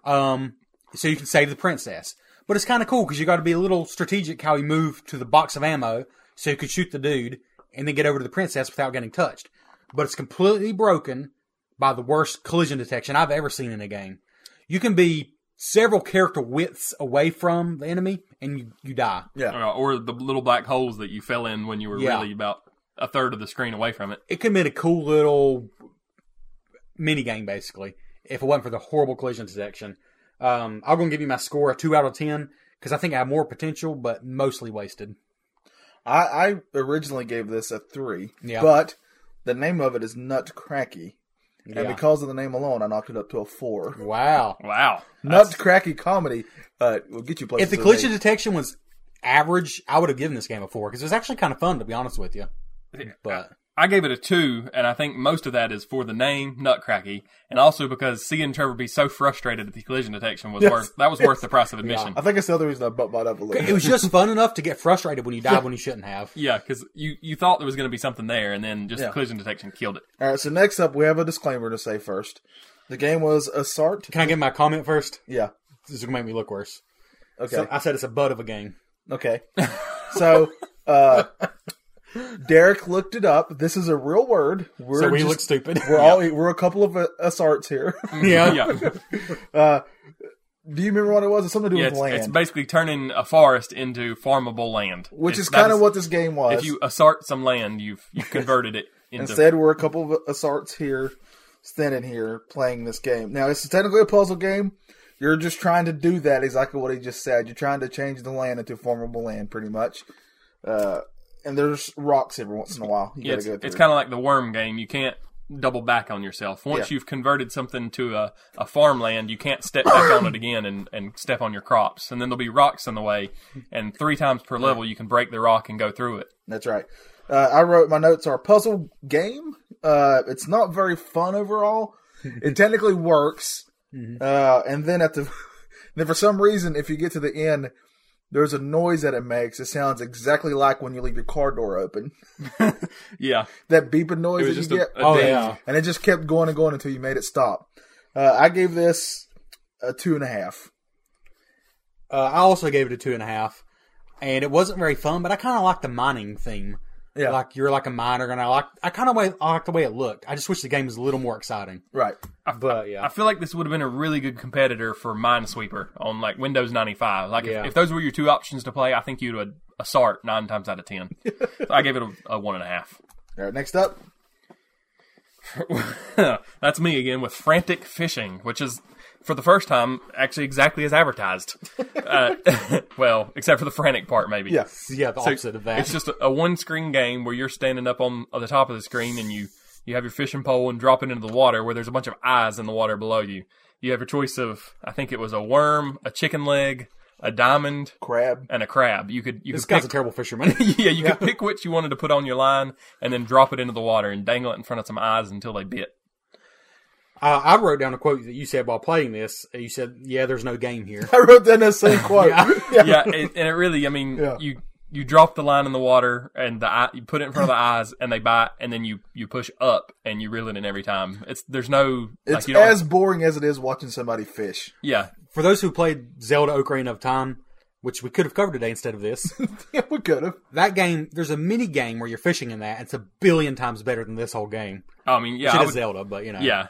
Speaker 3: um, so you can save the princess. But it's kind of cool because you got to be a little strategic how you move to the box of ammo so you can shoot the dude and then get over to the princess without getting touched. But it's completely broken by the worst collision detection I've ever seen in a game. You can be several character widths away from the enemy and you, you die.
Speaker 4: Uh, or the little black holes that you fell in when you were
Speaker 3: Yeah.
Speaker 4: really about a third of the screen away from it.
Speaker 3: It could have been a cool little mini game basically if it wasn't for the horrible collision detection. Um, I'm going to give you my score a 2 out of 10 because I think I have more potential but mostly wasted.
Speaker 2: I, I originally gave this a three,
Speaker 3: Yeah.
Speaker 2: but the name of it is Nutcracky, and
Speaker 3: Yeah.
Speaker 2: because of the name alone, I knocked it up to a four.
Speaker 3: Wow.
Speaker 4: Wow.
Speaker 2: Nutcracky comedy uh, will get you places.
Speaker 3: If the
Speaker 2: in
Speaker 3: collision
Speaker 2: eight.
Speaker 3: detection was average, I would have given this game a 4 because it was actually kind of fun to be honest with you. But
Speaker 4: I gave it a two, and I think most of that is for the name Nutcracky, and also because seeing Trevor be so frustrated at the collision detection was worth that was worth the price of admission.
Speaker 2: I think that's the other reason I bumped mine up a little.
Speaker 3: it was just fun enough to get frustrated when you died when you shouldn't have.
Speaker 4: Yeah, because you you thought there was going to be something there, and then just
Speaker 2: Yeah.
Speaker 4: the collision detection killed it.
Speaker 2: All right, so next up, we have a disclaimer to say first. The game was Assart.
Speaker 3: Can I get my comment first?
Speaker 2: Yeah.
Speaker 3: This is gonna make me look worse.
Speaker 2: Okay.
Speaker 3: So I said it's a butt of a game.
Speaker 2: Okay. So, uh, Derek looked it up. This is a real word. We're
Speaker 3: so we
Speaker 2: just-
Speaker 3: look stupid.
Speaker 2: We're all we're a couple of uh, us arts here.
Speaker 3: yeah.
Speaker 4: Yeah,
Speaker 2: Do you remember what it was? It's something to do
Speaker 4: yeah
Speaker 2: with
Speaker 4: it's,
Speaker 2: land,
Speaker 4: it's basically turning a forest into farmable land,
Speaker 2: which
Speaker 4: It's-
Speaker 2: is
Speaker 4: that
Speaker 2: kind of what this game was.
Speaker 4: if you assert some land, you've you've converted it into
Speaker 2: Instead, we're a couple of us arts here, standing here playing this game. Now, it's technically a puzzle game. You're just trying to do that exactly what he just said. You're trying to change the land into farmable land, pretty much. Uh, and there's rocks every once in a while. You
Speaker 4: Yeah,
Speaker 2: gotta
Speaker 4: it's,
Speaker 2: go through.
Speaker 4: it's kind of like the worm game. You can't double back on yourself. Once
Speaker 2: Yeah.
Speaker 4: you've converted something to a, a farmland, you can't step back on it again and, and step on your crops. And then there'll be rocks in the way. And three times per level, you can break the rock and go through it.
Speaker 2: That's right. Uh, I wrote my notes are puzzle game. Uh, it's not very fun overall. It technically works,
Speaker 3: Mm-hmm.
Speaker 2: uh, and then at the then for some reason, if you get to the end, there's a noise that it makes. It sounds exactly like when you leave your car door open.
Speaker 4: Yeah.
Speaker 2: That beeping noise
Speaker 4: It was
Speaker 2: that
Speaker 4: just
Speaker 2: you
Speaker 4: a,
Speaker 2: get,
Speaker 4: a
Speaker 3: Oh,
Speaker 4: ding.
Speaker 3: yeah.
Speaker 2: and it just kept going and going until you made it stop. Uh, I gave this a two and a half.
Speaker 3: Uh, I also gave it a two and a half, and it wasn't very fun, but I kind of liked the mining theme.
Speaker 2: Yeah,
Speaker 3: Like you're like a miner, and I like I kind of like the way it looked. I just wish the game was a little more exciting.
Speaker 2: right.
Speaker 3: But yeah,
Speaker 4: I feel like this would have been a really good competitor for Minesweeper on like Windows 95. Like
Speaker 3: Yeah.
Speaker 4: if, if those were your two options to play, I think you'd a, a sart nine times out of ten. so I gave it a, a one and a half.
Speaker 2: All right. Next up,
Speaker 4: That's me again with frantic fishing, which is for the first time actually exactly as advertised. uh, well, except for the frantic part, maybe.
Speaker 2: yeah,
Speaker 3: yeah, the
Speaker 4: So
Speaker 3: opposite of that.
Speaker 4: It's just a, a one-screen game where you're standing up on, on the top of the screen and you you have your fishing pole and drop it into the water where there's a bunch of eyes in the water below you. You have your choice of I think it was a worm, a chicken leg, a diamond,
Speaker 2: crab.
Speaker 4: and a crab. You could you
Speaker 3: this
Speaker 4: could pick
Speaker 3: guy's a terrible fisherman.
Speaker 4: yeah, you could pick which you wanted to put on your line and then drop it into the water and dangle it in front of some eyes until they bit.
Speaker 3: Uh, I wrote down a quote that you said while playing this. You said, "Yeah, there's no game here."
Speaker 2: I wrote down that same quote.
Speaker 4: yeah, it, and it really, I mean,
Speaker 2: Yeah.
Speaker 4: you you drop the line in the water and the eye, you put it in front of the eyes and they bite, and then you you push up and you reel it in every time. It's there's no like
Speaker 2: It's
Speaker 4: you don't
Speaker 2: as boring as it is watching somebody fish.
Speaker 4: yeah.
Speaker 3: For those who played Zelda: Ocarina of Time, which we could have covered today instead of this,
Speaker 2: Yeah, we could have.
Speaker 3: that game there's a mini game where you're fishing in that. and It's a billion times better than this whole game.
Speaker 4: I mean, yeah,
Speaker 3: Shit
Speaker 4: I
Speaker 3: is
Speaker 4: would-
Speaker 3: Zelda, but you know,
Speaker 4: yeah.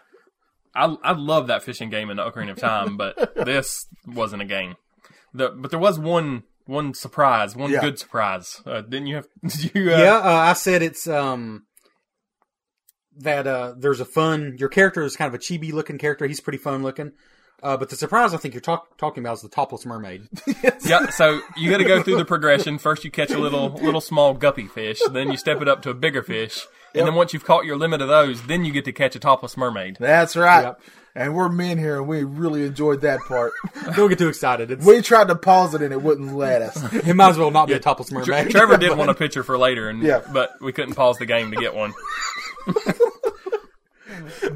Speaker 4: I I love that fishing game in Ocarina of Time, but this wasn't a game. The, but there was one one surprise, one
Speaker 2: Yeah.
Speaker 4: good surprise. Uh, didn't you have? Did you, uh,
Speaker 3: yeah. Uh, I said it's um that uh there's a fun. Your character is kind of a chibi looking character. He's pretty fun looking. Uh, but the surprise I think you're talk- talking about is the topless mermaid.
Speaker 4: Yeah, so you got to go through the progression. First, you catch a little little small guppy fish, then you step it up to a bigger fish, and then once you've caught your limit of those, then you get to catch a topless mermaid.
Speaker 2: That's right.
Speaker 3: Yep.
Speaker 2: And we're men here, and we really enjoyed that part.
Speaker 3: Don't get too excited. It's,
Speaker 2: we tried to pause it, and it wouldn't let us.
Speaker 3: it might as well not be a topless mermaid.
Speaker 4: Trevor did want a picture for later, and
Speaker 2: Yeah.
Speaker 4: but we couldn't pause the game to get one.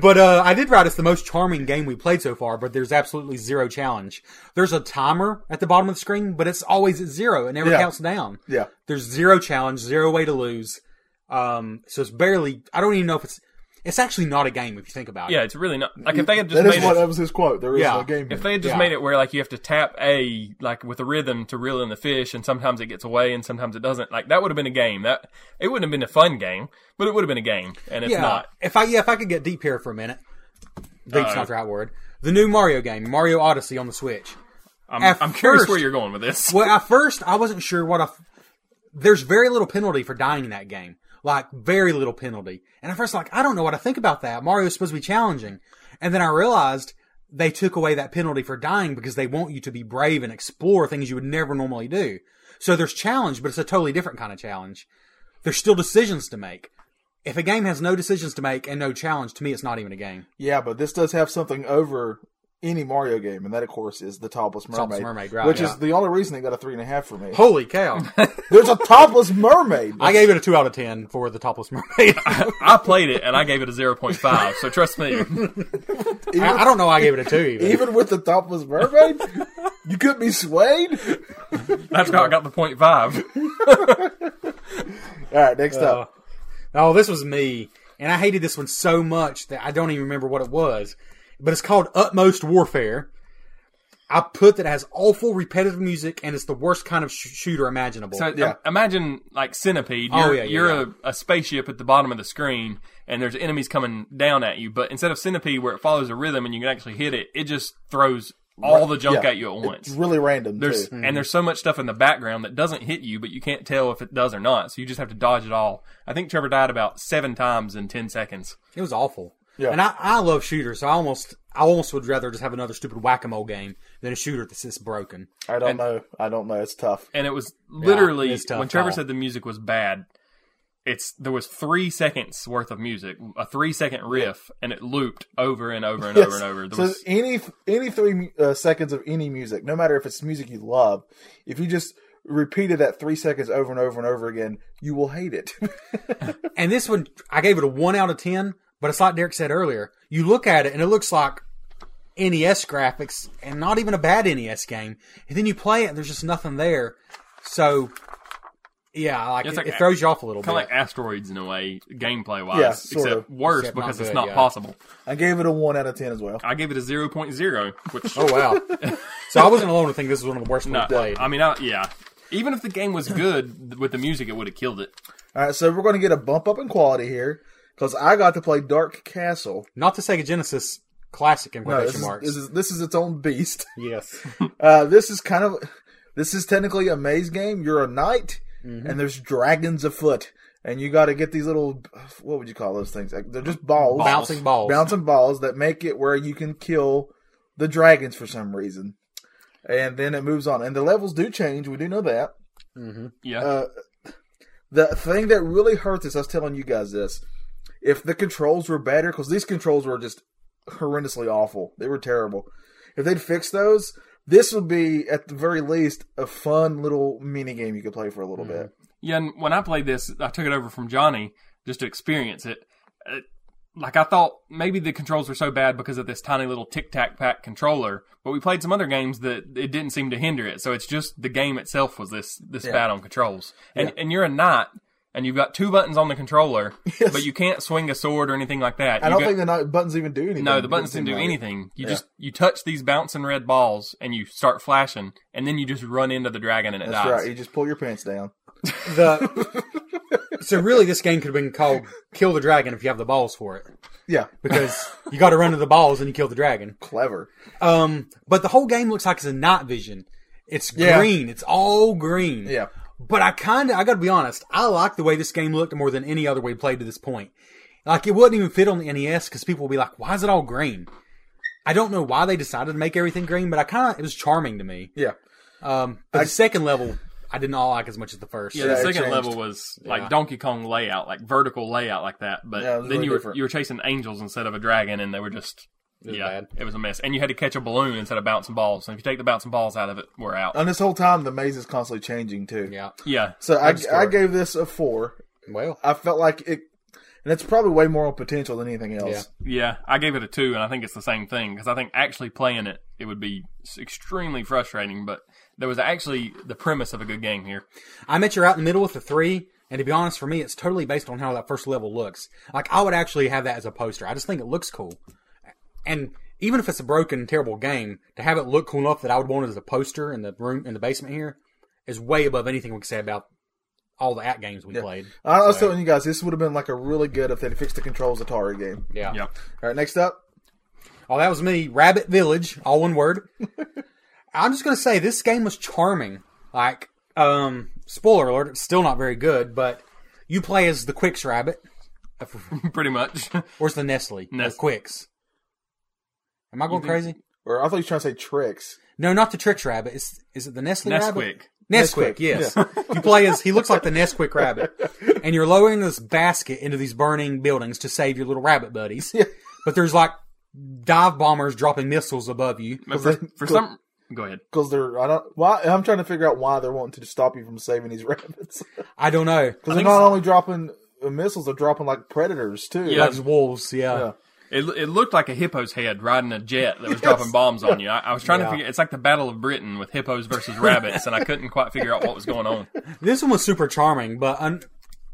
Speaker 3: But uh, I did write it's the most charming game we played so far, but there's absolutely zero challenge. There's a timer at the bottom of the screen, but it's always at zero. It never
Speaker 2: Yeah.
Speaker 3: counts down.
Speaker 2: Yeah.
Speaker 3: There's zero challenge, zero way to lose. Um, so it's barely, I don't even know if it's, it's actually not a game if you think about
Speaker 4: Yeah,
Speaker 3: it.
Speaker 4: it's really not like if they had just
Speaker 2: That
Speaker 4: made
Speaker 2: is what that
Speaker 4: it,
Speaker 2: was his quote. There is
Speaker 3: Yeah.
Speaker 2: no game here.
Speaker 4: if they had just
Speaker 3: yeah.
Speaker 4: made it where like you have to tap a like with a rhythm to reel in the fish, and sometimes it gets away and sometimes it doesn't. Like that would have been a game. That it wouldn't have been a fun game, but it would have been a game, and it's
Speaker 3: Yeah.
Speaker 4: not. Uh,
Speaker 3: If I, yeah, if I could get deep here for a minute. Deep's not the right word. The new Mario game, Mario Odyssey on the Switch.
Speaker 4: I'm,
Speaker 3: At
Speaker 4: I'm curious
Speaker 3: first-
Speaker 4: where you're going with this.
Speaker 3: Well, at first, I wasn't sure what I. F- There's very little penalty for dying in that game. Like, very little penalty. And at first, like, I don't know what I think about that. Mario's supposed to be challenging. And then I realized they took away that penalty for dying because they want you to be brave and explore things you would never normally do. So there's challenge, but it's a totally different kind of challenge. There's still decisions to make. If a game has no decisions to make and no challenge, to me, it's not even a game.
Speaker 2: yeah, but this does have something over any Mario game, and that, of course, is the topless mermaid.
Speaker 3: Topless mermaid, right,
Speaker 2: Which
Speaker 3: yeah.
Speaker 2: is the only reason they got a three and a half for me.
Speaker 3: Holy cow.
Speaker 2: There's a topless mermaid.
Speaker 3: I gave it a 2 out of 10 for the topless mermaid. I,
Speaker 4: I played it and I gave it a 0.5, so trust me.
Speaker 3: I don't know why I gave it a 2 even.
Speaker 2: Even with the topless mermaid, you couldn't be swayed.
Speaker 4: That's how I got the point five.
Speaker 2: All right, next
Speaker 4: Uh,
Speaker 2: up.
Speaker 3: Oh, this was me. And I hated this one so much that I don't even remember what it was. But it's called Utmost Warfare. I put that it has awful repetitive music and it's the worst kind of sh- shooter imaginable.
Speaker 4: So im- imagine like centipede. You're,
Speaker 3: Oh, yeah, yeah,
Speaker 4: you're A, a spaceship at the bottom of the screen, and there's enemies coming down at you. But instead of centipede, where it follows a rhythm and you can actually hit it, it just throws all the junk
Speaker 2: Yeah.
Speaker 4: at you at once.
Speaker 2: It's really random,
Speaker 4: there's
Speaker 2: too.
Speaker 4: and there's so much stuff in the background that doesn't hit you, but you can't tell if it does or not. So you just have to dodge it all. I think Trevor died about seven times in ten seconds.
Speaker 3: it was awful.
Speaker 2: Yeah.
Speaker 3: And I, I love shooters, so I almost I almost would rather just have another stupid whack a mole game than a shooter that's this broken.
Speaker 2: I don't know. I don't know. It's tough.
Speaker 4: and it was literally
Speaker 3: it's tough
Speaker 4: when Trevor
Speaker 3: call.
Speaker 4: said the music was bad. it's there was three seconds worth of music, a three second riff, and it looped over and over and over and over. There
Speaker 2: So
Speaker 4: was,
Speaker 2: any any three uh, seconds of any music, no matter if it's music you love, if you just repeated that three seconds over and over and over again, you will hate it.
Speaker 3: And this one, I gave it a one out of ten, but it's like Derek said earlier. You look at it and it looks like NES graphics, and not even a bad NES game. And then you play it, and there's just nothing there. So, yeah, like,
Speaker 4: It's
Speaker 3: it,
Speaker 4: like
Speaker 3: it
Speaker 4: a-
Speaker 3: throws you off a little bit.
Speaker 4: kind of like asteroids in a way, gameplay wise,
Speaker 2: Yeah,
Speaker 4: except
Speaker 2: sort of.
Speaker 4: worse
Speaker 3: Except not
Speaker 4: because it's
Speaker 3: good,
Speaker 4: not
Speaker 3: yeah.
Speaker 4: possible.
Speaker 2: I gave it a one out of ten as well.
Speaker 4: I gave it a 0.0, which
Speaker 3: oh wow! so I wasn't alone to think this was one of the worst
Speaker 4: no,
Speaker 3: ones played.
Speaker 4: I mean, I, yeah. Even if the game was good with the music, it would have killed it.
Speaker 2: All right, so we're going to get a bump up in quality here because I got to play Dark Castle.
Speaker 3: not the Sega Genesis classic in
Speaker 2: No, this
Speaker 3: quotation
Speaker 2: is,
Speaker 3: marks.
Speaker 2: this is this is its own beast.
Speaker 3: yes.
Speaker 2: Uh, this is kind of this is technically a maze game. You're a knight,
Speaker 3: Mm-hmm.
Speaker 2: and there's dragons afoot, and you got to get these little what would you call those things? Like, They're just balls,
Speaker 3: Bouncing balls.
Speaker 2: bouncing balls that make it where you can kill the dragons for some reason, and then it moves on. And the levels do change. We do know that.
Speaker 4: Yeah.
Speaker 3: Oh,
Speaker 2: The thing that really hurts is I was telling you guys this. If the controls were better, because these controls were just horrendously awful, they were terrible. If they'd fix those, this would be at the very least a fun little mini game you could play for a little bit.
Speaker 4: Yeah, and when I played this, I took it over from Johnny just to experience it. Uh, Like I thought, maybe the controls were so bad because of this tiny little Tic Tac Pack controller. But we played some other games that it didn't seem to hinder it. So it's just the game itself was this this bad on controls. And and you're a knight, and you've got two buttons on the controller, but you can't swing a sword or anything like that.
Speaker 2: I
Speaker 4: You
Speaker 2: don't
Speaker 4: got-
Speaker 2: think the not- buttons even do anything.
Speaker 4: no,
Speaker 2: It
Speaker 4: the buttons
Speaker 2: doesn't
Speaker 4: didn't do
Speaker 2: seem like it.
Speaker 4: anything. You just you touch these bouncing red balls and you start flashing, and then you just run into the dragon and it
Speaker 2: That's
Speaker 4: dies.
Speaker 2: right. You just pull your pants down.
Speaker 3: The so really, this game could have been called "Kill the Dragon" if you have the balls for it,
Speaker 2: Yeah,
Speaker 3: because you got to run to the balls and you kill the dragon.
Speaker 2: clever.
Speaker 3: Um, but the whole game looks like it's a night vision. It's
Speaker 2: Yeah.
Speaker 3: green. It's all green.
Speaker 2: Yeah.
Speaker 3: But I kind of, I got to be honest, I like the way this game looked more than any other we played to this point. Like it wouldn't even fit on the NES because people would be like, "Why is it all green?" I don't know why they decided to make everything green, but I kind of it was charming to me.
Speaker 2: Yeah,
Speaker 3: Um, but the second level, I did not like as much as the first.
Speaker 4: Yeah, the
Speaker 2: Yeah, it
Speaker 4: second
Speaker 2: changed.
Speaker 4: level was like
Speaker 3: Yeah.
Speaker 4: Donkey Kong layout, like vertical layout like that. But
Speaker 2: Yeah, it
Speaker 4: then
Speaker 2: was
Speaker 4: you
Speaker 2: really
Speaker 4: were
Speaker 2: different.
Speaker 4: you were chasing angels instead of a dragon, and they were just
Speaker 3: was
Speaker 4: yeah,
Speaker 3: bad.
Speaker 4: it was a mess. And you had to catch a balloon instead of bouncing balls. And if you take the bouncing balls out of it, we're out.
Speaker 2: and this whole time the maze is constantly changing too.
Speaker 3: Yeah.
Speaker 4: yeah,
Speaker 2: Uh, So I,
Speaker 3: just
Speaker 2: I
Speaker 3: work.
Speaker 2: gave this a four.
Speaker 3: Well,
Speaker 2: I felt like it, and it's probably way more on potential than anything else.
Speaker 3: Yeah.
Speaker 4: yeah. I gave it a two, and I think it's the same thing because I think actually playing it, it would be s- extremely frustrating. But there was actually the premise of a good game here.
Speaker 3: I met you're out in the middle with the three, and to be honest, for me, it's totally based on how that first level looks. Like, I would actually have that as a poster. I just think it looks cool. And even if it's a broken, terrible game, to have it look cool enough that I would want it as a poster in the room in the basement here is way above anything we could say about all the at games we played.
Speaker 2: I was telling you guys, this would have been like a really good if they'd fixed the controls Atari game.
Speaker 3: Yeah.
Speaker 4: Yeah,
Speaker 2: All right, next up,
Speaker 3: Oh, that was me. Rabbit Village, all one word. I'm just gonna say this game was charming. Like, um, spoiler alert, it's still not very good, but you play as the Quicks Rabbit.
Speaker 4: pretty much.
Speaker 3: Where's the Nestle?
Speaker 4: Nestle.
Speaker 3: The Quicks. Am I going crazy?
Speaker 2: or I thought you were trying to say tricks.
Speaker 3: No, not the Tricks Rabbit. It's is it the Nestle
Speaker 4: Nesquik.
Speaker 3: Rabbit?
Speaker 2: Nesquik,
Speaker 3: Nesquik. Yes. you play as he looks like the Nesquik Rabbit, and you're lowering this basket into these burning buildings to save your little rabbit buddies. But there's like dive bombers dropping missiles above you.
Speaker 4: But for, for some, go ahead.
Speaker 2: Because they're, I don't, why, I'm trying to figure out why they're wanting to stop you from saving these rabbits. Because
Speaker 3: I don't know.
Speaker 2: they're not only dropping uh, missiles, they're dropping like predators too.
Speaker 4: Yeah.
Speaker 2: Like,
Speaker 3: Those wolves, yeah.
Speaker 2: Yeah.
Speaker 4: It, it looked like a hippo's head riding a jet that was dropping bombs on you. I, I was trying to
Speaker 3: Yeah.
Speaker 4: figure. It's like the Battle of Britain with hippos versus rabbits, and I couldn't quite figure out what was going on.
Speaker 3: This one was super charming, but un-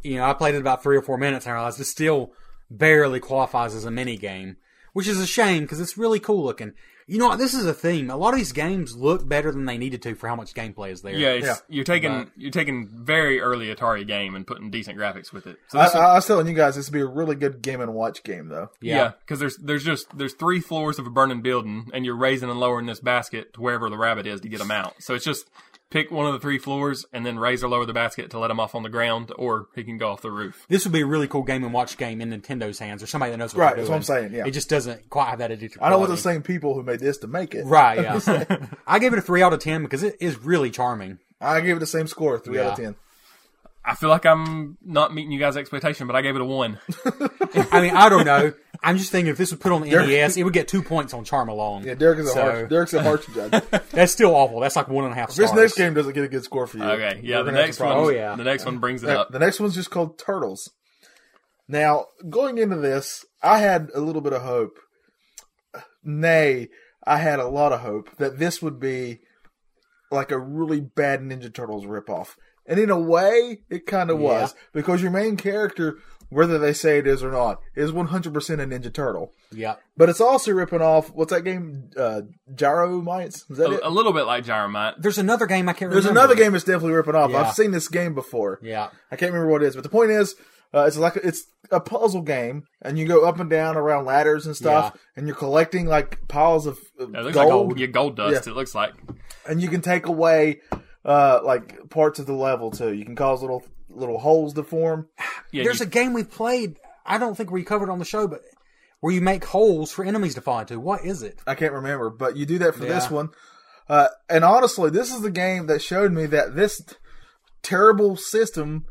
Speaker 3: you know, I played it about three or four minutes and I realized it still barely qualifies as a mini game, which is a shame because it's really cool looking. You know, what? this is a theme. A lot of these games look better than they needed to for how much gameplay is there.
Speaker 4: Yeah, it's, you're taking
Speaker 3: Right.
Speaker 4: you're taking very early Atari game and putting decent graphics with it. So
Speaker 2: I,
Speaker 4: this
Speaker 2: I I was telling you guys, this would be a really good game and watch game though.
Speaker 4: yeah, because there's there's just there's three floors of a burning building, and you're raising and lowering this basket to wherever the rabbit is to get them out. So it's just pick one of the three floors and then raise or lower the basket to let him off on the ground, or he can go off the roof.
Speaker 3: This would be a really cool game and watch game in Nintendo's hands or somebody that knows what
Speaker 2: Right,
Speaker 3: they're
Speaker 2: that's
Speaker 3: doing.
Speaker 2: what I'm saying, yeah.
Speaker 3: It just doesn't quite have that addictive
Speaker 2: I don't want
Speaker 3: quality.
Speaker 2: the same people who made this to make it.
Speaker 3: Right, yeah. I gave it a 3 out of 10 because it is really charming.
Speaker 2: I give it the same score, three out of
Speaker 3: Yeah.
Speaker 2: ten.
Speaker 4: I feel like I'm not meeting you guys' expectation, but I gave it a one.
Speaker 3: I mean, I don't know. I'm just thinking if this was put on the NES, it would get two points on Charm alone.
Speaker 2: Yeah, Derek is a
Speaker 3: So,
Speaker 2: harsh. Derek's a harsh judge. If
Speaker 3: That's still awful. That's like one and a half stars.
Speaker 2: this next game doesn't get a good score for you,
Speaker 4: Okay, yeah.
Speaker 2: we're
Speaker 4: The
Speaker 2: gonna have
Speaker 4: next
Speaker 2: some
Speaker 4: one,
Speaker 2: problems.
Speaker 3: Oh, yeah.
Speaker 4: the next one brings it
Speaker 2: Now,
Speaker 4: up.
Speaker 2: The next one's just called Turtles. Now, going into this, I had a little bit of hope. Nay, I had a lot of hope that this would be like a really bad Ninja Turtles ripoff. And in a way, it kind of was. Because your main character, whether they say it is or not, is 100% a Ninja Turtle.
Speaker 3: Yeah.
Speaker 2: But it's also ripping off, what's that game? Uh, Gyro Mites? Is that it?
Speaker 4: A, a little bit like Gyromite.
Speaker 3: There's another game I can't
Speaker 2: There's
Speaker 3: Oh, remember.
Speaker 2: another game that's definitely ripping off.
Speaker 3: Yeah.
Speaker 2: I've seen this game before.
Speaker 3: Yeah.
Speaker 2: I can't remember what it is, but the point is, uh, it's like a, it's a puzzle game, and you go up and down around ladders and stuff, and you're collecting like piles of of
Speaker 4: It looks like
Speaker 2: gold,
Speaker 4: old, yeah, gold dust.
Speaker 2: Yeah.
Speaker 4: It looks like
Speaker 2: and you can take away uh, like parts of the level too. You can cause little little holes to form.
Speaker 4: yeah.
Speaker 3: There's
Speaker 4: you-
Speaker 3: a game we played, I don't think we covered on the show, but where you make holes for enemies to fall into. What is it?
Speaker 2: I can't remember, but you do that for this
Speaker 3: Yeah.
Speaker 2: one. Uh, and honestly, this is the game that showed me that this terrible system,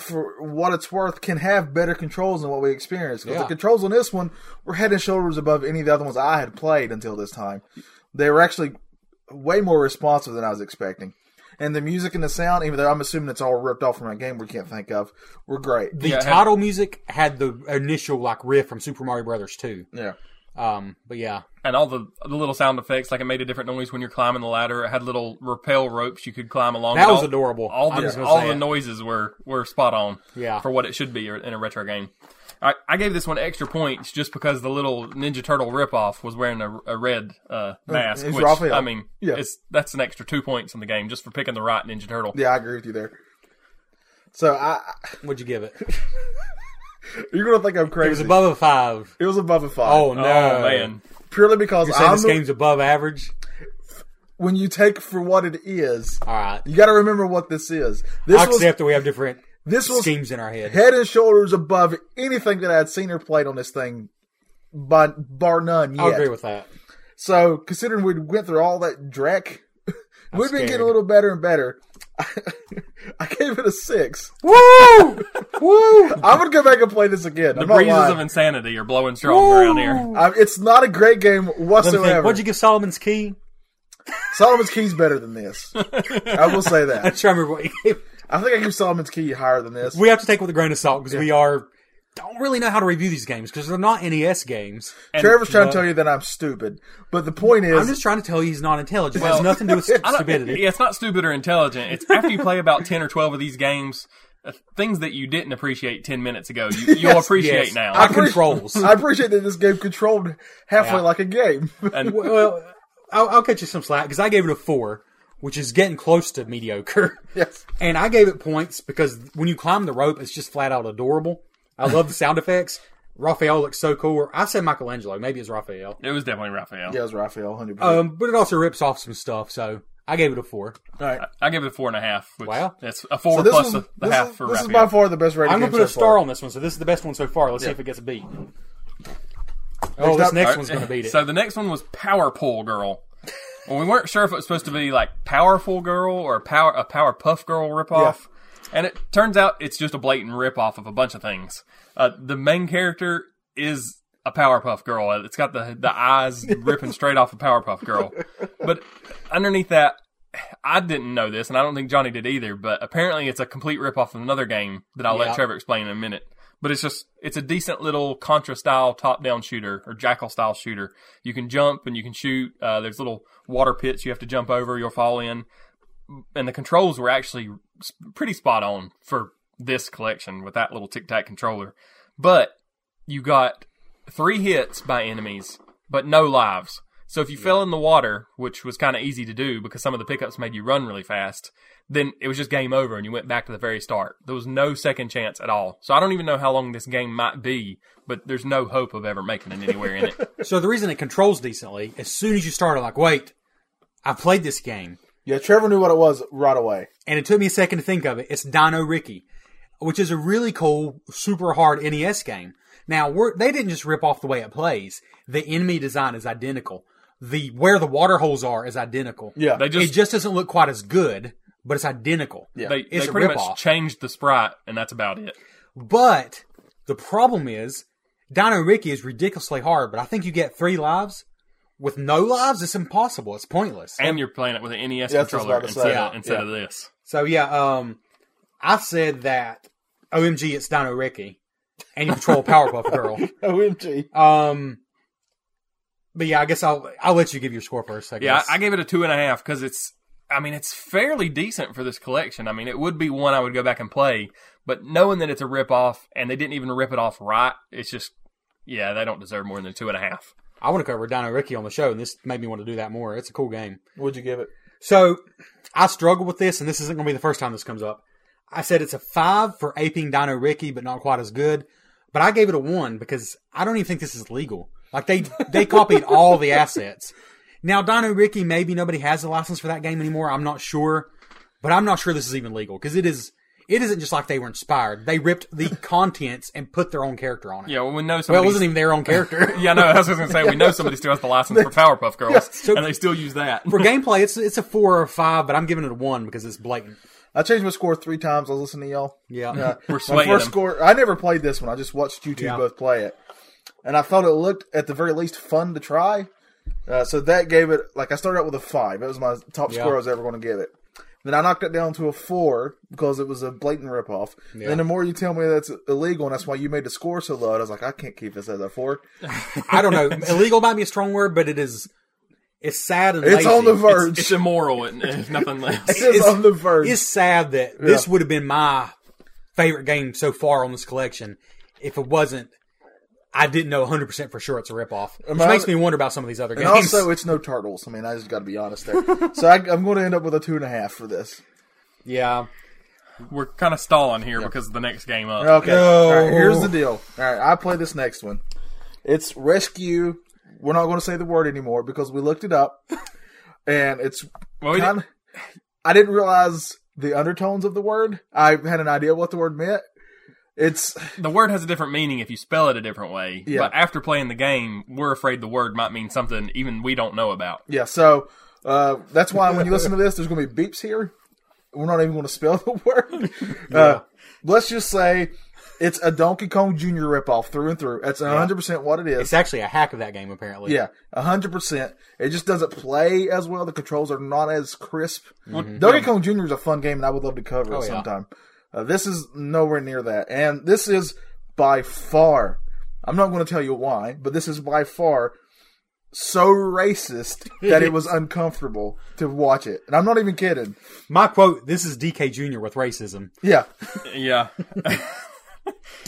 Speaker 2: for what it's worth, can have better controls than what we experienced. Because
Speaker 3: Yeah.
Speaker 2: the controls on this one were head and shoulders above any of the other ones I had played until this time. They were actually way more responsive than I was expecting. And the music and the sound, even though I'm assuming it's all ripped off from a game we can't think of, were great.
Speaker 3: The
Speaker 4: Yeah, it had-
Speaker 3: title music had the initial like riff from Super Mario Brothers 2.
Speaker 2: Yeah.
Speaker 3: Um, but yeah,
Speaker 4: and all the the little sound effects. Like it made a different noise when you're climbing the ladder. It had little rappel ropes you could climb along.
Speaker 3: That
Speaker 4: It
Speaker 3: was
Speaker 4: all-
Speaker 3: adorable.
Speaker 4: All
Speaker 3: I was
Speaker 4: the
Speaker 3: gonna
Speaker 4: all
Speaker 3: say
Speaker 4: the
Speaker 3: it.
Speaker 4: noises were were spot on.
Speaker 3: Yeah.
Speaker 4: for what it should be in a retro game. I, I gave this one extra points just because the little Ninja Turtle ripoff was wearing a, a red uh, mask.
Speaker 2: it's
Speaker 4: Which,
Speaker 2: Raphael.
Speaker 4: I mean,
Speaker 2: Yeah.
Speaker 4: it's that's an extra two points in the game just for picking the right Ninja Turtle.
Speaker 2: Yeah, I agree with you there. So I,
Speaker 3: what'd you give it?
Speaker 2: you're gonna think I'm crazy.
Speaker 3: It was above a five.
Speaker 2: It was above a five.
Speaker 3: Oh no,
Speaker 4: Oh man,
Speaker 2: purely because
Speaker 3: Saying
Speaker 2: I'm
Speaker 3: this game's above average.
Speaker 2: when you take for what it is,
Speaker 3: All right,
Speaker 2: you got to remember what this is. This
Speaker 3: I
Speaker 2: was
Speaker 3: accept that we have different
Speaker 2: this was
Speaker 3: schemes in our head.
Speaker 2: head and shoulders above anything that I had seen her played on this thing, but bar none. Yet.
Speaker 3: I agree with that.
Speaker 2: So considering we went through all that dreck, we've been
Speaker 3: scared.
Speaker 2: getting a little better and better. I gave it a six.
Speaker 3: Woo, woo.
Speaker 2: I'm gonna go back and play this again. I'm
Speaker 4: the
Speaker 2: not
Speaker 4: breezes
Speaker 2: lying.
Speaker 4: of insanity are blowing strong around here.
Speaker 2: I- it's not a great game
Speaker 3: Let me
Speaker 2: whatsoever.
Speaker 3: think. What'd you give Solomon's Key?
Speaker 2: Solomon's Key's better than this. I will say
Speaker 3: I'm
Speaker 2: that.
Speaker 3: trying to remember what you gave.
Speaker 2: I think I give Solomon's Key higher than this.
Speaker 3: We have to take it with a grain of salt because we are don't really know how to review these games because they're not NES games.
Speaker 2: Trevor's trying to tell you that I'm stupid, but the point is,
Speaker 3: I'm just trying to tell you he's not intelligent. it has nothing to do with
Speaker 4: I don't-
Speaker 3: stupidity.
Speaker 4: Yeah, it's not stupid or intelligent. It's after you play about ten or twelve of these games, uh, things that you didn't appreciate ten minutes ago, you, you'll appreciate
Speaker 3: Yes.
Speaker 4: now.
Speaker 3: I controls.
Speaker 2: I appreciate that this game controlled halfway
Speaker 3: Yeah.
Speaker 2: like a game.
Speaker 4: and
Speaker 3: well, I'll, I'll catch you some slack because I gave it a four, which is getting close to mediocre.
Speaker 2: Yes.
Speaker 3: And I gave it points because when you climb the rope, it's just flat out adorable. I love the sound effects. Raphael looks so cool. I said Michelangelo. Maybe it's Raphael.
Speaker 4: it was definitely Raphael.
Speaker 2: yeah, it was Raphael, hundred percent.
Speaker 3: Um, but it also rips off some stuff. So I gave it a four.
Speaker 2: All right,
Speaker 4: I give it four and a half. Which
Speaker 3: Wow.
Speaker 4: that's a four
Speaker 2: so this
Speaker 4: plus
Speaker 2: is
Speaker 4: the, the
Speaker 2: this,
Speaker 4: half
Speaker 2: is,
Speaker 4: for
Speaker 2: this is
Speaker 4: Raphael.
Speaker 2: by far the best rated
Speaker 3: I'm
Speaker 2: game.
Speaker 3: gonna put a
Speaker 2: so
Speaker 3: star
Speaker 2: far.
Speaker 3: on this one. So this is the best one so far. Let's see if it gets a beat. Oh,
Speaker 2: Next
Speaker 3: this
Speaker 2: up-
Speaker 3: next
Speaker 2: Alright.
Speaker 3: one's gonna beat it.
Speaker 4: So the next one was Power Pole Girl. Well, we weren't sure if it was supposed to be like Powerful Girl or Power a Power Puff Girl ripoff, and it turns out it's just a blatant ripoff of a bunch of things. Uh, the main character is a Powerpuff Girl. and It's got the the eyes ripping straight off a Powerpuff Girl, but underneath that. I didn't know this, and I don't think Johnny did either. But apparently, it's a complete ripoff of another game that I'll
Speaker 3: Yeah.
Speaker 4: let Trevor explain in a minute. But it's just it's a decent little Contra style top down shooter or Jackal style shooter. You can jump and you can shoot. Uh, there's little water pits you have to jump over. You'll fall in, and the controls were actually s- pretty spot on for this collection with that little tic tac controller. But you got three hits by enemies, but no lives. So if you fell in the water, which was kind of easy to do because some of the pickups made you run really fast, then it was just game over and you went back to the very start. There was no second chance at all. So I don't even know how long this game might be, but there's no hope of ever making it anywhere in it.
Speaker 3: So the reason it controls decently, as soon as you start, I'm like, wait, I played this game.
Speaker 2: Yeah, Trevor knew what it was right away.
Speaker 3: and it took me a second to think of it. It's Dino Ricky, which is a really cool, super hard NES game. Now we're, they didn't just rip off the way it plays. The enemy design is identical. The where the water holes are is identical.
Speaker 2: Yeah,
Speaker 4: They
Speaker 3: it
Speaker 4: just
Speaker 3: just doesn't look quite as good, but it's identical.
Speaker 2: Yeah.
Speaker 4: They,
Speaker 3: It's
Speaker 4: they
Speaker 3: a
Speaker 4: pretty
Speaker 3: ripoff.
Speaker 4: much changed the sprite, and that's about it.
Speaker 3: But the problem is, Dino Ricky is ridiculously hard, but I think you get three lives. With no lives, it's impossible. It's pointless.
Speaker 4: And you're playing it with an NES
Speaker 2: Yeah, that's what I was
Speaker 4: controller
Speaker 2: about to
Speaker 4: instead,
Speaker 2: say. Yeah. Yeah.
Speaker 4: of, instead of this.
Speaker 3: So yeah, um, I said that. OMG, it's Dino Ricky, and you control Powerpuff Girl.
Speaker 2: OMG.
Speaker 3: Um, but yeah, I guess I'll I'll let you give your score first. I
Speaker 4: Yeah,
Speaker 3: guess.
Speaker 4: I, I gave it a two and a half because it's. I mean, it's fairly decent for this collection. I mean, it would be one I would go back and play, but knowing that it's a rip off and they didn't even rip it off right, it's just, yeah, they don't deserve more than two and a half.
Speaker 3: I want to cover Dino Ricky on the show, and this made me want to do that more. It's a cool game.
Speaker 2: Would you give it?
Speaker 3: So I struggle with this, and this isn't going to be the first time this comes up. I said it's a five for aping Dino Ricky, but not quite as good. But I gave it a one because I don't even think this is legal. Like they they copied all the assets. Now Dino Ricky, maybe nobody has a license for that game anymore. I'm not sure, but I'm not sure this is even legal because it is. It isn't just like they were inspired. They ripped the contents and put their own character on it.
Speaker 4: Yeah, well, we know
Speaker 3: Well, it
Speaker 4: somebody.
Speaker 3: wasn't even their own character.
Speaker 4: yeah, no, I was going to say we know somebody still has the license for Powerpuff Girls,
Speaker 3: so-
Speaker 4: and they still use that.
Speaker 3: For gameplay, it's it's a four or a five, but I'm giving it a one because it's blatant.
Speaker 2: I changed my score three times. I was listening to y'all.
Speaker 3: Yeah.
Speaker 4: We're
Speaker 2: My
Speaker 4: swaying
Speaker 2: first
Speaker 4: them.
Speaker 2: score. I never played this one. I just watched you two
Speaker 3: Yeah.
Speaker 2: both play it, and I thought it looked at the very least fun to try. Uh, so that gave it like I started out with a five. That was my top
Speaker 3: Yeah.
Speaker 2: score I was ever going to give it. Then I knocked it down to a four because it was a blatant ripoff. Then the more you tell me that's illegal and that's why you made the score so low, I was like, I can't keep this as a four.
Speaker 3: I don't know. Illegal might be a strong word, but it is. It's sad and
Speaker 2: It's
Speaker 3: lazy.
Speaker 2: on the verge.
Speaker 4: It's, it's immoral and and nothing less.
Speaker 2: It's, on the verge.
Speaker 3: It's sad that this would have been my favorite game so far on this collection if it wasn't. I didn't know 100 percent for sure it's a ripoff, which
Speaker 2: I-
Speaker 3: makes me wonder about some of these other
Speaker 2: and
Speaker 3: games.
Speaker 2: also, it's no turtles. I mean, I just got to be honest there. so I, I'm going to end up with a two and a half for this.
Speaker 3: yeah,
Speaker 4: We're kind of stalling here because of the next game up.
Speaker 2: Okay.
Speaker 3: No.
Speaker 2: All right, here's the deal. All right, I play this next one. It's rescue. We're not going to say the word anymore because we looked it up, and it's
Speaker 4: Well, we
Speaker 2: kind. I didn't realize the undertones of the word. I had an idea what the word meant. It's
Speaker 4: the word has a different meaning if you spell it a different way.
Speaker 2: Yeah.
Speaker 4: But after playing the game, we're afraid the word might mean something even we don't know about.
Speaker 2: yeah. So uh, that's why when you listen to this, there's going to be beeps here. We're not even going to spell the word. Uh, let's just say it's a Donkey Kong Jr. ripoff through and through. That's 100 percent what it is.
Speaker 3: it's actually a hack of that game apparently.
Speaker 2: Yeah, a hundred percent. It just doesn't play as well. The controls are not as crisp. Donkey Kong Jr. is a fun game, and I would love to cover
Speaker 3: Mm-hmm. Oh,
Speaker 2: it
Speaker 3: yeah.
Speaker 2: sometime. Uh, this is nowhere near that, and this is by far. I'm not going to tell you why, but this is by far so racist that it was uncomfortable to watch it, and I'm not even kidding.
Speaker 3: My quote: "This is DK Jr. with racism
Speaker 2: Yeah,
Speaker 4: Yeah.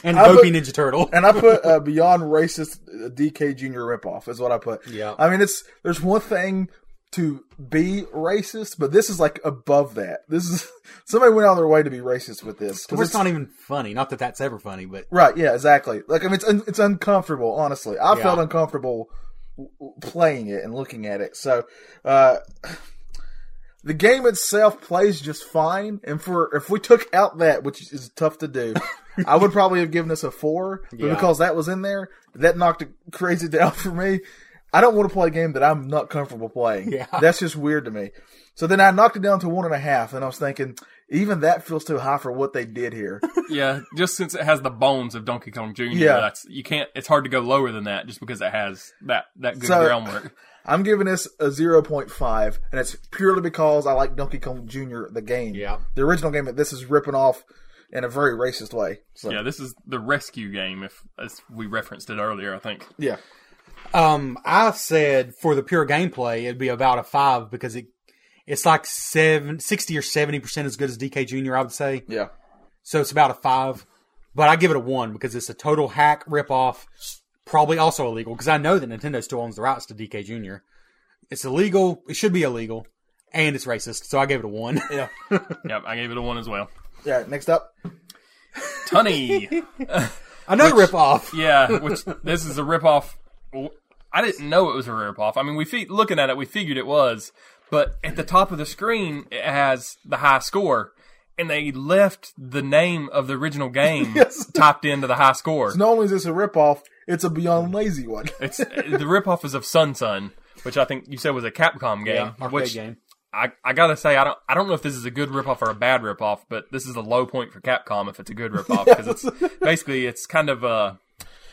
Speaker 3: and
Speaker 2: I
Speaker 3: dopey
Speaker 2: would-
Speaker 3: Ninja Turtle."
Speaker 2: and I put uh, Beyond Racist uh, DK Jr. ripoff is what I put.
Speaker 3: Yeah.
Speaker 2: I mean, it's there's one thing to be racist, but this is like above that. This is somebody went out of their way to be racist with this. 'Cause
Speaker 3: It's,
Speaker 2: it's-
Speaker 3: not even funny. Not that that's ever funny, but
Speaker 2: right? Yeah, exactly. Like I mean, it's un- it's uncomfortable. Honestly, I
Speaker 3: Yeah.
Speaker 2: felt uncomfortable w- w- playing it and looking at it. So. uh the game itself plays just fine, and for if we took out that, which is tough to do, I would probably have given this a four. But
Speaker 3: Yeah.
Speaker 2: because that was in there, that knocked it crazy down for me. I don't want to play a game that I'm not comfortable playing.
Speaker 3: Yeah.
Speaker 2: That's just weird to me. So then I knocked it down to one and a half, and I was thinking, even that feels too high for what they did here.
Speaker 4: yeah. Just since it has the bones of Donkey Kong Jr.,
Speaker 2: Yeah.
Speaker 4: that's you can't it's hard to go lower than that just because it has that, that good
Speaker 2: So-
Speaker 4: groundwork.
Speaker 2: I'm giving this a 0.5, and it's purely because I like Donkey Kong Jr. the game.
Speaker 3: Yeah.
Speaker 2: The original game that this is ripping off in a very racist way. So
Speaker 4: Yeah, this is the rescue game if as we referenced it earlier, I think.
Speaker 2: yeah.
Speaker 3: Um, I said for the pure gameplay, it'd be about a five because it it's like seven, 60 or seventy percent as good as DK Jr. I would say.
Speaker 2: Yeah.
Speaker 3: So it's about a five, but I give it a one because it's a total hack ripoff. Probably also illegal because I know that Nintendo still owns the rights to DK Jr. It's illegal. It should be illegal, and it's racist. So I gave it a one. Yeah.
Speaker 4: Yep, I gave it a one as well.
Speaker 2: Yeah. Next up.
Speaker 4: Tunny.
Speaker 3: Another ripoff.
Speaker 4: Yeah, which this is a ripoff. I didn't know it was a ripoff. I mean, we fe- looking at it, we figured it was, but at the top of the screen, it has the high score, and they left the name of the original game typed into the high score.
Speaker 2: Not only is this a ripoff, it's a beyond lazy one.
Speaker 4: It's the ripoff is of Sun Sun, which I think you said was a Capcom game.
Speaker 3: Arcade
Speaker 4: which
Speaker 3: game.
Speaker 4: I, I gotta say I don't I don't know if this is a good ripoff or a bad ripoff, but this is a low point for Capcom if it's a good ripoff because it's basically it's kind of uh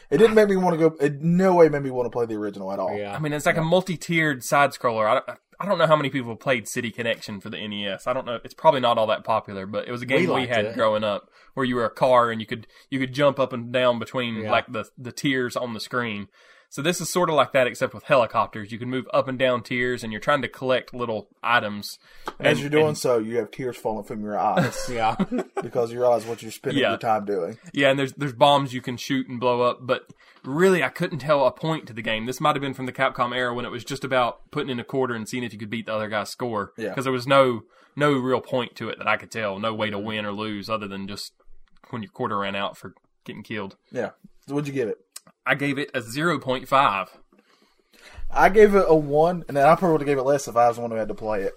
Speaker 2: It didn't make me want to go. It no way made me want to play the original at all.
Speaker 3: Yeah.
Speaker 4: I mean it's like a multi tiered side scroller. I don't, I don't know how many people played City Connection for the NES. I don't know. It's probably not all that popular, but it was a game we,
Speaker 3: liked
Speaker 4: had
Speaker 3: it.
Speaker 4: growing up where you were a car and you could you could jump up and down between
Speaker 3: Yeah.
Speaker 4: like the the tiers on the screen. So this is sort of like that, except with helicopters. You can move up and down tiers, and you're trying to collect little items.
Speaker 2: As
Speaker 4: And-
Speaker 2: you're doing so, you have tears falling from your eyes
Speaker 3: Yeah.
Speaker 2: because you realize what you're spending
Speaker 4: Yeah.
Speaker 2: your time doing.
Speaker 4: Yeah, and there's there's bombs you can shoot and blow up, but really I couldn't tell a point to the game. This might have been from the Capcom era when it was just about putting in a quarter and seeing if you could beat the other guy's score.
Speaker 2: Yeah.
Speaker 4: Because there was no no real point to it that I could tell, no way to win or lose other than just when your quarter ran out for getting killed.
Speaker 2: Yeah. So what'd you give it?
Speaker 4: I gave it a zero point five.
Speaker 2: I gave it a one, and then I probably would have gave it less if I was the one who had to play it.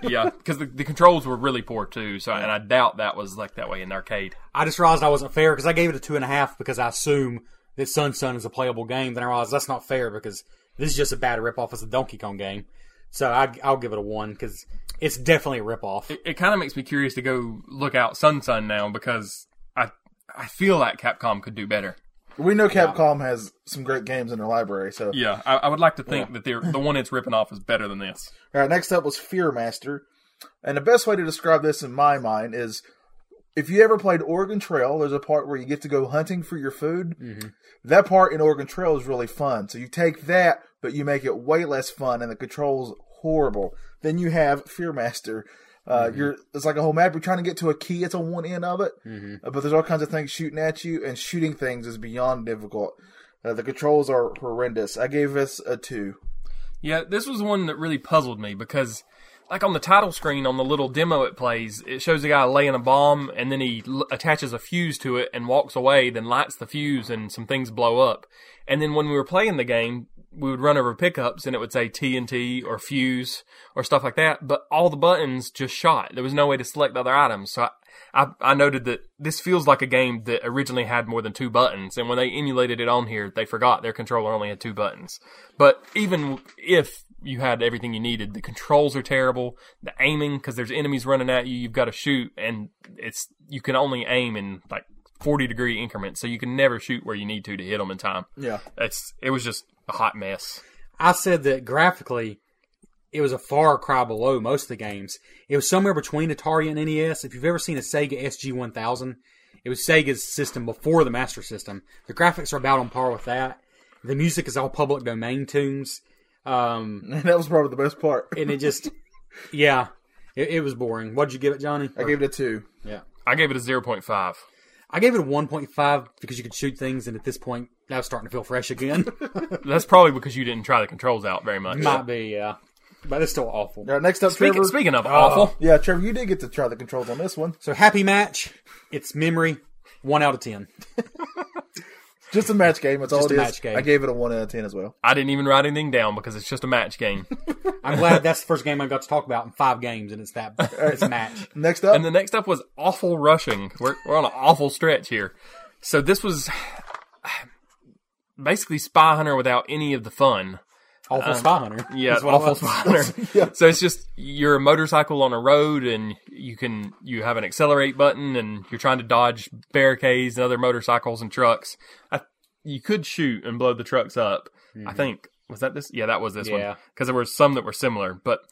Speaker 4: Yeah, because the, the controls were really poor too. So and I doubt that was like that way in the arcade.
Speaker 3: I just realized I wasn't fair because I gave it a two and a half because I assume that Sun Sun is a playable game. Then I realized that's not fair because this is just a bad ripoff. It's a Donkey Kong game. So I, I'll give it a one because it's definitely a ripoff.
Speaker 4: it kind of makes me curious to go look out Sun Sun now because I I feel like Capcom could do better.
Speaker 2: we know Capcom has some great games in their library, so
Speaker 4: Yeah, I, I would like to think that they're, the one it's ripping off is better than this.
Speaker 2: All right, next up was Fear Master. And the best way to describe this in my mind is if you ever played Oregon Trail, there's a part where you get to go hunting for your food. That part in Oregon Trail is really fun. So you take that, but you make it way less fun, and the controls horrible. Then you have Fear Master. Uh, You're it's like a whole map. You're trying to get to a key. It's on one end of it, Uh, but there's all kinds of things shooting at you, and shooting things is beyond difficult. Uh, the controls are horrendous. I gave this a two.
Speaker 4: Yeah, this was one that really puzzled me because, like on the title screen on the little demo it plays, it shows a guy laying a bomb and then he l- attaches a fuse to it and walks away, then lights the fuse and some things blow up. And then when we were playing the game, we would run over pickups and it would say TNT or fuse or stuff like that, but all the buttons just shot. There was no way to select other items. So I, I, I noted that this feels like a game that originally had more than two buttons, and when they emulated it on here, they forgot their controller only had two buttons. But even if you had everything you needed, the controls are terrible. The aiming, because there's enemies running at you, you've got to shoot, and it's you can only aim in like 40 degree increments, so you can never shoot where you need to to hit them in time.
Speaker 2: Yeah.
Speaker 4: It's it was just a hot mess.
Speaker 3: I said that graphically, it was a far cry below most of the games. It was somewhere between Atari and NES. If you've ever seen a Sega SG1000, it was Sega's system before the Master System. The graphics are about on par with that. The music is all public domain tunes. Um,
Speaker 2: And that was probably the best part.
Speaker 3: and it just, yeah, it, it was boring. What'd you give it, Johnny?
Speaker 2: I gave it a two.
Speaker 3: yeah.
Speaker 4: I gave it a 0.5.
Speaker 3: I gave it a 1.5 because you could shoot things, and at this point, I was starting to feel fresh again.
Speaker 4: That's probably because you didn't try the controls out very much.
Speaker 3: Might be, yeah. But it's still awful.
Speaker 2: All right, next up,
Speaker 4: Speaking,
Speaker 2: Trevor.
Speaker 4: speaking of awful,
Speaker 2: Yeah, Trevor, you did get to try the controls on this one.
Speaker 3: So, happy match. It's memory. One out of ten.
Speaker 2: Just a match game. That's all
Speaker 3: Just
Speaker 2: it
Speaker 3: a
Speaker 2: is.
Speaker 3: match game.
Speaker 2: I gave it a one out of ten as well.
Speaker 4: I didn't even write anything down because it's just a match game.
Speaker 3: I'm glad that's the first game I got to talk about in five games, and it's that it's a match.
Speaker 2: Next up,
Speaker 4: And the next up was awful rushing. We're, we're on an awful stretch here. So this was basically Spy Hunter without any of the fun.
Speaker 3: Awful Spy Hunter.
Speaker 4: Yeah,
Speaker 3: That's what it
Speaker 4: awful
Speaker 3: was.
Speaker 4: Spy Hunter. So it's just you're a motorcycle on a road, and you can you have an accelerate button, and you're trying to dodge barricades and other motorcycles and trucks. I, you could shoot and blow the trucks up. I think was that this? Yeah, that was this
Speaker 3: Yeah.
Speaker 4: one because there were some that were similar, but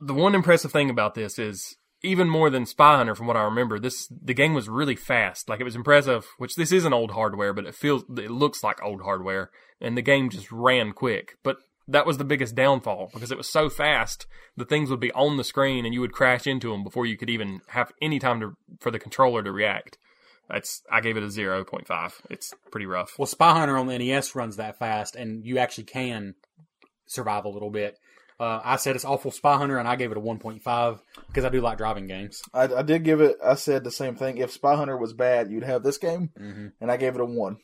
Speaker 4: the one impressive thing about this is even more than Spy Hunter, from what I remember, this the game was really fast. Like it was impressive, which this isn't old hardware, but it feels it looks like old hardware, and the game just ran quick. But that was the biggest downfall because it was so fast, the things would be on the screen and you would crash into them before you could even have any time to for the controller to react. That's I gave it a zero point five. It's pretty rough.
Speaker 3: Well, Spy Hunter on the NES runs that fast, and you actually can survive a little bit. Uh, I said it's awful Spy Hunter, and I gave it a 1.5 because I do like driving games.
Speaker 2: I, I did give it. I said the same thing. If Spy Hunter was bad, you'd have this game, and I gave it a one.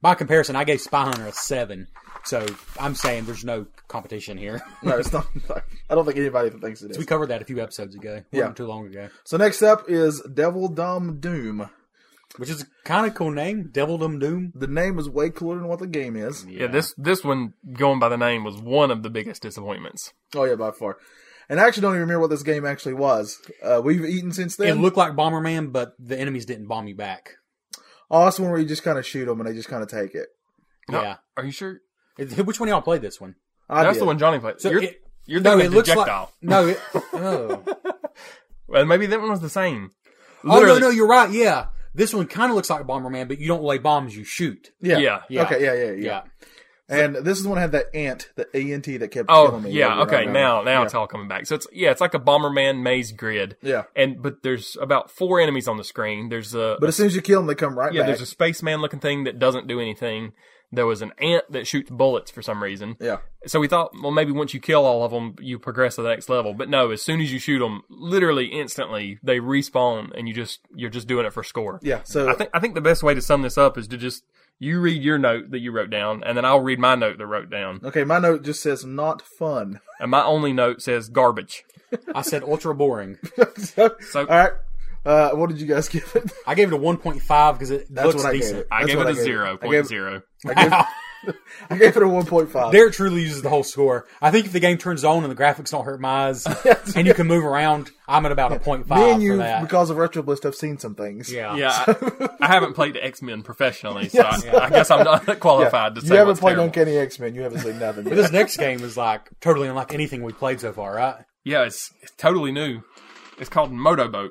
Speaker 3: By comparison, I gave Spy Hunter a seven, so I'm saying there's no competition here.
Speaker 2: No, it's not. I don't think anybody even thinks it
Speaker 3: we
Speaker 2: is.
Speaker 3: covered that a few episodes ago, Wasn't
Speaker 2: Yeah.
Speaker 3: too long ago,
Speaker 2: So next up is Devil Dumb Doom.
Speaker 3: which is kind of cool name, Devildom Doom.
Speaker 2: The name is way cooler than what the game is.
Speaker 4: yeah, this this one going by the name was one of the biggest disappointments.
Speaker 2: Oh yeah, by far. And I actually don't even remember what this game actually was. Uh, we've eaten since
Speaker 3: It
Speaker 2: then.
Speaker 3: looked like Bomberman, but the enemies didn't bomb you back.
Speaker 2: oh, that's the one where you just kind of shoot them and they just kind of take it.
Speaker 4: No,
Speaker 3: Yeah.
Speaker 4: Are you sure?
Speaker 3: It, which one of y'all played this one?
Speaker 2: I
Speaker 4: That's
Speaker 2: did.
Speaker 4: the one Johnny played.
Speaker 3: So
Speaker 4: you're
Speaker 3: it-
Speaker 4: you're thinking of
Speaker 3: like
Speaker 4: Dejectile.
Speaker 3: no. It, oh.
Speaker 4: Well, maybe that one was the same.
Speaker 3: oh no,
Speaker 4: Literally-
Speaker 3: no, you're right. Yeah, this one kind of looks like Bomberman, but you don't lay bombs; you shoot.
Speaker 2: Yeah.
Speaker 4: Yeah.
Speaker 3: Yeah.
Speaker 2: Okay. Yeah. Yeah. Yeah.
Speaker 3: Yeah,
Speaker 2: And this is the one that had that ant, the ENT that kept
Speaker 4: Oh
Speaker 2: killing me.
Speaker 4: yeah,
Speaker 2: over and
Speaker 4: okay.
Speaker 2: over.
Speaker 4: Now now it's all coming back. So it's yeah, it's like a Bomberman maze grid.
Speaker 2: Yeah.
Speaker 4: And but there's about four enemies on the screen. There's a
Speaker 2: But as soon as you kill them, they come right
Speaker 4: yeah,
Speaker 2: back.
Speaker 4: there's a spaceman looking thing that doesn't do anything. There was an ant that shoots bullets for some reason.
Speaker 2: yeah.
Speaker 4: So we thought, well, maybe once you kill all of them, you progress to the next level. But no, as soon as you shoot them, literally instantly they respawn, and you just you're just doing it for score.
Speaker 2: Yeah. So
Speaker 4: I think I think the best way to sum this up is to just you read your note that you wrote down, and then I'll read my note that I wrote down,
Speaker 2: okay, my note just says not fun.
Speaker 4: and my only note says garbage.
Speaker 3: I said ultra boring.
Speaker 2: all right. Uh, what did you guys give it?
Speaker 3: I gave it a 1.5 because it
Speaker 2: That's
Speaker 3: looks
Speaker 2: what I gave
Speaker 3: decent.
Speaker 2: it.
Speaker 4: I
Speaker 2: That's
Speaker 4: gave
Speaker 2: what
Speaker 4: it
Speaker 2: I
Speaker 4: a
Speaker 2: gave it.
Speaker 4: zero
Speaker 2: I
Speaker 4: point
Speaker 2: gave-
Speaker 4: zero.
Speaker 2: I gave it a one point five.
Speaker 3: Derek truly uses the whole score. I think if the game turns on and the graphics don't hurt my eyes and you can move around, I'm at about a 0.5
Speaker 2: Me and
Speaker 3: for
Speaker 2: you,
Speaker 3: that.
Speaker 2: because of Retro Bliss, have seen some things.
Speaker 3: yeah.
Speaker 4: Yeah, I, I haven't played X Men professionally, so I, I guess I'm not
Speaker 2: Yeah.
Speaker 4: qualified to
Speaker 2: You
Speaker 4: say
Speaker 2: haven't
Speaker 4: what's
Speaker 2: played
Speaker 4: terrible.
Speaker 2: Uncanny X Men. You haven't seen nothing.
Speaker 3: But
Speaker 2: yet.
Speaker 3: this next game is like totally unlike anything we played so far, right?
Speaker 4: Yeah, it's, it's totally new. It's called Motoboat.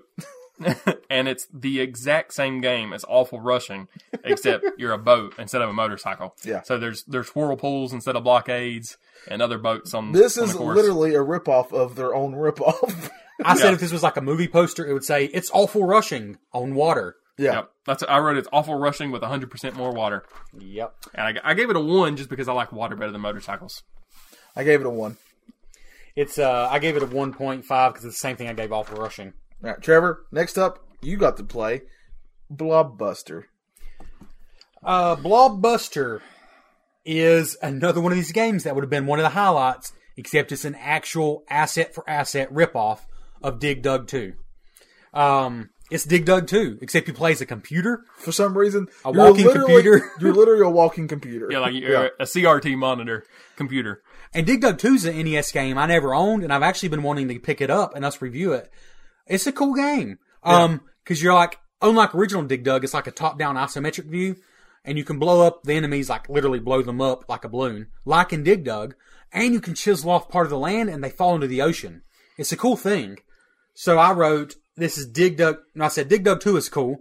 Speaker 4: and it's the exact same game as Awful Rushing, except you're a boat instead of a motorcycle.
Speaker 2: Yeah.
Speaker 4: So there's there's whirlpools instead of blockades and other boats on
Speaker 2: This
Speaker 4: on
Speaker 2: is
Speaker 4: the course.
Speaker 2: literally a ripoff of their own ripoff.
Speaker 3: I said
Speaker 4: Yeah.
Speaker 3: if this was like a movie poster, it would say, It's awful rushing on water.
Speaker 2: yeah.
Speaker 4: Yep. That's I wrote it's Awful Rushing with 100% more water.
Speaker 3: Yep.
Speaker 4: And I, I gave it a 1 just because I like water better than motorcycles.
Speaker 2: I gave it a one.
Speaker 3: It's uh I gave it a 1.5 because it's the same thing I gave awful rushing.
Speaker 2: All right, Trevor. Next up, you got to play Blobbuster.
Speaker 3: Uh, Blobbuster is another one of these games that would have been one of the highlights, except it's an actual asset for asset ripoff of Dig Dug 2. Um, it's Dig Dug 2, except you play as a computer.
Speaker 2: For some reason, a
Speaker 3: walking computer.
Speaker 2: You're literally a walking computer.
Speaker 4: Yeah, like uh, you're a CRT monitor computer.
Speaker 3: And Dig Dug 2 is an NES game I never owned, and I've actually been wanting to pick it up and us review it. It's a cool game. Um, cause you're like, unlike original Dig Dug, it's like a top down isometric view, and you can blow up the enemies, like literally blow them up like a balloon, like in Dig Dug, and you can chisel off part of the land and they fall into the ocean. It's a cool thing. So I wrote, this is Dig Dug, no, I said Dig Dug 2 is cool.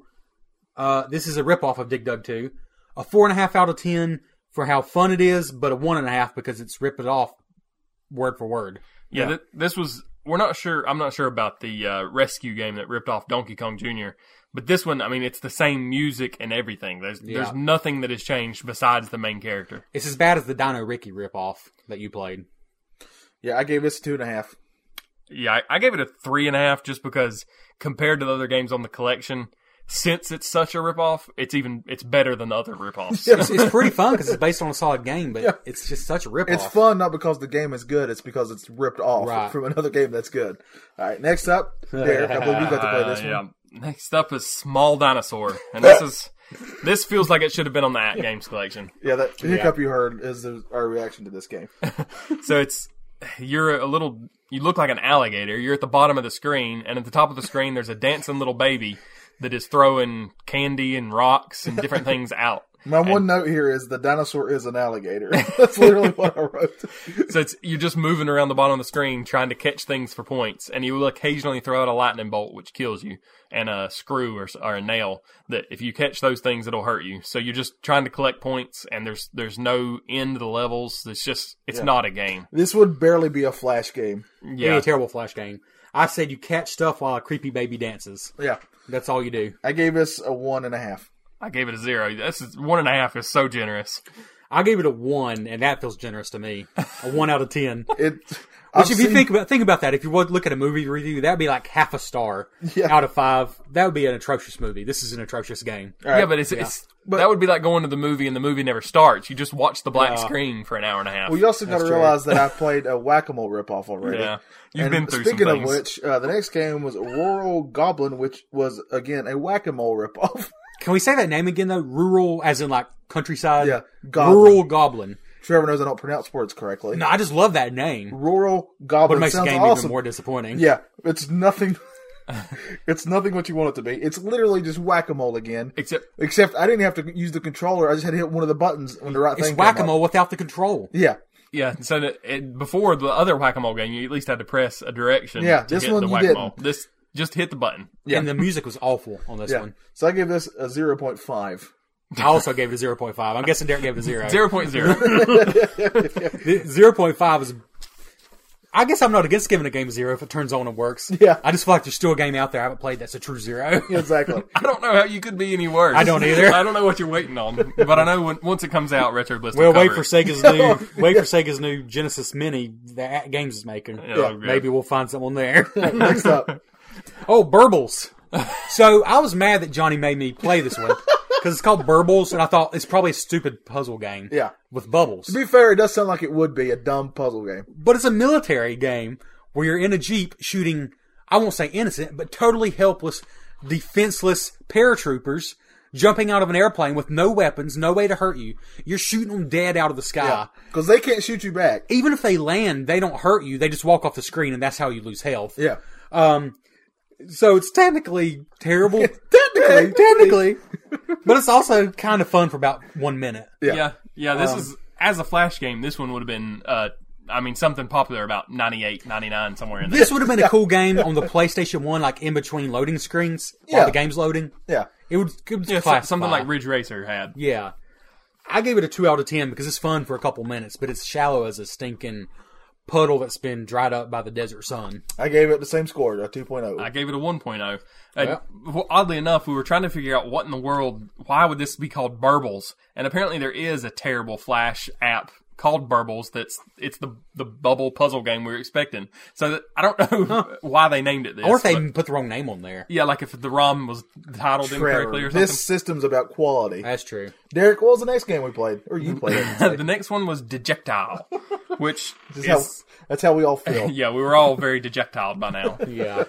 Speaker 3: Uh, this is a ripoff of Dig Dug 2. A four and a half out of ten for how fun it is, but a one and a half because it's ripped it off word for word.
Speaker 4: Yeah, Th- this was. We're not sure. I'm not sure about the uh, rescue game that ripped off Donkey Kong Jr. But this one, I mean, it's the same music and everything. There's there's nothing that has changed besides the main character.
Speaker 3: It's as bad as the Dino Ricky ripoff that you played.
Speaker 2: Yeah, I gave this a two and a half.
Speaker 4: Yeah, I, I gave it a three and a half just because compared to the other games on the collection, since it's such a ripoff, it's even it's better than the other ripoffs.
Speaker 3: It's, it's pretty fun because it's based on a solid game, but it's just such a ripoff.
Speaker 2: It's fun not because the game is good, it's because it's ripped off
Speaker 3: Right.
Speaker 2: from another game that's good. All right, next up, Derek, I believe you got to play this
Speaker 4: Uh,
Speaker 2: one.
Speaker 4: yeah. Next up is Small Dinosaur, and this is this feels like it should have been on the At Games collection.
Speaker 2: Yeah, that hiccup you heard is the, our reaction to this game.
Speaker 4: So it's you're a little you look like an alligator. You're at the bottom of the screen, and at the top of the screen there's a dancing little baby that is throwing candy and rocks and different things out.
Speaker 2: My one note here is the dinosaur is an alligator. That's literally what I wrote.
Speaker 4: So it's you're just moving around the bottom of the screen trying to catch things for points, and you will occasionally throw out a lightning bolt which kills you, and a screw or, s- or a nail that if you catch those things it'll hurt you. So you're just trying to collect points, and there's there's no end to the levels. It's just it's not a game.
Speaker 2: This would barely be a flash game.
Speaker 3: It'd be
Speaker 4: Yeah,
Speaker 3: a terrible flash game. I said you catch stuff while a creepy baby dances.
Speaker 2: Yeah,
Speaker 3: That's all you do.
Speaker 2: I gave this a one and a half.
Speaker 4: I gave it a zero. This is one and a half is so generous.
Speaker 3: I gave it a one, and that feels generous to me. A one out of ten.
Speaker 2: It.
Speaker 3: Which, if you think about think about that, if you would look at a movie review, that'd be like half a star
Speaker 2: Yeah.
Speaker 3: out of five. That would be an atrocious movie. This is an atrocious game.
Speaker 4: Yeah, but it's, it's that would be like going to the movie and the movie never starts. You just watch the black screen for an hour and a half.
Speaker 2: Well, you also got to realize that I played a whack a mole ripoff already.
Speaker 4: yeah, you've
Speaker 2: And
Speaker 4: been through
Speaker 2: Speaking
Speaker 4: some
Speaker 2: of
Speaker 4: things.
Speaker 2: which, uh, the next game was Rural Goblin, which was again a whack a mole ripoff.
Speaker 3: Can we say that name again though? Rural, as in like countryside.
Speaker 2: Yeah, goblin.
Speaker 3: Rural goblin.
Speaker 2: Trevor knows I don't pronounce words correctly.
Speaker 3: No, I just love that name.
Speaker 2: Rural Goblin
Speaker 3: What makes the
Speaker 2: sounds
Speaker 3: game
Speaker 2: awesome.
Speaker 3: even more disappointing.
Speaker 2: Yeah, it's nothing. it's nothing what you want it to be. It's literally just whack a mole again.
Speaker 4: Except
Speaker 2: Except I didn't have to use the controller. I just had to hit one of the buttons when the right
Speaker 3: It's
Speaker 2: thing. came up.
Speaker 3: whack a mole without the control.
Speaker 2: Yeah,
Speaker 4: Yeah, so that it, before the other whack-a-mole game, you at least had to press a direction.
Speaker 2: Yeah,
Speaker 4: to
Speaker 2: this
Speaker 4: hit
Speaker 2: one
Speaker 4: the
Speaker 2: you
Speaker 4: whack-a-mole. This just hit the button.
Speaker 2: Yeah.
Speaker 3: And the music was awful on this
Speaker 2: yeah.
Speaker 3: one.
Speaker 2: So I give this a zero point five.
Speaker 3: I also gave it a 0.5. I'm guessing Derek gave it a 0.
Speaker 4: Zero point zero.
Speaker 3: The 0.5 is. I guess I'm not against giving a game a 0 if it turns on and works.
Speaker 2: Yeah.
Speaker 3: I just feel like there's still a game out there I haven't played that's a true 0.
Speaker 2: Exactly.
Speaker 4: I don't know how you could be any worse.
Speaker 3: I don't either.
Speaker 4: I don't know what you're waiting on, but I know when, once it comes out, Retro Bliss.
Speaker 3: Well,
Speaker 4: will
Speaker 3: wait
Speaker 4: cover
Speaker 3: for
Speaker 4: it.
Speaker 3: Sega's new, wait for Sega's new Genesis Mini that games is making.
Speaker 4: yeah.
Speaker 3: Maybe we'll find someone there.
Speaker 2: Next up,
Speaker 3: oh, Burbles. So I was mad that Johnny made me play this one because it's called Burbles, and I thought it's probably a stupid puzzle game.
Speaker 2: Yeah.
Speaker 3: with bubbles,
Speaker 2: to be fair, it does sound like it would be a dumb puzzle game.
Speaker 3: but it's a military game where you're in a jeep shooting. I won't say innocent, but totally helpless, defenseless paratroopers jumping out of an airplane with no weapons, no way to hurt you. You're shooting them dead out of the sky.
Speaker 2: because they can't shoot you back.
Speaker 3: even if they land, they don't hurt you. They just walk off the screen, and that's how you lose health.
Speaker 2: Yeah.
Speaker 3: Um, so it's technically terrible.
Speaker 2: Technically.
Speaker 3: technically, but it's also kind of fun for about one minute.
Speaker 4: Yeah, yeah. this
Speaker 2: Um,
Speaker 4: is as a flash game. This one would have been, uh, I mean, something popular about 98, 99, somewhere in there.
Speaker 3: This would have been a cool game on the PlayStation One, like in between loading screens while
Speaker 2: Yeah.
Speaker 3: the game's loading.
Speaker 2: Yeah.
Speaker 3: It would, it would
Speaker 4: Yeah, so-
Speaker 3: classify.
Speaker 4: something like Ridge Racer had.
Speaker 3: yeah. I gave it a two out of ten because it's fun for a couple minutes, but it's shallow as a stinking puddle that's been dried up by the desert sun.
Speaker 2: I gave it the same score, a oh. 2.0.
Speaker 4: I gave it a 1.0. Uh, well, oddly enough, we were trying to figure out what in the world, why would this be called Burbles? And apparently there is a terrible Flash app called Burbles that's, it's the the bubble puzzle game we were expecting. So that, I don't know why they named it this.
Speaker 3: Or if they
Speaker 4: but-
Speaker 3: put the wrong name on there.
Speaker 4: yeah, like if the ROM was titled incorrectly or something.
Speaker 2: this system's about quality.
Speaker 3: That's true.
Speaker 2: Derek, what was the next game we played? Or you played? I should say.
Speaker 4: the next one was Dejectile, which
Speaker 2: That's how-
Speaker 4: is,
Speaker 2: that's how we all feel.
Speaker 4: yeah, we were all very dejectile by now.
Speaker 3: Yeah.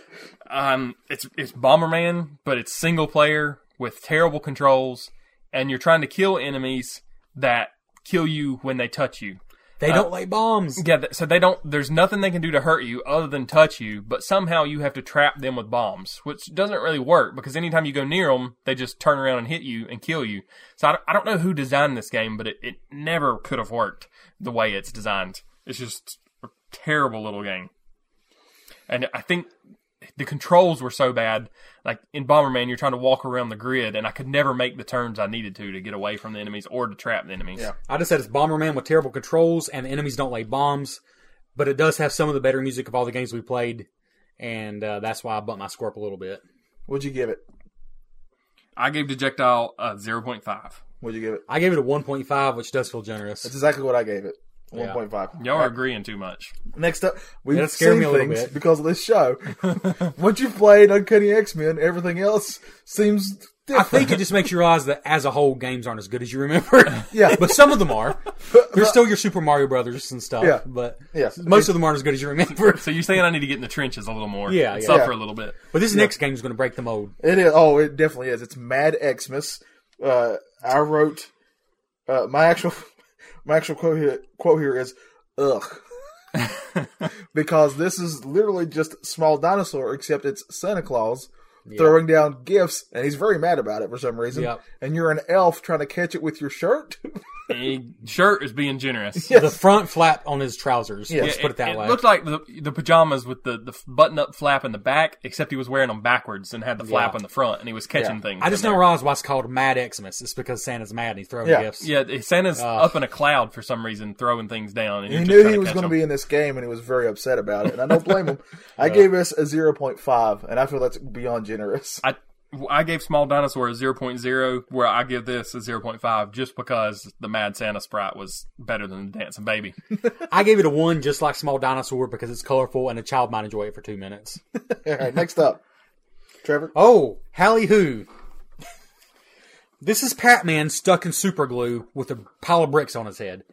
Speaker 4: Um, it's it's Bomberman, but it's single player with terrible controls, and you're trying to kill enemies that kill you when they touch you.
Speaker 3: They
Speaker 4: Uh,
Speaker 3: don't lay bombs.
Speaker 4: Yeah, th- so they don't. There's nothing they can do to hurt you other than touch you, but somehow you have to trap them with bombs, which doesn't really work because anytime you go near them, they just turn around and hit you and kill you. So I don't, I don't know who designed this game, but it, it never could have worked the way it's designed. It's just a terrible little game, and I think the controls were so bad. Like in Bomberman, you're trying to walk around the grid, and I could never make the turns I needed to to get away from the enemies or to trap the enemies.
Speaker 2: Yeah.
Speaker 3: I just said it's Bomberman with terrible controls, and the enemies don't lay bombs, but it does have some of the better music of all the games we played, and uh, that's why I bumped my score up a little bit.
Speaker 2: What'd you give it?
Speaker 4: I gave Dejectile a 0.5.
Speaker 2: What'd you give it?
Speaker 3: I gave it a 1.5, which does feel generous.
Speaker 2: That's exactly what I gave it. 1.5.
Speaker 3: Uh,
Speaker 4: Y'all are agreeing too much.
Speaker 2: Next up, we've
Speaker 3: That scared
Speaker 2: seen
Speaker 3: me a little
Speaker 2: things
Speaker 3: bit.
Speaker 2: because of this show. Once you've played Uncanny X Men, everything else seems
Speaker 3: I
Speaker 2: different.
Speaker 3: think it just makes you realize that as a whole, games aren't as good as you remember.
Speaker 2: Yeah.
Speaker 3: but some of them are. There's still your Super Mario Brothers and stuff.
Speaker 2: Yeah.
Speaker 3: but
Speaker 2: Yeah.
Speaker 3: most of them aren't as good as you remember.
Speaker 4: So you're saying I need to get in the trenches a little more?
Speaker 3: Yeah,
Speaker 4: and
Speaker 3: yeah.
Speaker 4: Suffer a little bit.
Speaker 3: But this next game is going to break the mold.
Speaker 2: It is. Oh, it definitely is. It's Mad Xmas. Uh, I wrote uh, my actual my actual quote here, quote here is ugh, because this is literally just small dinosaur, except it's Santa Claus throwing down gifts, and he's very mad about it for some reason.
Speaker 3: Yep.
Speaker 2: And you're an elf trying to catch it with your shirt.
Speaker 4: A shirt is being generous.
Speaker 3: The front flap on his trousers. Let's
Speaker 4: Yeah,
Speaker 3: put it that
Speaker 4: it
Speaker 3: way.
Speaker 4: looked like the the pajamas with the, the button up flap in the back, except he was wearing them backwards and had the flap
Speaker 3: Yeah.
Speaker 4: in the front, and he was catching things.
Speaker 3: I just
Speaker 4: in
Speaker 3: don't
Speaker 4: there.
Speaker 3: realize why it's called Mad Xmas. It's because Santa's mad and he's throwing
Speaker 2: Yeah.
Speaker 3: gifts.
Speaker 4: Yeah, it- Santa's up in a cloud for some reason, throwing things down. And
Speaker 2: He
Speaker 4: you're just
Speaker 2: knew
Speaker 4: trying
Speaker 2: he
Speaker 4: to
Speaker 2: was
Speaker 4: catch
Speaker 2: going to
Speaker 4: them.
Speaker 2: be in this game, and he was very upset about it. And I don't blame him. I gave us a zero point five, and I feel that's beyond generous.
Speaker 4: I I gave Small Dinosaur a 0.0, where I give this a 0.5 just because the Mad Santa sprite was better than the Dancing Baby.
Speaker 3: I gave it a one, just like Small Dinosaur, because it's colorful and a child might enjoy it for two minutes.
Speaker 2: All right, next up, Trevor.
Speaker 3: Oh, Hallie Who. This is Pac Man stuck in super glue with a pile of bricks on his head.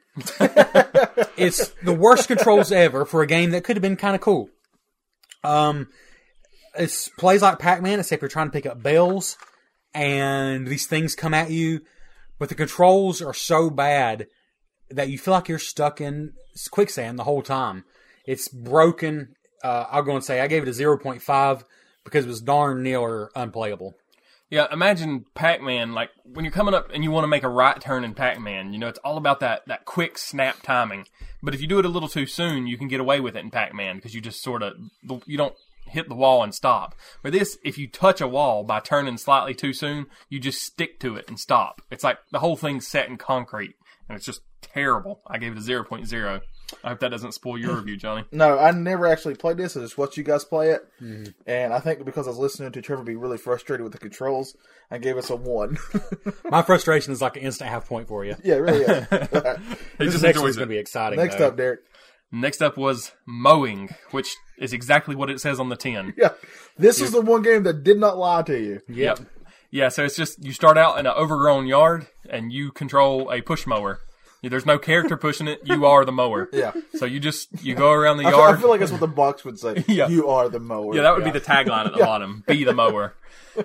Speaker 3: it's the worst controls ever for a game that could have been kind of cool. Um, it plays like Pac Man, except you're trying to pick up bells, and these things come at you. But the controls are so bad that you feel like you're stuck in s- quicksand the whole time. It's broken. Uh, I'll go and say I gave it a 0.5 because it was darn near unplayable.
Speaker 4: Yeah, imagine Pac-Man. Like when you're coming up and you want to make a right turn in Pac-Man, you know it's all about that that quick snap timing. But if you do it a little too soon, you can get away with it in Pac-Man because you just sort of you don't hit the wall and stop. But this, if you touch a wall by turning slightly too soon, you just stick to it and stop. It's like the whole thing's set in concrete, and it's just terrible. I gave it a 0.0. I hope that doesn't spoil your review, Johnny.
Speaker 2: No, I never actually played this. I just watched you guys play it,
Speaker 4: Mm-hmm.
Speaker 2: and I think because I was listening to Trevor be really frustrated with the controls, I gave us a one.
Speaker 3: My frustration is like an instant half point for you.
Speaker 2: yeah, it really. Is.
Speaker 4: He just
Speaker 3: Next one's
Speaker 4: enjoys it.
Speaker 3: going to be exciting.
Speaker 2: Next
Speaker 3: though.
Speaker 2: up, Derek.
Speaker 4: Next up was mowing, which is exactly what it says on the tin.
Speaker 2: Yeah, this is the one game that did not lie to you.
Speaker 3: Yep.
Speaker 4: Yeah, so it's just you start out in an overgrown yard and you control a push mower. There's no character pushing it; you are the mower.
Speaker 2: Yeah.
Speaker 4: So you just you go around the
Speaker 2: I feel, I
Speaker 4: yard.
Speaker 2: feel like that's what the box would say.
Speaker 4: Yeah.
Speaker 2: You are the mower.
Speaker 4: yeah, that would be the tagline at the bottom: "Be the mower."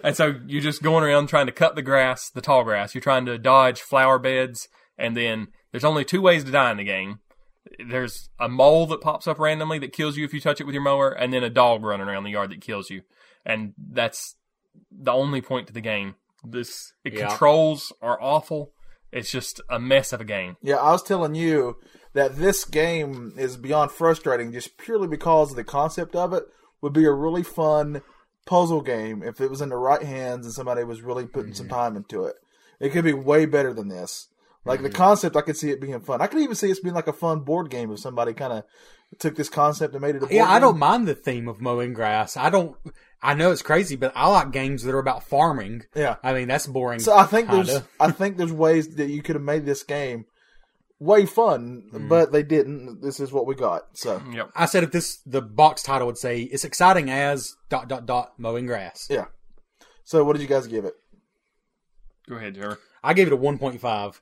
Speaker 4: And so you're just going around trying to cut the grass, the tall grass. You're trying to dodge flower beds, and then there's only two ways to die in the game. There's a mole that pops up randomly that kills you if you touch it with your mower, and then a dog running around the yard that kills you. And that's the only point to the game. This the
Speaker 3: Yeah.
Speaker 4: controls are awful. It's just a mess of a game.
Speaker 2: Yeah, I was telling you that this game is beyond frustrating just purely because the concept of it would be a really fun puzzle game if it was in the right hands and somebody was really putting some
Speaker 3: Mm-hmm.
Speaker 2: time into it. It could be way better than this. Like
Speaker 3: Mm-hmm.
Speaker 2: the concept, I could see it being fun. I could even see it being like a fun board game if somebody kind of took this concept and made it a board
Speaker 3: Yeah, I
Speaker 2: game.
Speaker 3: don't mind the theme of mowing grass. I don't. I know it's crazy, but I like games that are about farming.
Speaker 2: Yeah.
Speaker 3: I mean that's boring.
Speaker 2: So I think there's
Speaker 3: kinda.
Speaker 2: I think there's ways that you could have made this game way fun,
Speaker 3: Mm-hmm.
Speaker 2: but they didn't. This is what we got. So
Speaker 3: I said if this the box title would say it's exciting as dot dot dot mowing grass.
Speaker 2: yeah. So what did you guys give it?
Speaker 4: Go ahead, Trevor.
Speaker 3: I gave it a one point five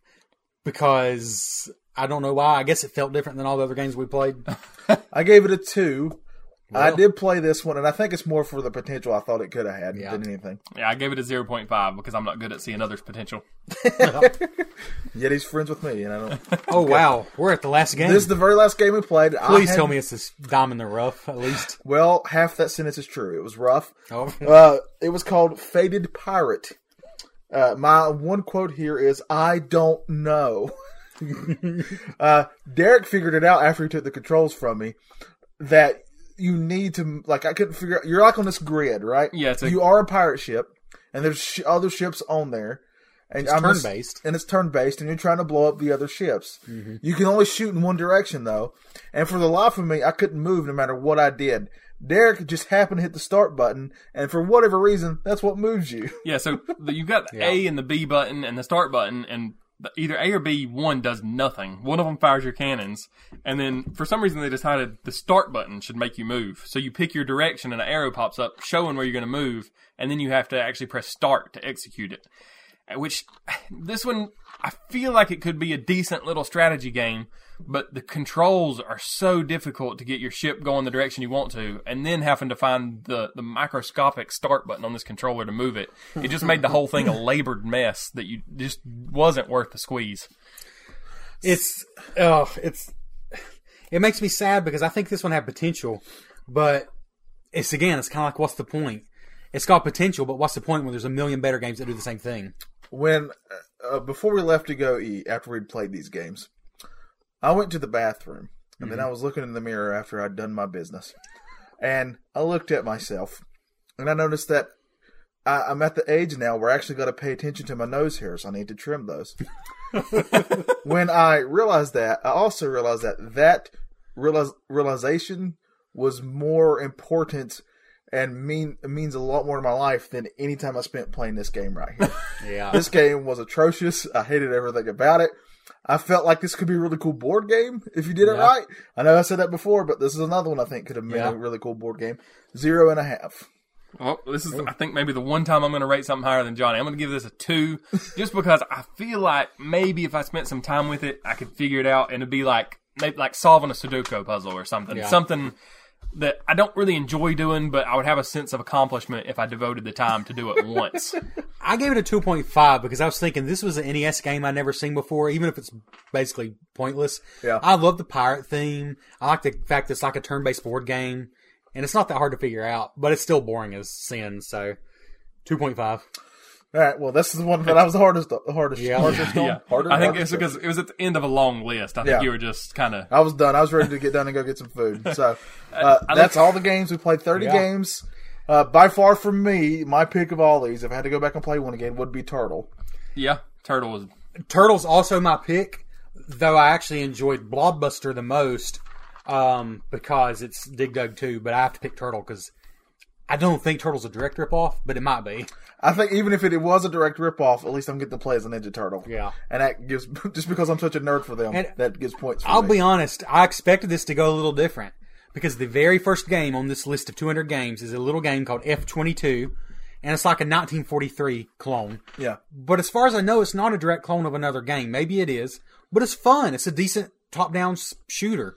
Speaker 3: because I don't know why. I guess it felt different than all the other games we played.
Speaker 2: I gave it a two. I did play this one, and I think it's more for the potential I thought it could have had
Speaker 3: Yeah.
Speaker 2: than anything.
Speaker 4: Yeah, I gave it a zero point five because I'm not good at seeing others' potential.
Speaker 2: Yet he's friends with me, and I don't.
Speaker 3: Oh wow, we're at the last game.
Speaker 2: this is the very last game we played. I
Speaker 3: Please
Speaker 2: had-
Speaker 3: tell me it's this dime in the rough at least.
Speaker 2: Well, half that sentence is true. It was rough.
Speaker 3: Oh.
Speaker 2: Uh, it was called Faded Pirate. Uh, my one quote here is I don't know. uh, Derek figured it out after he took the controls from me that you need to, like, I couldn't figure out. You're like on this grid, right?
Speaker 4: Yeah, it's a-
Speaker 2: you are a pirate ship, and there's sh- other ships on there. And I'm just-
Speaker 3: turn-based.
Speaker 2: and it's turn based, and you're trying to blow up the other ships. You can only shoot in one direction though, and for the life of me, I couldn't move no matter what I did. Derek just happened to hit the start button, and for whatever reason, that's what moves you.
Speaker 4: Yeah, so the- you've got the A and the B button and the start button, and the- either A or B, one does nothing. One of them fires your cannons, and then for some reason they decided the start button should make you move. So you pick your direction, and an arrow pops up showing where you're going to move, and then you have to actually press start to execute it. Uh, Which this one, I feel like it could be a decent little strategy game, but the controls are so difficult to get your ship going the direction you want to, and then having to find the, the microscopic start button on this controller to move it. It just made the whole thing a labored mess that you just wasn't worth the squeeze.
Speaker 3: It's oh, it's it makes me sad because I think this one had potential, but it's again, it's kind of like what's the point? It's got potential, but what's the point when there's a million better games that do the same thing?
Speaker 2: when uh, before we left to go eat after we'd played these games, I went to the bathroom and then I was looking in the mirror after I'd done my business, and I looked at myself, and I noticed that I, I'm at the age now where I actually got to pay attention to my nose hairs. I need to trim those. when I realized that, I also realized that that realize, realization was more important and mean means a lot more to my life than any time I spent playing this game right here.
Speaker 3: Yeah,
Speaker 2: This game was atrocious. I hated everything about it. I felt like this could be a really cool board game if you did it
Speaker 3: Yeah.
Speaker 2: right. I know I said that before, but this is another one I think could have been
Speaker 3: Yeah.
Speaker 2: a really cool board game. Zero and a half.
Speaker 4: Well, Oh, this
Speaker 2: Oh.
Speaker 4: is, I think, maybe the one time I'm going to rate something higher than Johnny. I'm going to give this a two, just because I feel like maybe if I spent some time with it, I could figure it out, and it'd be like maybe like solving a Sudoku puzzle or something,
Speaker 3: Yeah.
Speaker 4: something that I don't really enjoy doing, but I would have a sense of accomplishment if I devoted the time to do it once.
Speaker 3: I gave it a 2.5 because I was thinking this was an NES game I'd never seen before, even if it's basically pointless.
Speaker 2: Yeah.
Speaker 3: I love the pirate theme. I like the fact it's like a turn based board game, and it's not that hard to figure out, but it's still boring as sin, so 2.5.
Speaker 2: All right. Well, this is the one that I was the hardest, the hardest,
Speaker 3: Yeah.
Speaker 2: hardest on.
Speaker 4: Yeah,
Speaker 2: Harder,
Speaker 4: I think
Speaker 2: harder.
Speaker 4: it's because it was at the end of a long list. I think
Speaker 2: Yeah.
Speaker 4: you were just kind of
Speaker 2: I was done. I was ready to get done and go get some food. So uh, that's all the games we played. Thirty
Speaker 3: Yeah.
Speaker 2: games. Uh, by far, for me, my pick of all these, if I had to go back and play one again, would be Turtle.
Speaker 4: yeah. Turtle was
Speaker 3: Turtle's also my pick, though I actually enjoyed Blobbuster the most um, because it's Dig Dug 2, but I have to pick Turtle because I don't think Turtle's a direct ripoff, but it might be.
Speaker 2: I think even if it was a direct ripoff, at least I'm getting to play as a Ninja Turtle.
Speaker 3: Yeah.
Speaker 2: and that gives just because I'm such a nerd for them,
Speaker 3: And-
Speaker 2: that gives points. For
Speaker 3: I'll
Speaker 2: me.
Speaker 3: be honest, I expected this to go a little different because the very first game on this list of 200 games is a little game called F22, and it's like a 1943 clone.
Speaker 2: Yeah,
Speaker 3: But as far as I know, it's not a direct clone of another game. Maybe it is, but it's fun. It's a decent top-down s- shooter.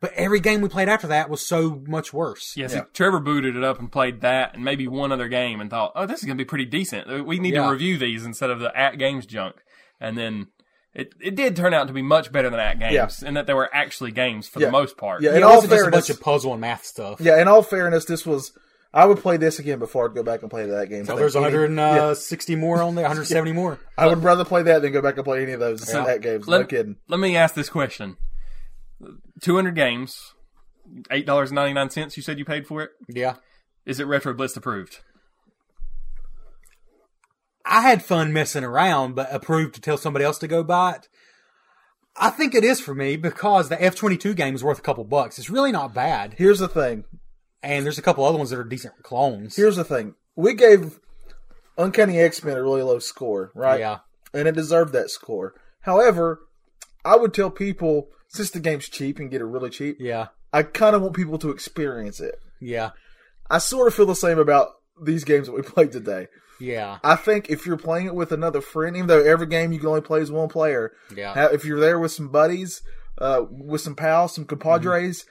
Speaker 3: But every game we played after that was so much worse.
Speaker 4: yeah. See, Trevor booted it up and played that and maybe one other game and thought, oh, this is gonna be pretty decent. Uh, We need
Speaker 3: Yeah.
Speaker 4: to review these instead of the at games junk. And then it it did turn out to be much better than at games, and that there were actually games for
Speaker 2: Yeah.
Speaker 4: the most part.
Speaker 2: yeah.
Speaker 3: It
Speaker 2: In all
Speaker 3: wasn't just a
Speaker 2: fairness,
Speaker 3: bunch of puzzle and math stuff.
Speaker 2: yeah. In all fairness, this was. I would play this again before I'd go back and play that game.
Speaker 3: So
Speaker 2: I
Speaker 3: there's
Speaker 2: think any-
Speaker 3: 160 uh, more on there, 170 more.
Speaker 2: I would rather play that than go back and play any of those that games.
Speaker 4: Let,
Speaker 2: no kidding.
Speaker 4: Let me ask this question: Two hundred games, eight dollars and ninety nine cents. You said you paid for it.
Speaker 3: Yeah.
Speaker 4: Is it Retro Blitz approved?
Speaker 3: I had fun messing around, but approved to tell somebody else to go buy it. I think it is for me because the F twenty two game is worth a couple bucks. It's really not bad,
Speaker 2: Here's the thing.
Speaker 3: and there's a couple other ones that are decent clones.
Speaker 2: Here's the thing. We gave Uncanny X Men a really low score, right?
Speaker 3: yeah,
Speaker 2: And it deserved that score. However, I would tell people since the game's cheap and get it really cheap,
Speaker 3: yeah,
Speaker 2: I kind of want people to experience it.
Speaker 3: yeah,
Speaker 2: I sort of feel the same about these games that we played today.
Speaker 3: yeah,
Speaker 2: I think if you're playing it with another friend, even though every game you can only play as one player,
Speaker 3: yeah.
Speaker 2: ha- if you're there with some buddies, uh, with some pals, some compadres,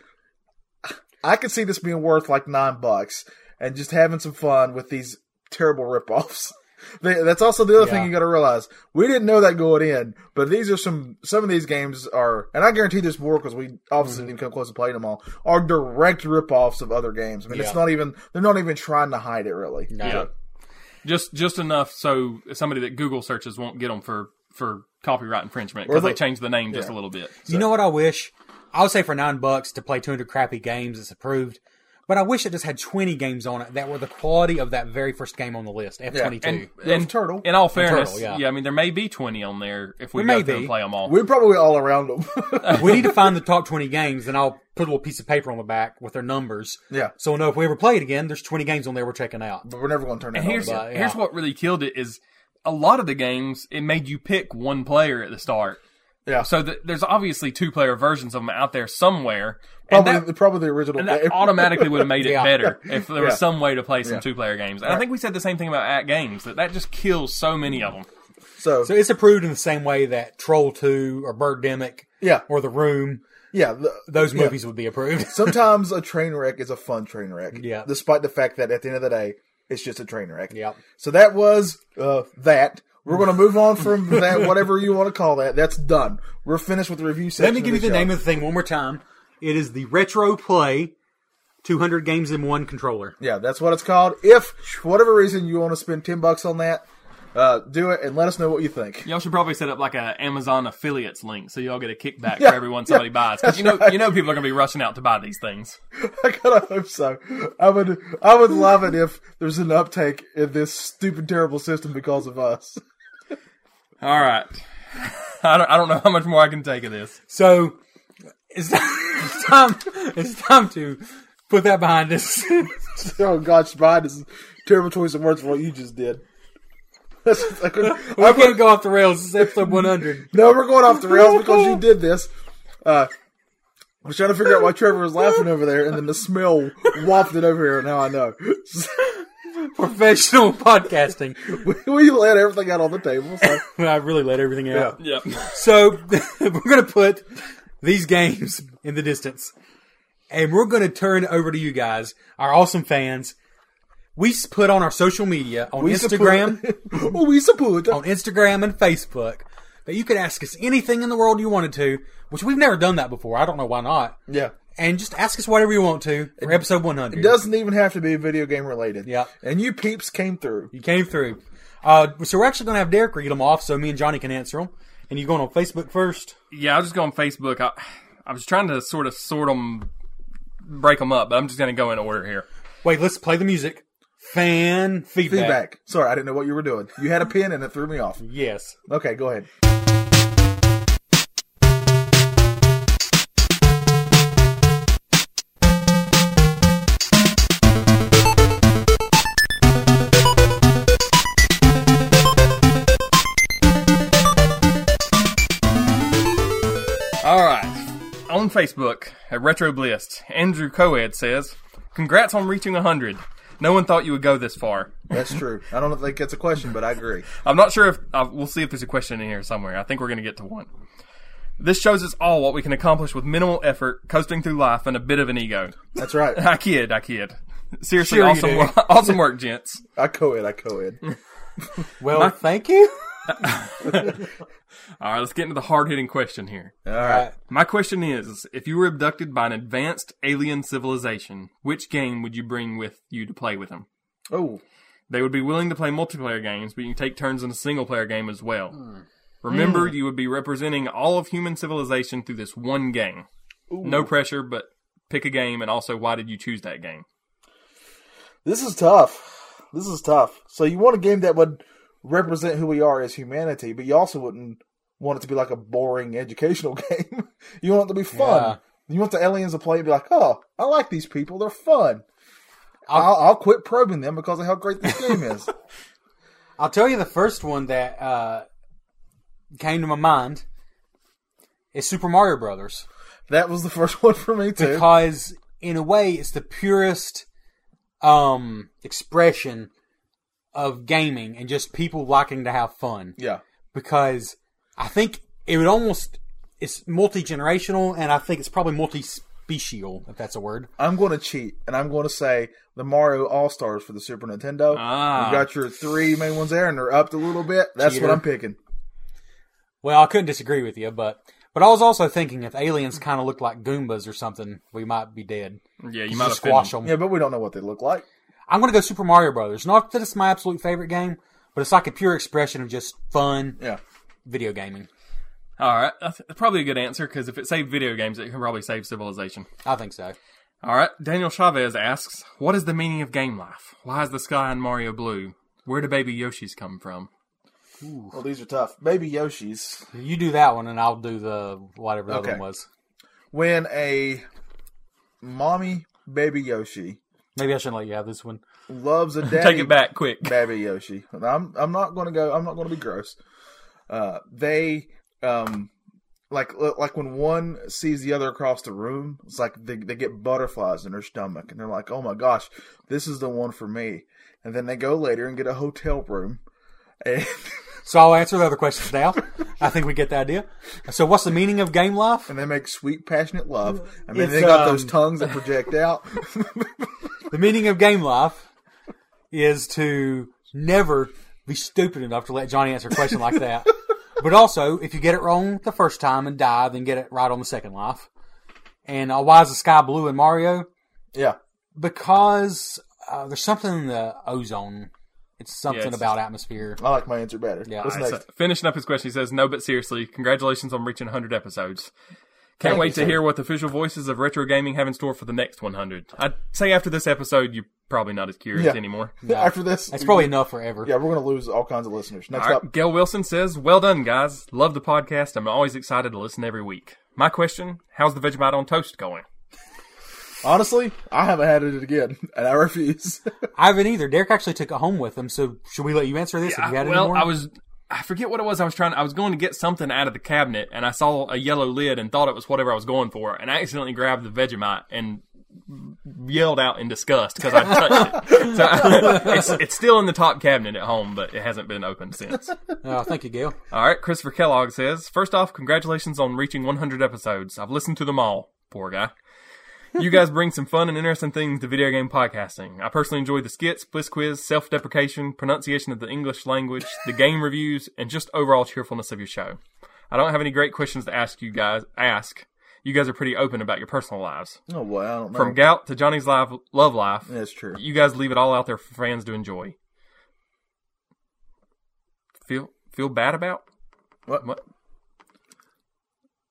Speaker 2: I could see this being worth like nine bucks and just having some fun with these terrible ripoffs. They- That's also the other thing
Speaker 3: Yeah.
Speaker 2: you got to realize. We didn't know that going in, but these are some some of these games are, and I guarantee there's more because we
Speaker 4: Mm-hmm.
Speaker 2: obviously didn't come close to playing them all. Are direct ripoffs of other games. I mean,
Speaker 3: Yeah.
Speaker 2: it's not even they're not even trying to hide it really.
Speaker 3: No.
Speaker 4: Yeah. Just just enough so somebody that Google searches won't get them for for copyright infringement
Speaker 2: Or
Speaker 4: because
Speaker 2: the-
Speaker 4: they changed the name just a little bit.
Speaker 3: You know what I wish? I would say for nine bucks to play 200 crappy games, it's approved. But I wish it just had 20 games on it that were the quality of that very first game on the list, F22.
Speaker 4: And,
Speaker 2: was Turtle.
Speaker 4: In all fairness,
Speaker 3: Turtle, yeah.
Speaker 4: yeah. I mean there may be twenty on there if we
Speaker 3: There
Speaker 4: go
Speaker 3: may
Speaker 4: through
Speaker 3: be.
Speaker 4: and play them all.
Speaker 2: We're probably all around them.
Speaker 3: we need to find the top 20 games, and I'll put a little piece of paper on the back with their numbers.
Speaker 2: Yeah.
Speaker 3: So we'll know if we ever play it again, there's 20 games on there we're checking out.
Speaker 2: but we're never going to turn that
Speaker 4: And here's
Speaker 2: off.
Speaker 3: But, yeah.
Speaker 4: here's what really killed it is a lot of the games it made you pick one player at the start.
Speaker 2: Yeah.
Speaker 4: So th there's obviously two player versions of them out there somewhere. And
Speaker 2: Probably,
Speaker 4: that-
Speaker 2: probably the original
Speaker 4: and
Speaker 2: game.
Speaker 4: that automatically would have made it
Speaker 3: Yeah.
Speaker 4: better if there was
Speaker 2: Yeah.
Speaker 4: some way to play some two player games. And I think we said the same thing about at games that that just kills so many of them.
Speaker 3: So it's approved in the same way that Troll 2 or Birdemic
Speaker 2: Yeah,
Speaker 3: or The Room,
Speaker 2: yeah. th-
Speaker 3: those
Speaker 2: yeah.
Speaker 3: movies would be approved.
Speaker 2: Sometimes a train wreck is a fun train wreck.
Speaker 3: Yeah.
Speaker 2: Despite the fact that at the end of the day, it's just a train wreck.
Speaker 3: Yep.
Speaker 2: So that was uh, that. We're going to move on from that, whatever you want to call that. That's done. We're finished with the review
Speaker 3: Let
Speaker 2: section.
Speaker 3: me give you the name of the thing one more time. It is the Retro Play 200 Games in One Controller.
Speaker 2: Yeah, that's what it's called. If for whatever reason you want to spend ten bucks on that, uh, do it and let us know what you think.
Speaker 4: Y'all should probably set up like a Amazon affiliates link so y'all get a kickback
Speaker 2: Yeah,
Speaker 4: for everyone somebody
Speaker 2: yeah,
Speaker 4: buys because you know you know people are gonna be rushing out to buy these things.
Speaker 2: I gotta hope so. I would, I would love it if there's an uptake in this stupid, terrible system because of us.
Speaker 4: All right, I don't I don't know how much more I can take of this.
Speaker 3: So it's it's time, it's time to put that behind us.
Speaker 2: Oh gosh, mine is a terrible choice of words for what you just did. That's just- I couldn't-
Speaker 3: I can't go off the rails. This is episode 100.
Speaker 2: no, we're going off the rails because you did this. Uh, I was trying to figure out why Trevor was laughing over there, and then the smell wafted it over here. Now I know.
Speaker 3: Professional podcasting.
Speaker 2: we let everything out on the table. So.
Speaker 3: I really let everything out.
Speaker 4: Yeah,
Speaker 3: So we're going to put these games in the distance. And we're going to turn over to you guys, our awesome fans. we s- put on our social media on
Speaker 2: We support-
Speaker 3: Instagram,
Speaker 2: oh, we support.
Speaker 3: on Instagram and Facebook that you could ask us anything in the world you wanted to, which we've never done that before. I don't know why not.
Speaker 2: Yeah.
Speaker 3: And just ask us whatever you want to for episode 100.
Speaker 2: It doesn't even have to be video game related.
Speaker 3: Yeah.
Speaker 2: And you peeps came through.
Speaker 3: You came through. Uh, so we're actually going to have Derek read them off so me and Johnny can answer them. And you going on Facebook first?
Speaker 4: Yeah, I'll just go on Facebook. I, I was trying to sort of sort them, break them up, but I'm just going to go in order here.
Speaker 3: Wait, let's play the music. Fan feedback.
Speaker 2: Feedback. Sorry, I didn't know what you were doing. You had a pen and it threw me off.
Speaker 3: Yes.
Speaker 2: Okay, go ahead.
Speaker 4: All right. On Facebook at RetroBlist, Andrew Coed says, Congrats on reaching 100. No one thought you would go this far.
Speaker 2: That's true. I don't think it's a question, but I agree.
Speaker 4: I'm not sure if uh, we'll see if there's a question in here somewhere. I think we're going to get to one. This shows us all what we can accomplish with minimal effort, coasting through life, and a bit of an ego.
Speaker 2: That's right.
Speaker 4: I kid, I kid. Seriously,
Speaker 3: Sure you
Speaker 4: awesome,
Speaker 3: do.
Speaker 4: work, awesome work, gents.
Speaker 2: I co-ed. I co-ed.
Speaker 3: Well, thank you.
Speaker 4: All right, let's get into the hard hitting question here.
Speaker 2: All right.
Speaker 4: My question is if you were abducted by an advanced alien civilization, which game would you bring with you to play with them?
Speaker 2: Oh,
Speaker 4: They would be willing to play multiplayer games, but you can take turns in a single player game as well. Remember, you would be representing all of human civilization through this one game. No pressure, but pick a game, and also why did you choose that game?
Speaker 2: this is tough. This is tough. So you want a game that would represent who we are as humanity, but you also wouldn't want it to be like a boring educational game. you want it to be fun. You want the aliens to play and be like, "Oh, I like these people. They're fun." I'll, I'll quit probing them because of how great this game is.
Speaker 3: I'll tell you the first one that uh, came to my mind is Super Mario Brothers.
Speaker 2: That was the first one for me too.
Speaker 3: because in a way it's the purest um expression of gaming and just people liking to have fun
Speaker 2: yeah,
Speaker 3: because i think it would almost it's multi-generational and i think it's probably multi-special if that's a word
Speaker 2: I'm going to cheat and I'm going to say the Mario All Stars for the Super Nintendo.
Speaker 4: Ah.
Speaker 2: You got your three main ones there, and they're upped a little bit. That's
Speaker 3: Cheater.
Speaker 2: what I'm picking.
Speaker 3: well i couldn't disagree with you but but i was also thinking if aliens kind of looked like goombas or something we might be dead
Speaker 4: Yeah, you might
Speaker 3: just
Speaker 4: have
Speaker 3: squash them
Speaker 2: Yeah, but we don't know what they look like.
Speaker 3: i'm gonna go super mario brothers not that it's my absolute favorite game but it's like a pure expression of just fun
Speaker 2: Yeah.
Speaker 3: video gaming
Speaker 4: All right, that's probably a good answer because if it saved video games, it can probably save civilization.
Speaker 3: i think so
Speaker 4: All right, Daniel Chavez asks, "What is the meaning of game life? Why is the sky in Mario blue? Where do baby Yoshi's come from?"
Speaker 2: Well, these are tough. Baby Yoshi's.
Speaker 3: You do that one, and I'll do the whatever the other
Speaker 2: Okay.
Speaker 3: one was.
Speaker 2: When a mommy baby Yoshi
Speaker 3: Maybe I shouldn't let you have this one.
Speaker 2: loves a daddy
Speaker 4: Take it back, quick.
Speaker 2: baby Yoshi. I'm I'm not going to go. I'm not going to be gross. Uh, they um like like when one sees the other across the room, it's like they they get butterflies in their stomach, and they're like, "Oh my gosh, this is the one for me." And then they go later and get a hotel room. And
Speaker 3: So I'll answer the other questions now. I think we get the idea. So, what's the meaning of game life?
Speaker 2: and they make sweet, passionate love. I mean,
Speaker 3: It's,
Speaker 2: they got
Speaker 3: um,
Speaker 2: those tongues that project out.
Speaker 3: The meaning of game life is to never be stupid enough to let Johnny answer a question like that. But also, if you get it wrong the first time and die, then get it right on the second life. And uh, why is the sky blue in Mario?
Speaker 2: yeah,
Speaker 3: Because uh, there's something in the ozone. It's something
Speaker 4: it's-
Speaker 3: about atmosphere.
Speaker 2: I like my answer better.
Speaker 3: Yeah,
Speaker 2: What's
Speaker 3: I
Speaker 2: next?
Speaker 4: So, finishing up his question, he says, "No, but seriously, congratulations on reaching 100 episodes. Can't wait to hear what the official voices of retro gaming have in store for the next 100." I'd say after this episode, you're probably not as curious
Speaker 2: Yeah.
Speaker 4: anymore.
Speaker 2: After this,
Speaker 3: It's probably enough forever.
Speaker 2: yeah, we're gonna lose all kinds of listeners. Next
Speaker 4: All right,
Speaker 2: up,
Speaker 4: Gail Wilson says, "Well done, guys. Love the podcast. I'm always excited to listen every week. My question: How's the Vegemite on toast going?"
Speaker 2: honestly, I haven't had it again, and I refuse.
Speaker 3: I haven't either. Derek actually took it home with him, so should we let you answer this? if you
Speaker 4: I-
Speaker 3: had any
Speaker 4: well,
Speaker 3: more?
Speaker 4: I was I forget what it was. I was trying. I was going to get something out of the cabinet, and I saw a yellow lid and thought it was whatever I was going for, and I accidentally grabbed the Vegemite and yelled out in disgust because I touched it. So I, it's it's still in the top cabinet at home, but it hasn't been opened since.
Speaker 3: Oh, thank you, Gail.
Speaker 4: All right, Christopher Kellogg says, first off, congratulations on reaching 100 episodes. I've listened to them all. Poor guy. you guys bring some fun and interesting things to video game podcasting. I personally enjoy the skits, Bliss Quiz, self deprecation, pronunciation of the English language, the game reviews, and just overall cheerfulness of your show. I don't have any great questions to ask you guys. Ask. You guys are pretty open about your personal lives.
Speaker 2: Oh well, I don't know.
Speaker 4: From Gout to Johnny's life, love life,
Speaker 2: That's true.
Speaker 4: you guys leave it all out there for fans to enjoy. Feel feel bad about?
Speaker 2: What?
Speaker 4: What?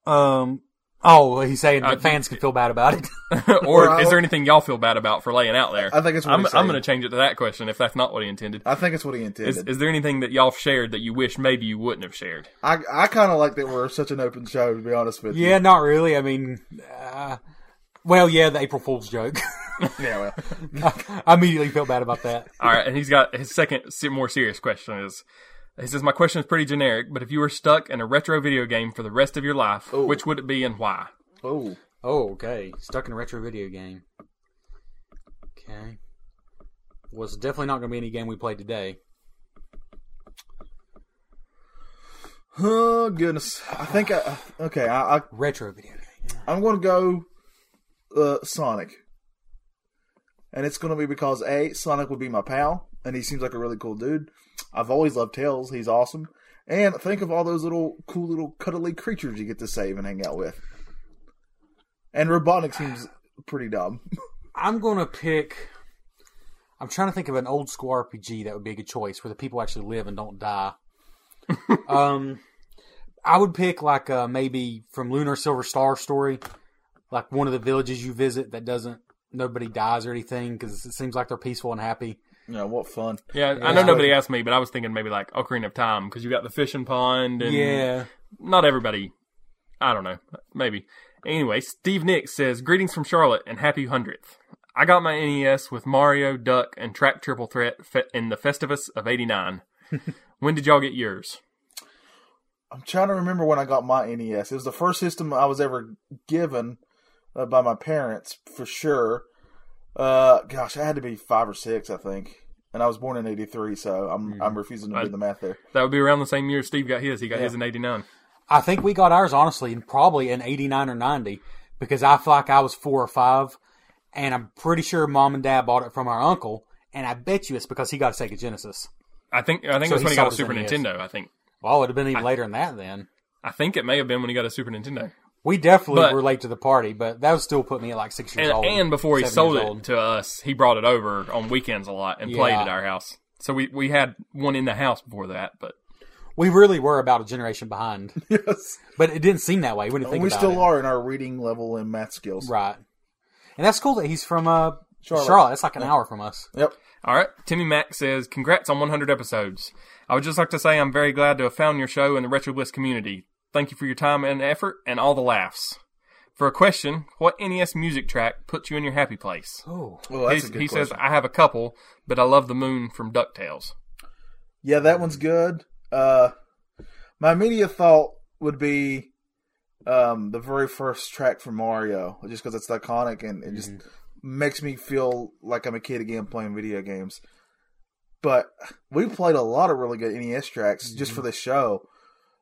Speaker 3: Um. Oh, well, he's saying
Speaker 4: Uh,
Speaker 3: that fans can feel bad about it.
Speaker 4: or
Speaker 2: Well, I-
Speaker 4: is there anything y'all feel bad about for laying out there?
Speaker 2: I think it's what
Speaker 4: I'm,
Speaker 2: he's
Speaker 4: I'm
Speaker 2: saying.
Speaker 4: going to change it to that question if that's not what he intended.
Speaker 2: I think it's what he intended.
Speaker 4: Is, is there anything that y'all shared that you wish maybe you wouldn't have shared?
Speaker 2: I I kind of like that we're such an open show. To be honest with
Speaker 3: yeah, not really. I mean, uh, well, yeah, the April Fool's joke.
Speaker 2: you. Yeah. Well,
Speaker 3: I immediately felt bad about that.
Speaker 4: All right, and he's got his second se- more serious question is he says my question is pretty generic, but if you were stuck in a retro video game for the rest of your life, which would it be and why?
Speaker 2: oh,
Speaker 3: Oh, okay. Stuck in a retro video game. Okay. Well, it's definitely not going to be any game we played today.
Speaker 2: oh goodness. I think I okay. I, I
Speaker 3: Retro video game.
Speaker 2: I'm going to go uh, Sonic, and it's going to be because a Sonic would be my pal, and he seems like a really cool dude. I've always loved Tails; he's awesome. And think of all those little cool little cuddly creatures you get to save and hang out with. And Robotnik seems pretty dumb.
Speaker 3: I'm going to pick. I'm trying to think of an old school RPG that would be a good choice where the people actually live and don't die. um, I would pick like uh, maybe from Lunar Silver Star Story, like one of the villages you visit that doesn't nobody dies or anything because it seems like they're peaceful and happy.
Speaker 2: Yeah, what fun!
Speaker 4: Yeah, I know nobody asked me, but I was thinking maybe like Ocarina of Time because you got the fishing pond and
Speaker 3: Yeah.
Speaker 4: not everybody. I don't know. Maybe. Anyway, Steve Nix says, Greetings from Charlotte and happy 100th. I got my NES with Mario, Duck, and Trap Triple Threat fe- in the Festivus of 89. when did y'all get yours?
Speaker 2: I'm trying to remember when I got my NES. It was the first system I was ever given uh, by my parents, for sure. Uh, gosh, I had to be five or six, I think, and I was born in '83, so I'm I'm refusing to do the math there.
Speaker 4: That would be around the same year Steve got his. He got his in 89.
Speaker 3: I think we got ours honestly, and probably in '89 or '90, because I feel like I was four or five, and I'm pretty sure mom and dad bought it from our uncle, and I bet you it's because he got a Sega Genesis.
Speaker 4: I think I think
Speaker 3: So
Speaker 4: that's
Speaker 3: he
Speaker 4: when
Speaker 3: sold
Speaker 4: he got a
Speaker 3: his E
Speaker 4: Super
Speaker 3: NES.
Speaker 4: Nintendo, I think.
Speaker 3: Well, it would have been even later than that then.
Speaker 4: I think it may have been when he got a Super Nintendo.
Speaker 3: We definitely
Speaker 4: But-
Speaker 3: were late to the party, but that would still put me at like six years
Speaker 4: And,
Speaker 3: old.
Speaker 4: and before he
Speaker 3: seven
Speaker 4: sold
Speaker 3: years
Speaker 4: it
Speaker 3: old.
Speaker 4: to us, he brought it over on weekends a lot and played
Speaker 3: Yeah.
Speaker 4: at our house. So we, we had one in the house before that, but
Speaker 3: we really were about a generation behind.
Speaker 2: Yes,
Speaker 3: but it didn't seem that way when you think
Speaker 2: we
Speaker 3: about
Speaker 2: still
Speaker 3: it.
Speaker 2: are in our reading level and math skills.
Speaker 3: Right. And that's cool that he's from uh, Charlotte.
Speaker 2: Charlotte.
Speaker 3: That's like an hour from us.
Speaker 2: Yep.
Speaker 4: All right. Timmy Mack says, Congrats on 100 episodes. I would just like to say I'm very glad to have found your show in the Retro Bliss community. Thank you for your time and effort and all the laughs. For a question, what NES music track puts you in your happy place?
Speaker 3: Oh,
Speaker 2: Well, that's
Speaker 4: He's-
Speaker 2: a good
Speaker 4: he
Speaker 2: question.
Speaker 4: says, I have a couple, but I love the moon from DuckTales.
Speaker 2: yeah, that one's good. Uh, my immediate thought would be um, the very first track from Mario, just because it's iconic and it just makes me feel like I'm a kid again playing video games. But we played a lot of really good NES tracks just for this show,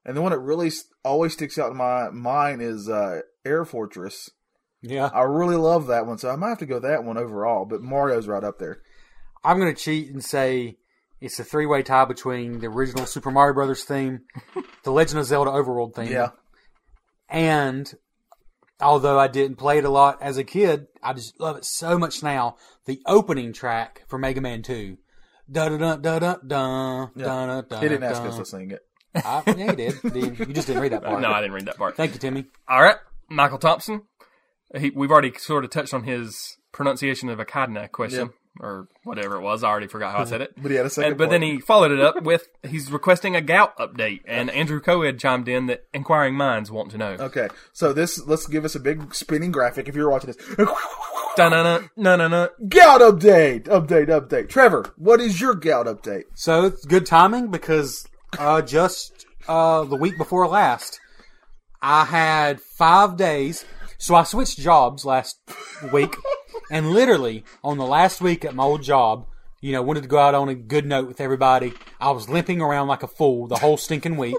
Speaker 2: and the one that really s- always sticks out in my mind is uh, Air Fortress.
Speaker 3: yeah.
Speaker 2: I really love that one, so I might have to go that one overall. But Mario's right up there.
Speaker 3: I'm going to cheat and say it's a three way tie between the original Super Mario Brothers theme, the Legend of Zelda Overworld theme,
Speaker 2: Yeah,
Speaker 3: and although I didn't play it a lot as a kid, I just love it so much now. The opening track for Mega Man 2. Da da da da da da da da.
Speaker 2: he didn't ask us to sing it.
Speaker 3: I, yeah, you did. You you just didn't read that part.
Speaker 4: No, I didn't read that part.
Speaker 3: Thank you, Timmy.
Speaker 4: All right. Michael Thompson. He, we've already sort of touched on his pronunciation of a Kadna question or whatever it was. I already forgot how I said it.
Speaker 2: But yeah, the second
Speaker 4: And, but
Speaker 2: part.
Speaker 4: then he followed it up with he's requesting a gout update, and Andrew Coed chimed in that inquiring minds want to know.
Speaker 2: Okay, so this let's give us a big spinning graphic if you're watching this.
Speaker 4: Dun-dun-dun, dun-dun-dun.
Speaker 2: gout update, update, update. Trevor, what is your gout update?
Speaker 3: So it's good timing because uh, just uh, the week before last, I had five days. So I switched jobs last week, and literally on the last week at my old job, you know, wanted to go out on a good note with everybody. I was limping around like a fool the whole stinking week.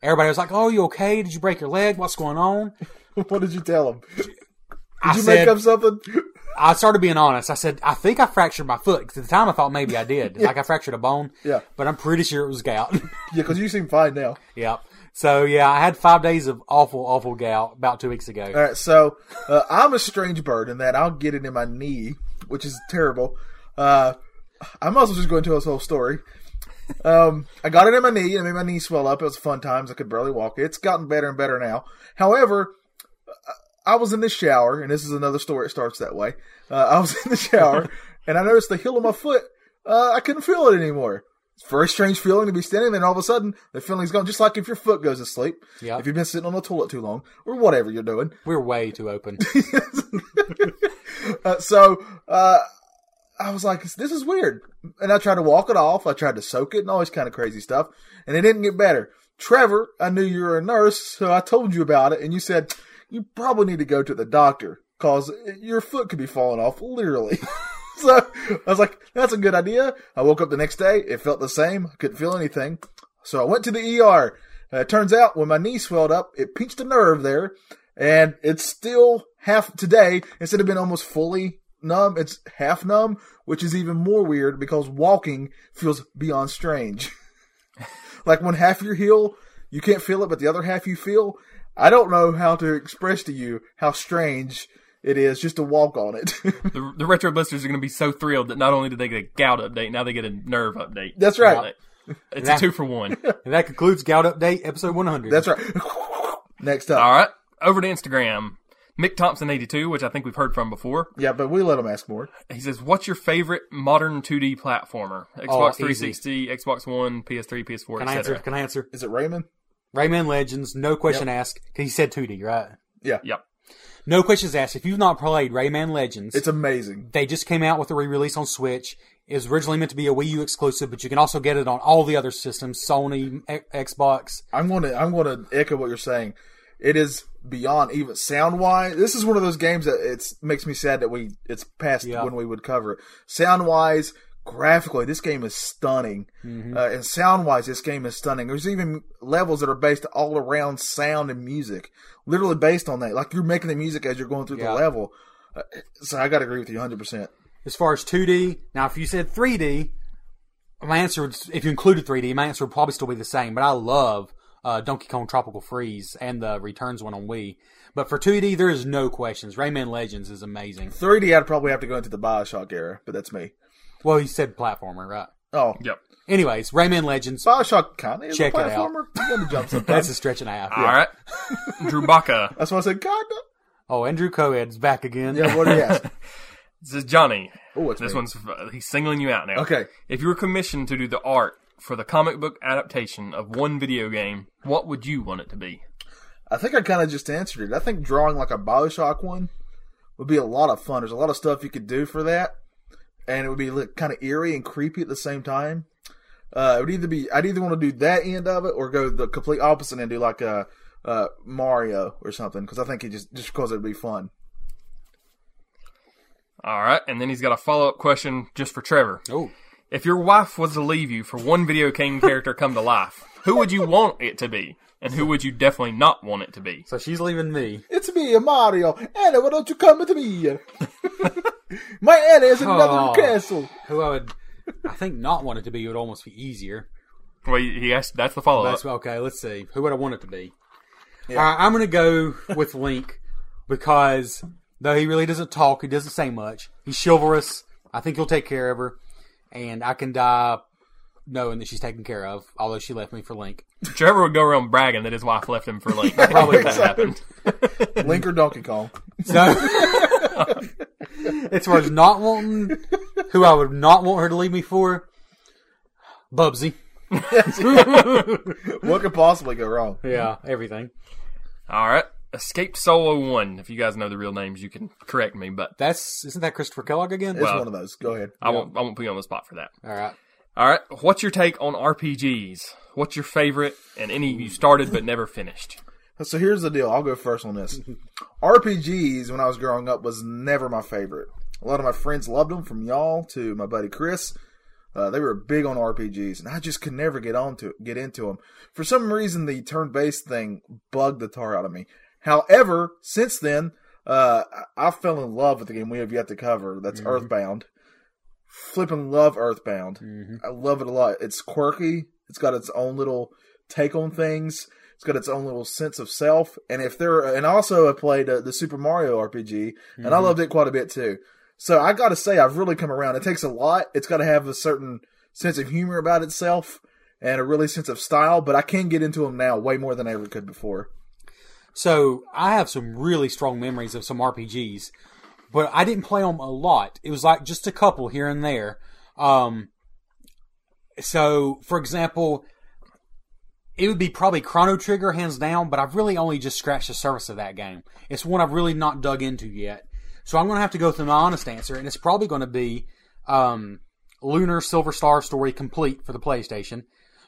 Speaker 3: Everybody was like, "Oh, you okay? Did you break your leg? What's going on?"
Speaker 2: What did you tell him?
Speaker 3: I
Speaker 2: Did you
Speaker 3: said,
Speaker 2: make up something?
Speaker 3: I started being honest. I said, I think I fractured my foot. 'Cause at the time, I thought maybe I did. Like I fractured a bone.
Speaker 2: Yeah.
Speaker 3: But I'm pretty sure it was gout.
Speaker 2: Yeah, because you seem fine now.
Speaker 3: yep. So yeah, I had five days of awful, awful gout about two weeks ago.
Speaker 2: All right, so uh, I'm a strange bird in that I'll get it in my knee, which is terrible. Uh, I might as well just go into this whole story. Um, I got it in my knee, and it made my knee swell up. It was fun times. I could barely walk. It's gotten better and better now. However, I was in the shower, and this is another story. It starts that way. Uh, I was in the shower, and I noticed the heel of my foot. Uh, I couldn't feel it anymore. It's a very strange feeling to be standing there, and all of a sudden the feeling's gone. Just like if your foot goes to sleep,
Speaker 3: Yeah.
Speaker 2: if you've been sitting on the toilet too long, or whatever you're doing.
Speaker 3: We're way too open.
Speaker 2: Uh, so uh, I was like, this is weird. And I tried to walk it off. I tried to soak it and all this kind of crazy stuff. And it didn't get better. Trevor, I knew you were a nurse, so I told you about it. And you said, you probably need to go to the doctor because your foot could be falling off, literally. so I was like, that's a good idea. I woke up the next day. It felt the same. I couldn't feel anything. So I went to the ER. Uh, it turns out when my knee swelled up, it pinched a nerve there, and it's still half today. Instead of being almost fully numb, it's half numb, which is even more weird because walking feels beyond strange. like when half your heel, you can't feel it, but the other half you feel. I don't know how to express to you how strange it is just to walk on it.
Speaker 4: The, the retro blisters are going to be so thrilled that not only did they get a gout update, now they get a nerve update.
Speaker 2: That's right.
Speaker 4: It's
Speaker 3: Yeah.
Speaker 4: a two for one.
Speaker 3: and that concludes Gout Update, episode 100.
Speaker 2: That's right. Next up.
Speaker 4: All right, over to Instagram. Mick Thompson eighty two, which I think we've heard from before.
Speaker 2: Yeah, but we let them ask more.
Speaker 4: He says, "What's your favorite modern two D platformer? Xbox
Speaker 3: Oh,
Speaker 4: three
Speaker 3: easy.
Speaker 4: sixty, Xbox One, PS three, PS four,
Speaker 3: Can I answer?
Speaker 4: etc."
Speaker 3: Can I answer?
Speaker 2: Is it Raymond?
Speaker 3: Rayman Legends, no question asked. 'Cause He said 2D, right?
Speaker 4: Yep.
Speaker 3: No questions asked. If you've not played Rayman Legends,
Speaker 2: It's amazing.
Speaker 3: they just came out with a re-release on Switch. It was originally meant to be a Wii U exclusive, but you can also get it on all the other systems: Sony, X- Xbox.
Speaker 2: I'm gonna I'm gonna echo what you're saying. It is beyond even sound wise. This is one of those games that it's makes me sad that we it's past
Speaker 3: Yeah.
Speaker 2: when we would cover it. Sound wise, graphically, this game is stunning.
Speaker 3: Mm-hmm.
Speaker 2: Uh, and sound wise, this game is stunning. There's even levels that are based all around sound and music, literally based on that. Like you're making the music as you're going through
Speaker 3: Yeah.
Speaker 2: the level. Uh, so I gotta agree with you 100. percent
Speaker 3: As far as 2D, now if you said 3D, my answer would, if you included 3D, my answer would probably still be the same. But I love uh, Donkey Kong Tropical Freeze and the Returns one on Wii. But for 2D, there is no questions. Rayman Legends is amazing.
Speaker 2: 3D, I'd probably have to go into the Bioshock era, but that's me.
Speaker 3: Well, you said platformer, right?
Speaker 2: Oh,
Speaker 4: Yep.
Speaker 3: Anyways, Rayman Legends.
Speaker 2: Bioshock kind of is
Speaker 3: Check
Speaker 2: a
Speaker 3: it out.
Speaker 2: platformer. You gotta jump
Speaker 3: That's
Speaker 2: sometimes.
Speaker 3: a stretch and a half.
Speaker 4: All right. Drew Baca
Speaker 2: That's why I said, God. no-
Speaker 3: Oh, Andrew Coed's back again.
Speaker 2: Yeah, what did he ask?
Speaker 4: says, "Johnny,
Speaker 2: Oh, it's
Speaker 4: this
Speaker 2: me.
Speaker 4: one's uh, he's singling you out now."
Speaker 2: Okay.
Speaker 4: If you were commissioned to do the art for the comic book adaptation of one video game, what would you want it to be?
Speaker 2: I think I kind of just answered it. I think drawing like a Bioshock one would be a lot of fun. There's a lot of stuff you could do for that, and it would be like, kind of eerie and creepy at the same time. Uh, it would either be I'd either want to do that end of it or go the complete opposite and do like a uh, Mario or something because I think it just just because it'd be fun.
Speaker 4: All right, and then he's got a follow up question just for Trevor.
Speaker 3: Oh,
Speaker 4: If your wife was to leave you for one video game character come to life, who would you want it to be, and who would you definitely not want it to be?
Speaker 3: so she's leaving me.
Speaker 2: It's me, Mario. Anna, why don't you come with me? My Anna is in
Speaker 3: Aw.
Speaker 2: another castle.
Speaker 3: who I would, I think, not want it to be would almost be easier.
Speaker 4: Well, he asked. That's the follow up.
Speaker 3: That's okay. Let's see. Who would I want it to be? All right, I'm gonna go with Link because though he really doesn't talk, he doesn't say much. He's chivalrous. I think he'll take care of her, and I can die knowing that she's taken care of. Although she left me for Link.
Speaker 4: Trevor would go around bragging that his wife left him for Link. Probably that happened.
Speaker 2: Link or Donkey Kong?
Speaker 3: So as far as not wanting who I would not want her to leave me for, Bubsy.
Speaker 2: What could possibly go wrong?
Speaker 3: Yeah, everything.
Speaker 4: All right, Escaped Solo One. If you guys know the real names, you can correct me, but
Speaker 3: That's isn't that Christopher Kellogg again?
Speaker 2: It's one of those. Go ahead.
Speaker 4: I won't. I won't put you on the spot for that.
Speaker 3: All right.
Speaker 4: All right. What's your take on RPGs? What's your favorite and any you started but never finished?
Speaker 2: So here's the deal. I'll go first on this. RPGs, when I was growing up, was never my favorite. A lot of my friends loved them, from y'all to my buddy Chris. Uh, they were big on RPGs, and I just could never get on to get into them. For some reason, the turn-based thing bugged the tar out of me. However, since then, Uh, I- I fell in love with the game we have yet to cover. That's Earthbound. Flipping love Earthbound. I love it a lot. It's quirky. It's got its own little take on things. It's got its own little sense of self. And if there, and also I played uh, the Super Mario RPG, and I loved it quite a bit too. So I got to say, I've really come around. It takes a lot. It's got to have a certain sense of humor about itself and a really sense of style. But I can get into them now way more than I ever could before.
Speaker 3: So I have some really strong memories of some RPGs, but I didn't play them a lot. It was like just a couple here and there. Um, so, for example, it would be probably Chrono Trigger, hands down, but I've really only just scratched the surface of that game. It's one I've really not dug into yet. So I'm going to have to go through my honest answer, and it's probably going to be um, Lunar Silver Star Story Complete for the PlayStation,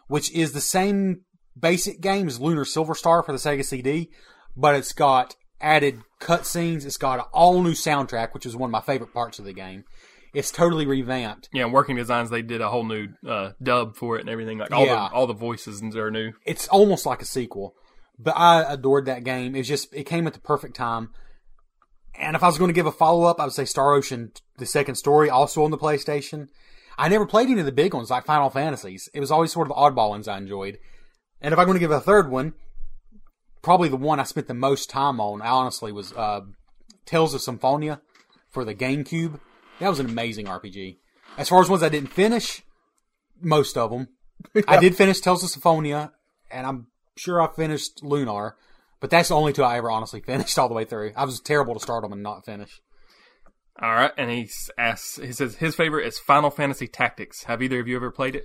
Speaker 3: which is the same basic game as Lunar Silver Star for the Sega CD, but it's got added cutscenes. It's got an all new soundtrack, which is one of my favorite parts of the game. It's totally revamped.
Speaker 4: Yeah, and working designs. They did a whole new uh, dub for it and everything. Like all
Speaker 3: Yeah.
Speaker 4: the all the voices and- are new.
Speaker 3: It's almost like a sequel, but I adored that game. It was just it came at the perfect time. And if I was going to give a follow up, I would say Star Ocean: The Second Story, also on the PlayStation. I never played any of the big ones like Final Fantasies. It was always sort of the oddball ones I enjoyed. And if I'm going to give a third one, probably the one I spent the most time on, I honestly, was uh, Tales of Symphonia for the GameCube. That was an amazing RPG. As far as ones I didn't finish, most of them. I did finish Tales of Symphonia, and I'm sure I finished Lunar, but that's the only two I ever honestly finished all the way through. I was terrible to start them and not finish.
Speaker 4: All right, and he s- asks. He says his favorite is Final Fantasy Tactics. Have either of you ever played it?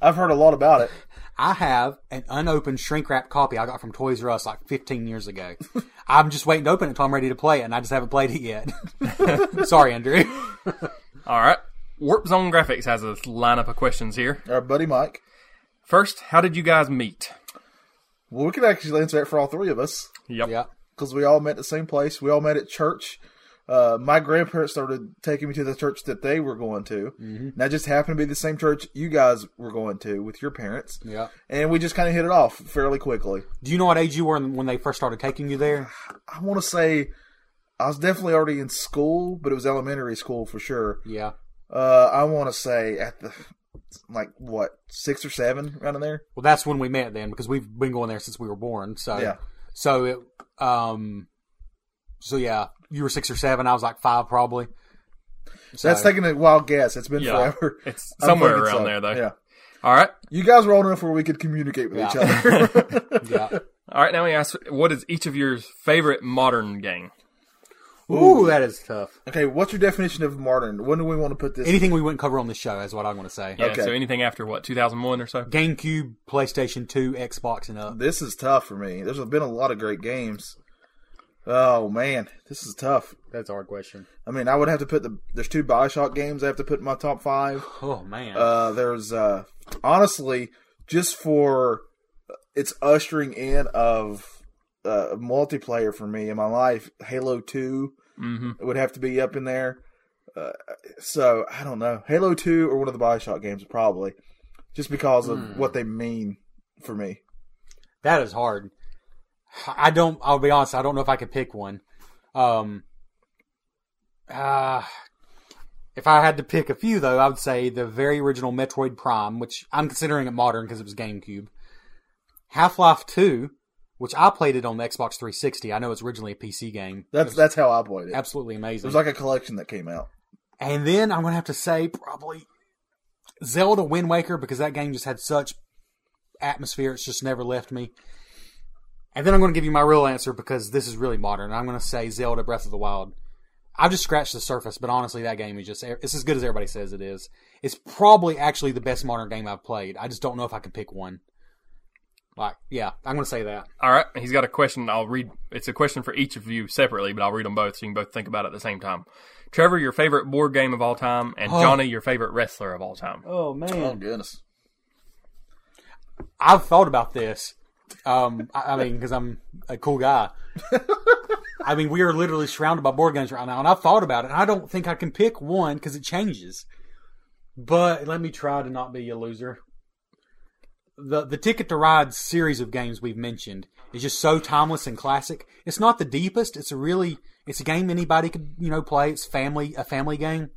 Speaker 2: I've heard a lot about it.
Speaker 3: I have an unopened shrink wrap copy I got from Toys R Us like 15 years ago. I'm just waiting to open it until I'm ready to play it, and I just haven't played it yet. Sorry, Andrew.
Speaker 4: All right. Warp Zone Graphics has a lineup of questions here.
Speaker 2: Our buddy Mike.
Speaker 4: First, how did you guys meet?
Speaker 2: Well, we could actually answer that for all three of us
Speaker 4: Yep.
Speaker 3: yeah.
Speaker 2: because we all met at the same place. We all met at church. Uh, my grandparents started taking me to the church that they were going to. Mm-hmm. And that just happened to be the same church you guys were going to with your parents.
Speaker 3: Yeah.
Speaker 2: And we just kind of hit it off fairly quickly.
Speaker 3: Do you know what age you were when they first started taking you there?
Speaker 2: I want to say I was definitely already in school, but it was elementary school for sure.
Speaker 3: Yeah.
Speaker 2: Uh, I want to say at the like what six or seven around in there.
Speaker 3: Well, that's when we met then because we've been going there since we were born. So,
Speaker 2: Yeah.
Speaker 3: so it, um, so yeah, you were six or seven. I was like five probably. So
Speaker 2: That's taking a wild guess. It's been
Speaker 4: Yeah.
Speaker 2: forever.
Speaker 4: It's
Speaker 2: I'm
Speaker 4: somewhere
Speaker 2: thinking
Speaker 4: around
Speaker 2: so.
Speaker 4: there, though.
Speaker 2: Yeah.
Speaker 4: All right.
Speaker 2: You guys were old enough where we could communicate with each
Speaker 3: Yeah.
Speaker 2: other.
Speaker 3: yeah.
Speaker 4: All right. Now he asks, what is each of your favorite modern game?
Speaker 3: Ooh, that is tough.
Speaker 2: okay, what's your definition of modern? When do we want to put this?
Speaker 3: Anything we wouldn't cover on this show is what I want to say.
Speaker 4: Yeah.
Speaker 2: Okay.
Speaker 4: So anything after what 2001 or so?
Speaker 3: GameCube, PlayStation Two, Xbox, and up.
Speaker 2: this is tough for me. There's been a lot of great games. Oh man, this is tough.
Speaker 3: That's our question.
Speaker 2: I mean, I would have to put the there's two Bioshock games I have to put in my top five.
Speaker 3: Oh man.
Speaker 2: Uh, there's uh, honestly just for its ushering in of uh, multiplayer for me in my life. Halo 2
Speaker 3: Mm-hmm.
Speaker 2: would have to be up in there. Uh, so I don't know. Halo Two or one of the Bioshock games probably, just because of what they mean for me.
Speaker 3: That is hard. I don't. I'll be honest. I don't know if I could pick one. Um, uh, if I had to pick a few, though, I would say the very original Metroid Prime, which I'm considering it modern because it was GameCube. Half Life Two, which I played it on the Xbox 360. I know it's originally a PC game.
Speaker 2: That's that's how I played it.
Speaker 3: Absolutely
Speaker 2: It
Speaker 3: amazing.
Speaker 2: was like a collection that came out.
Speaker 3: And then I'm gonna have to say probably Zelda Wind Waker because that game just had such atmosphere; it's just never left me. And then I'm gonna give you my real answer because this is really modern. I'm gonna say Zelda Breath of the Wild. I've just scratched the surface, but honestly, that game is just—it's as good as everybody says it is. It's probably actually the best modern game I've played. I just don't know if I can pick one. Like, yeah, I'm gonna say that.
Speaker 4: All right. He's got a question. I'll read. It's a question for each of you separately, but I'll read them both so you can both think about it at the same time. Trevor, your favorite board game of all time, and Johnny, your favorite wrestler of all time.
Speaker 3: Oh man,
Speaker 2: Oh goodness.
Speaker 3: I've thought about this. Um, I, I mean, because I'm a cool guy. I mean, we are literally surrounded by board games right now, and I've thought about it. And I don't think I can pick one because it changes. But let me try to not be a loser. the the Ticket to Ride series of games we've mentioned is just so timeless and classic. It's not the deepest. It's a really it's a game anybody could you know play. It's family a family game,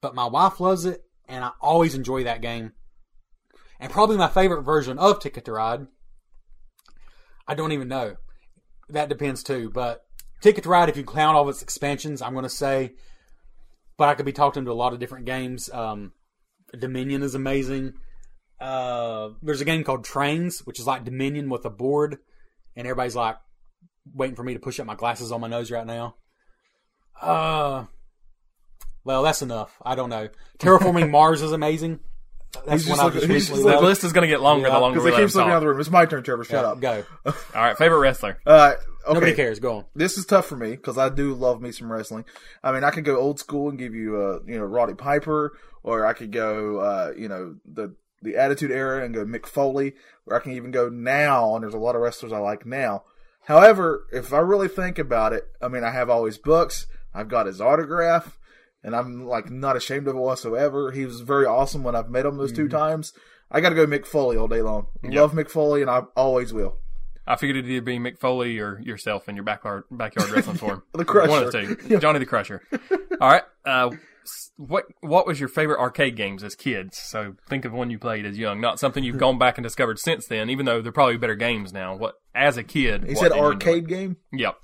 Speaker 3: but my wife loves it, and I always enjoy that game. And probably my favorite version of Ticket to Ride. I don't even know. That depends too. But Ticket to Ride, if you count all of its expansions, I'm going to say. But I could be talked into a lot of different games. Um, Dominion is amazing. Uh, there's a game called Trains, which is like Dominion with a board, and everybody's like waiting for me to push up my glasses on my nose right now. Uh, well, that's enough. I don't know. Terraforming Mars is amazing. That's
Speaker 2: He's
Speaker 3: one
Speaker 2: just
Speaker 3: I
Speaker 2: looking-
Speaker 3: just
Speaker 2: he's
Speaker 3: recently
Speaker 2: just
Speaker 4: The
Speaker 2: Well,
Speaker 3: loved.
Speaker 4: list is going to get longer the longer
Speaker 2: Because
Speaker 4: we
Speaker 2: they
Speaker 4: let him
Speaker 2: keep looking out of
Speaker 4: talk.
Speaker 2: the room. It's my turn, Trevor. Shut up.
Speaker 3: Go.
Speaker 4: All right, favorite wrestler.
Speaker 2: Uh, okay.
Speaker 3: Nobody cares. Go on.
Speaker 2: This is tough for me because I do love me some wrestling. I mean, I could go old school and give you, uh, you know, Roddy Piper, or I could go, uh, you know, the the Attitude Era and go Mick Foley, or I can even go now. And there's a lot of wrestlers I like now. However, if I really think about it, I mean, I have all his books. I've got his autograph, and I'm like not ashamed of it whatsoever. He was very awesome when I've met him those two times. I got to go Mick Foley all day long. Love Mick Foley, and I always will.
Speaker 4: I figured it'd either be Mick Foley or yourself in your backyard backyard wrestling form.
Speaker 2: The Crusher.
Speaker 4: One of the two. Johnny the Crusher. All right. Uh, s- what what was your favorite arcade games as kids? So think of one you played as young, not something you've gone back and discovered since then. Even though they're probably better games now. What as a kid?
Speaker 2: He
Speaker 4: what
Speaker 2: said
Speaker 4: did you enjoy?
Speaker 2: arcade game.
Speaker 4: Yep.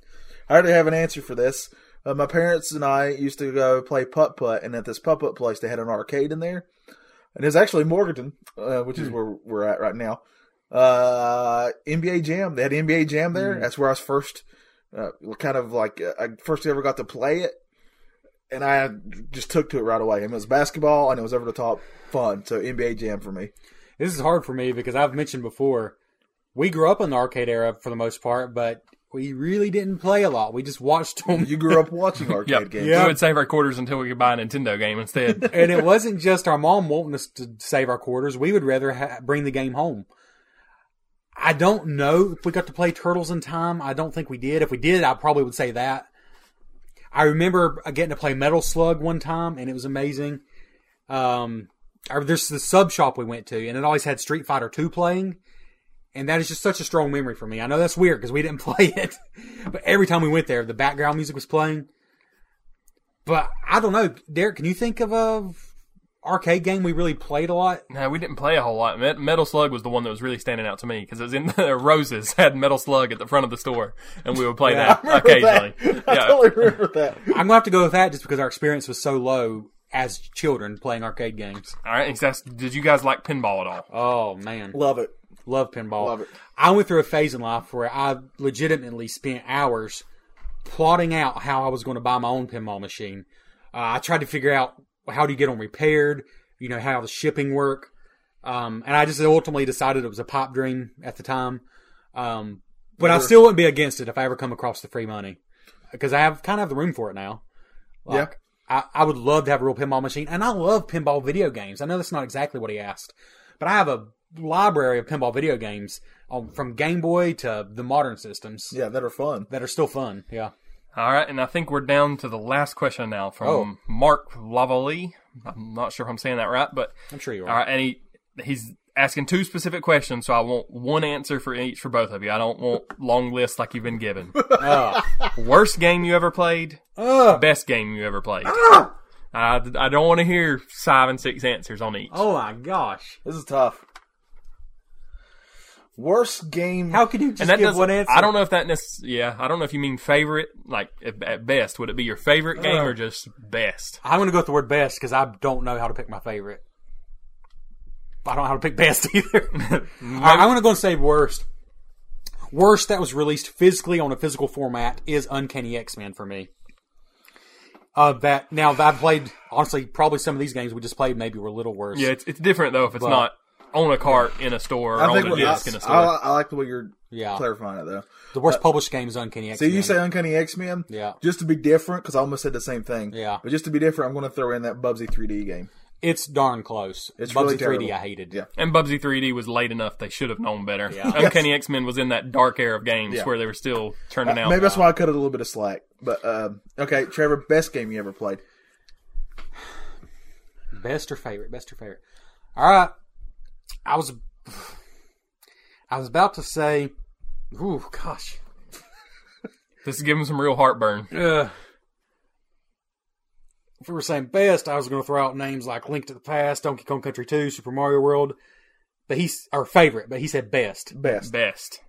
Speaker 2: I already have an answer for this. Uh, my parents and I used to go play putt putt, and at this putt putt place, they had an arcade in there, and it's actually Morganton, uh, which is
Speaker 3: Hmm.
Speaker 2: where we're at right now. Uh, NBA Jam, they had NBA Jam there.
Speaker 3: Hmm.
Speaker 2: That's where I was first, uh, kind of like uh, I first ever got to play it, and I just took to it right away. I mean, it was basketball, and it was over the top fun. So NBA Jam for me.
Speaker 3: This is hard for me because I've mentioned before we grew up in the arcade era for the most part, but we really didn't play a lot. We just watched them.
Speaker 2: You grew up watching arcade
Speaker 4: Yep.
Speaker 2: games.
Speaker 4: We
Speaker 3: Yeah.
Speaker 4: would save our quarters until we could buy a Nintendo game instead.
Speaker 3: and it wasn't just our mom wanting us to save our quarters. We would rather ha- bring the game home. I don't know if we got to play Turtles in time. I don't think we did. If we did, I probably would say that. I remember uh, getting to play Metal Slug one time, and it was amazing. Um, I- there's the sub shop we went to, and it always had Street Fighter Two playing, and that is just such a strong memory for me. I know that's weird because we didn't play it, but every time we went there, the background music was playing. But I don't know, Derek. Can you think of a arcade game we really played a lot?
Speaker 4: no, we didn't play a whole lot. Met- Metal Slug was the one that was really standing out to me because it was in the Roses had Metal Slug at the front of the store, and we would play
Speaker 2: I
Speaker 4: that
Speaker 2: remember that.
Speaker 4: occasionally.
Speaker 2: I
Speaker 4: Yeah.
Speaker 2: totally remember that.
Speaker 3: I'm gonna have to go with that just because our experience was so low as children playing arcade games.
Speaker 4: All right. and that's- Did you guys like pinball at all?
Speaker 3: Oh man,
Speaker 2: Love it.
Speaker 3: love pinball.
Speaker 2: Love it.
Speaker 3: I went through a phase in life where I legitimately spent hours plotting out how I was going to buy my own pinball machine. Uh, I tried to figure out how do you get them repaired, you know, how the shipping work. Um, and I just ultimately decided it was a pop dream at the time. Um, but I still wouldn't be against it if I ever come across the free money because I have kind of the room for it now.
Speaker 2: Yeah.
Speaker 3: I, I would love to have a real pinball machine, and I love pinball video games. I know that's not exactly what he asked, but I have a library of pinball video games on, from Game Boy to the modern systems
Speaker 2: Yeah, that are fun.
Speaker 3: that are still fun. Yeah,
Speaker 4: All right, and I think we're down to the last question now from
Speaker 3: Oh.
Speaker 4: Mark Lavalley. I'm not sure if I'm saying that right, but
Speaker 3: I'm sure you are.
Speaker 4: all right, and he he's asking two specific questions, so I want one answer for each for both of you. I don't want long lists like you've been given. Worst game you ever played? Best game you ever played? I, I don't want to hear five and six answers on each.
Speaker 3: Oh my gosh!
Speaker 2: This is tough. Worst game.
Speaker 3: How could you just
Speaker 4: And that
Speaker 3: give
Speaker 4: doesn't.
Speaker 3: one answer?
Speaker 4: I don't know if that necess- Yeah, I don't know if you mean favorite. Like at, at best, would it be your favorite
Speaker 2: Uh,
Speaker 4: game or just best?
Speaker 3: I'm going to go with the word best because I don't know how to pick my favorite. I don't know how to pick best either. All right, I'm going to go and say worst. Worst that was released physically on a physical format is Uncanny X Men for me. Uh, that now that I played honestly probably some of these games we just played maybe were a little worse.
Speaker 4: Yeah, it's, it's different though if it's not on a cart in a store or
Speaker 2: I think
Speaker 4: on a
Speaker 2: what- I,
Speaker 4: disc in a store.
Speaker 2: I, I like the way you're
Speaker 3: Yeah.
Speaker 2: clarifying it though.
Speaker 3: the worst published game is Uncanny X
Speaker 2: Uh, So
Speaker 3: Men.
Speaker 2: you say Uncanny X Men?
Speaker 3: Yeah.
Speaker 2: Just to be different, because I almost said the same thing.
Speaker 3: Yeah.
Speaker 2: But just to be different, I'm going to throw in that Bubsy 3D game.
Speaker 3: it's darn close.
Speaker 2: It's
Speaker 3: Bubsy
Speaker 2: really
Speaker 3: 3D
Speaker 2: terrible.
Speaker 3: I hated.
Speaker 2: Yeah.
Speaker 4: and Bubsy 3D was late enough; they should have known better. Uncanny X Men was in that dark era of games
Speaker 2: Yeah. Uh,
Speaker 4: where they were still turning out.
Speaker 2: Maybe that's why I cut it a little bit of slack. But um, okay, Trevor, best game you ever played?
Speaker 3: Best or favorite? Best or favorite? All right. I was I was about to say, ooh, gosh.
Speaker 4: This is giving some real heartburn.
Speaker 3: Uh, if we were saying best, I was going to throw out names like Link to the Past, Donkey Kong Country 2, Super Mario World. But he's our favorite, but he said best.
Speaker 2: Best.
Speaker 4: Best.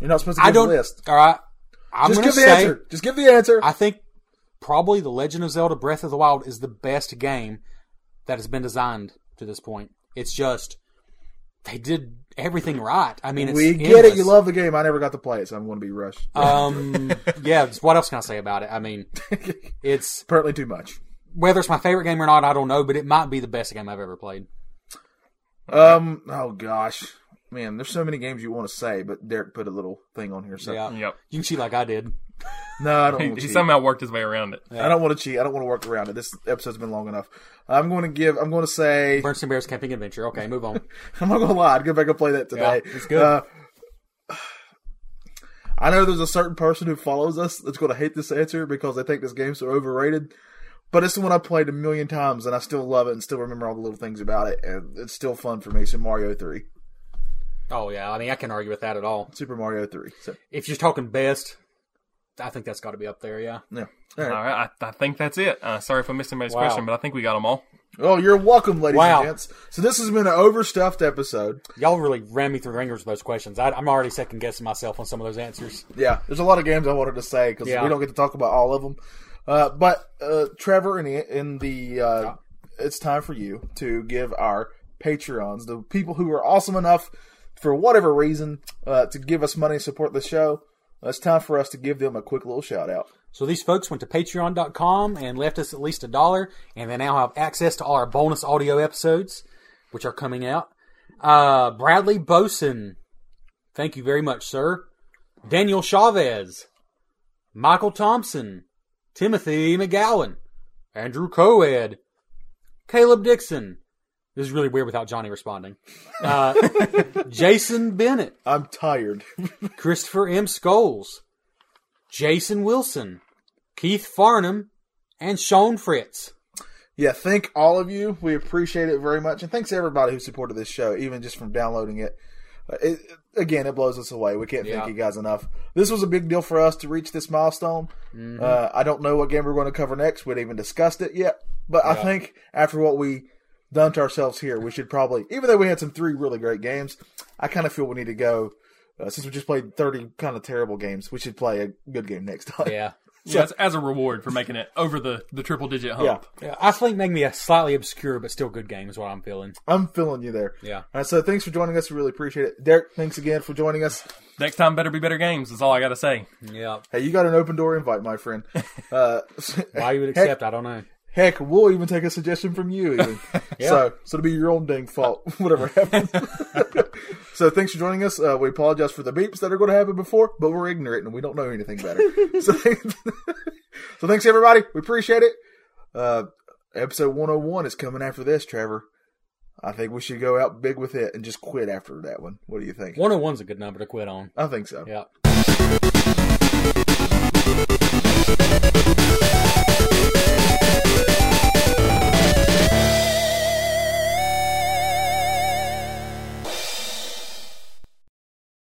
Speaker 2: You're not supposed to
Speaker 3: I
Speaker 2: give the
Speaker 3: don't.
Speaker 2: list.
Speaker 3: All right. I'm
Speaker 2: Just
Speaker 3: going
Speaker 2: give
Speaker 3: to
Speaker 2: the
Speaker 3: say,
Speaker 2: answer. Just give the answer.
Speaker 3: I think probably The Legend of Zelda Breath of the Wild is the best game that has been designed to this point. It's just, they did everything right. I mean, it's.
Speaker 2: we get it. You
Speaker 3: endless.
Speaker 2: love the game. I never got to play it, so I'm going to be rushed.
Speaker 3: Um, yeah, what else can I say about it? I mean, it's.
Speaker 2: Apparently, too much.
Speaker 3: whether it's my favorite game or not, I don't know, but it might be the best game I've ever played.
Speaker 2: Um. Oh gosh, man. There's so many games you want to say, but Derek put a little thing on here. So
Speaker 3: Yeah.
Speaker 4: Yep.
Speaker 3: You can cheat like I did.
Speaker 2: no, I don't.
Speaker 4: He,
Speaker 2: want to
Speaker 4: he
Speaker 2: cheat.
Speaker 4: somehow worked his way around it.
Speaker 2: I don't want to cheat. I don't want to work around it. This episode's been long enough. I'm going to give. I'm going to say.
Speaker 3: Burns and Bears Camping Adventure. Okay, move on.
Speaker 2: I'm not gonna lie. I'd go back and play that today.
Speaker 3: Yeah, it's good.
Speaker 2: Uh, I know there's a certain person who follows us that's gonna hate this answer because they think this game's so overrated. But it's the one I played a million times, and I still love it, and still remember all the little things about it, and it's still fun for me. So Mario Three,
Speaker 3: Oh yeah, I mean I can't argue with that at all.
Speaker 2: Super Mario Three. So
Speaker 3: If you're talking best, I think that's got to be up there. Yeah.
Speaker 2: yeah. All
Speaker 4: All
Speaker 2: right.
Speaker 4: right. I, I think that's it. Uh, sorry if I missed anybody's
Speaker 3: Wow.
Speaker 4: question, but I think we got them all.
Speaker 2: Oh, you're welcome, ladies
Speaker 3: Wow.
Speaker 2: and gents. So this has been an overstuffed episode.
Speaker 3: Y'all really ran me through the ringers with those questions. I, I'm already second guessing myself on some of those answers.
Speaker 2: Yeah, there's a lot of games I wanted to say because
Speaker 3: Yeah.
Speaker 2: we don't get to talk about all of them. Uh, but uh, Trevor, in the, in the uh, it's time for you to give our Patreons, the people who are awesome enough for whatever reason uh, to give us money to support the show. uh, It's time for us to give them a quick little shout out.
Speaker 3: So these folks went to Patreon.com and left us at least a dollar, and they now have access to all our bonus audio episodes, which are coming out. Uh, Bradley Boson, thank you very much, sir. Daniel Chavez, Michael Thompson, Timothy McGowan, Andrew Coed, Caleb Dixon. This is really weird without Johnny responding. Uh, Jason Bennett.
Speaker 2: I'm tired.
Speaker 3: Christopher M. Scholes, Jason Wilson, Keith Farnham, and Sean Fritz.
Speaker 2: yeah, thank all of you. We appreciate it very much, and thanks to everybody who supported this show, even just from downloading it. Uh, it again, it blows us away. We can't
Speaker 3: Yeah.
Speaker 2: thank you guys enough. This was a big deal for us to reach this milestone.
Speaker 3: Mm-hmm.
Speaker 2: Uh, I don't know what game we're going to cover next. We haven't even discussed it yet, but I think after what we done to ourselves here, we should probably, even though we had some three really great games, I kind of feel we need to go. Uh, since we just played thirty kind of terrible games, we should play a good game next time.
Speaker 3: Yeah.
Speaker 4: Yeah, as, as a reward for making it over the, the triple digit hump.
Speaker 2: Yeah.
Speaker 3: yeah. I think make me a slightly obscure but still good game is what I'm feeling.
Speaker 2: I'm feeling you there.
Speaker 3: Yeah.
Speaker 2: All right, so thanks for joining us. We really appreciate it. Derek, thanks again for joining us.
Speaker 4: Next time, better be better games. Is all I got to say.
Speaker 3: Yeah.
Speaker 2: Hey, you got an open door invite, my friend. Uh,
Speaker 3: Why you would accept, I don't know.
Speaker 2: heck, we'll even take a suggestion from you. Even. So, so it'll be your own dang fault, whatever happens. so, thanks for joining us. Uh, we apologize for the beeps that are going to happen before, but we're ignorant and we don't know anything better. so, so, thanks everybody. We appreciate it. Uh, episode 101 is coming after this, Trevor. I think we should go out big with it and just quit after that one. What do you think?
Speaker 3: 101's a good number to quit on.
Speaker 2: I think so.
Speaker 3: Yeah.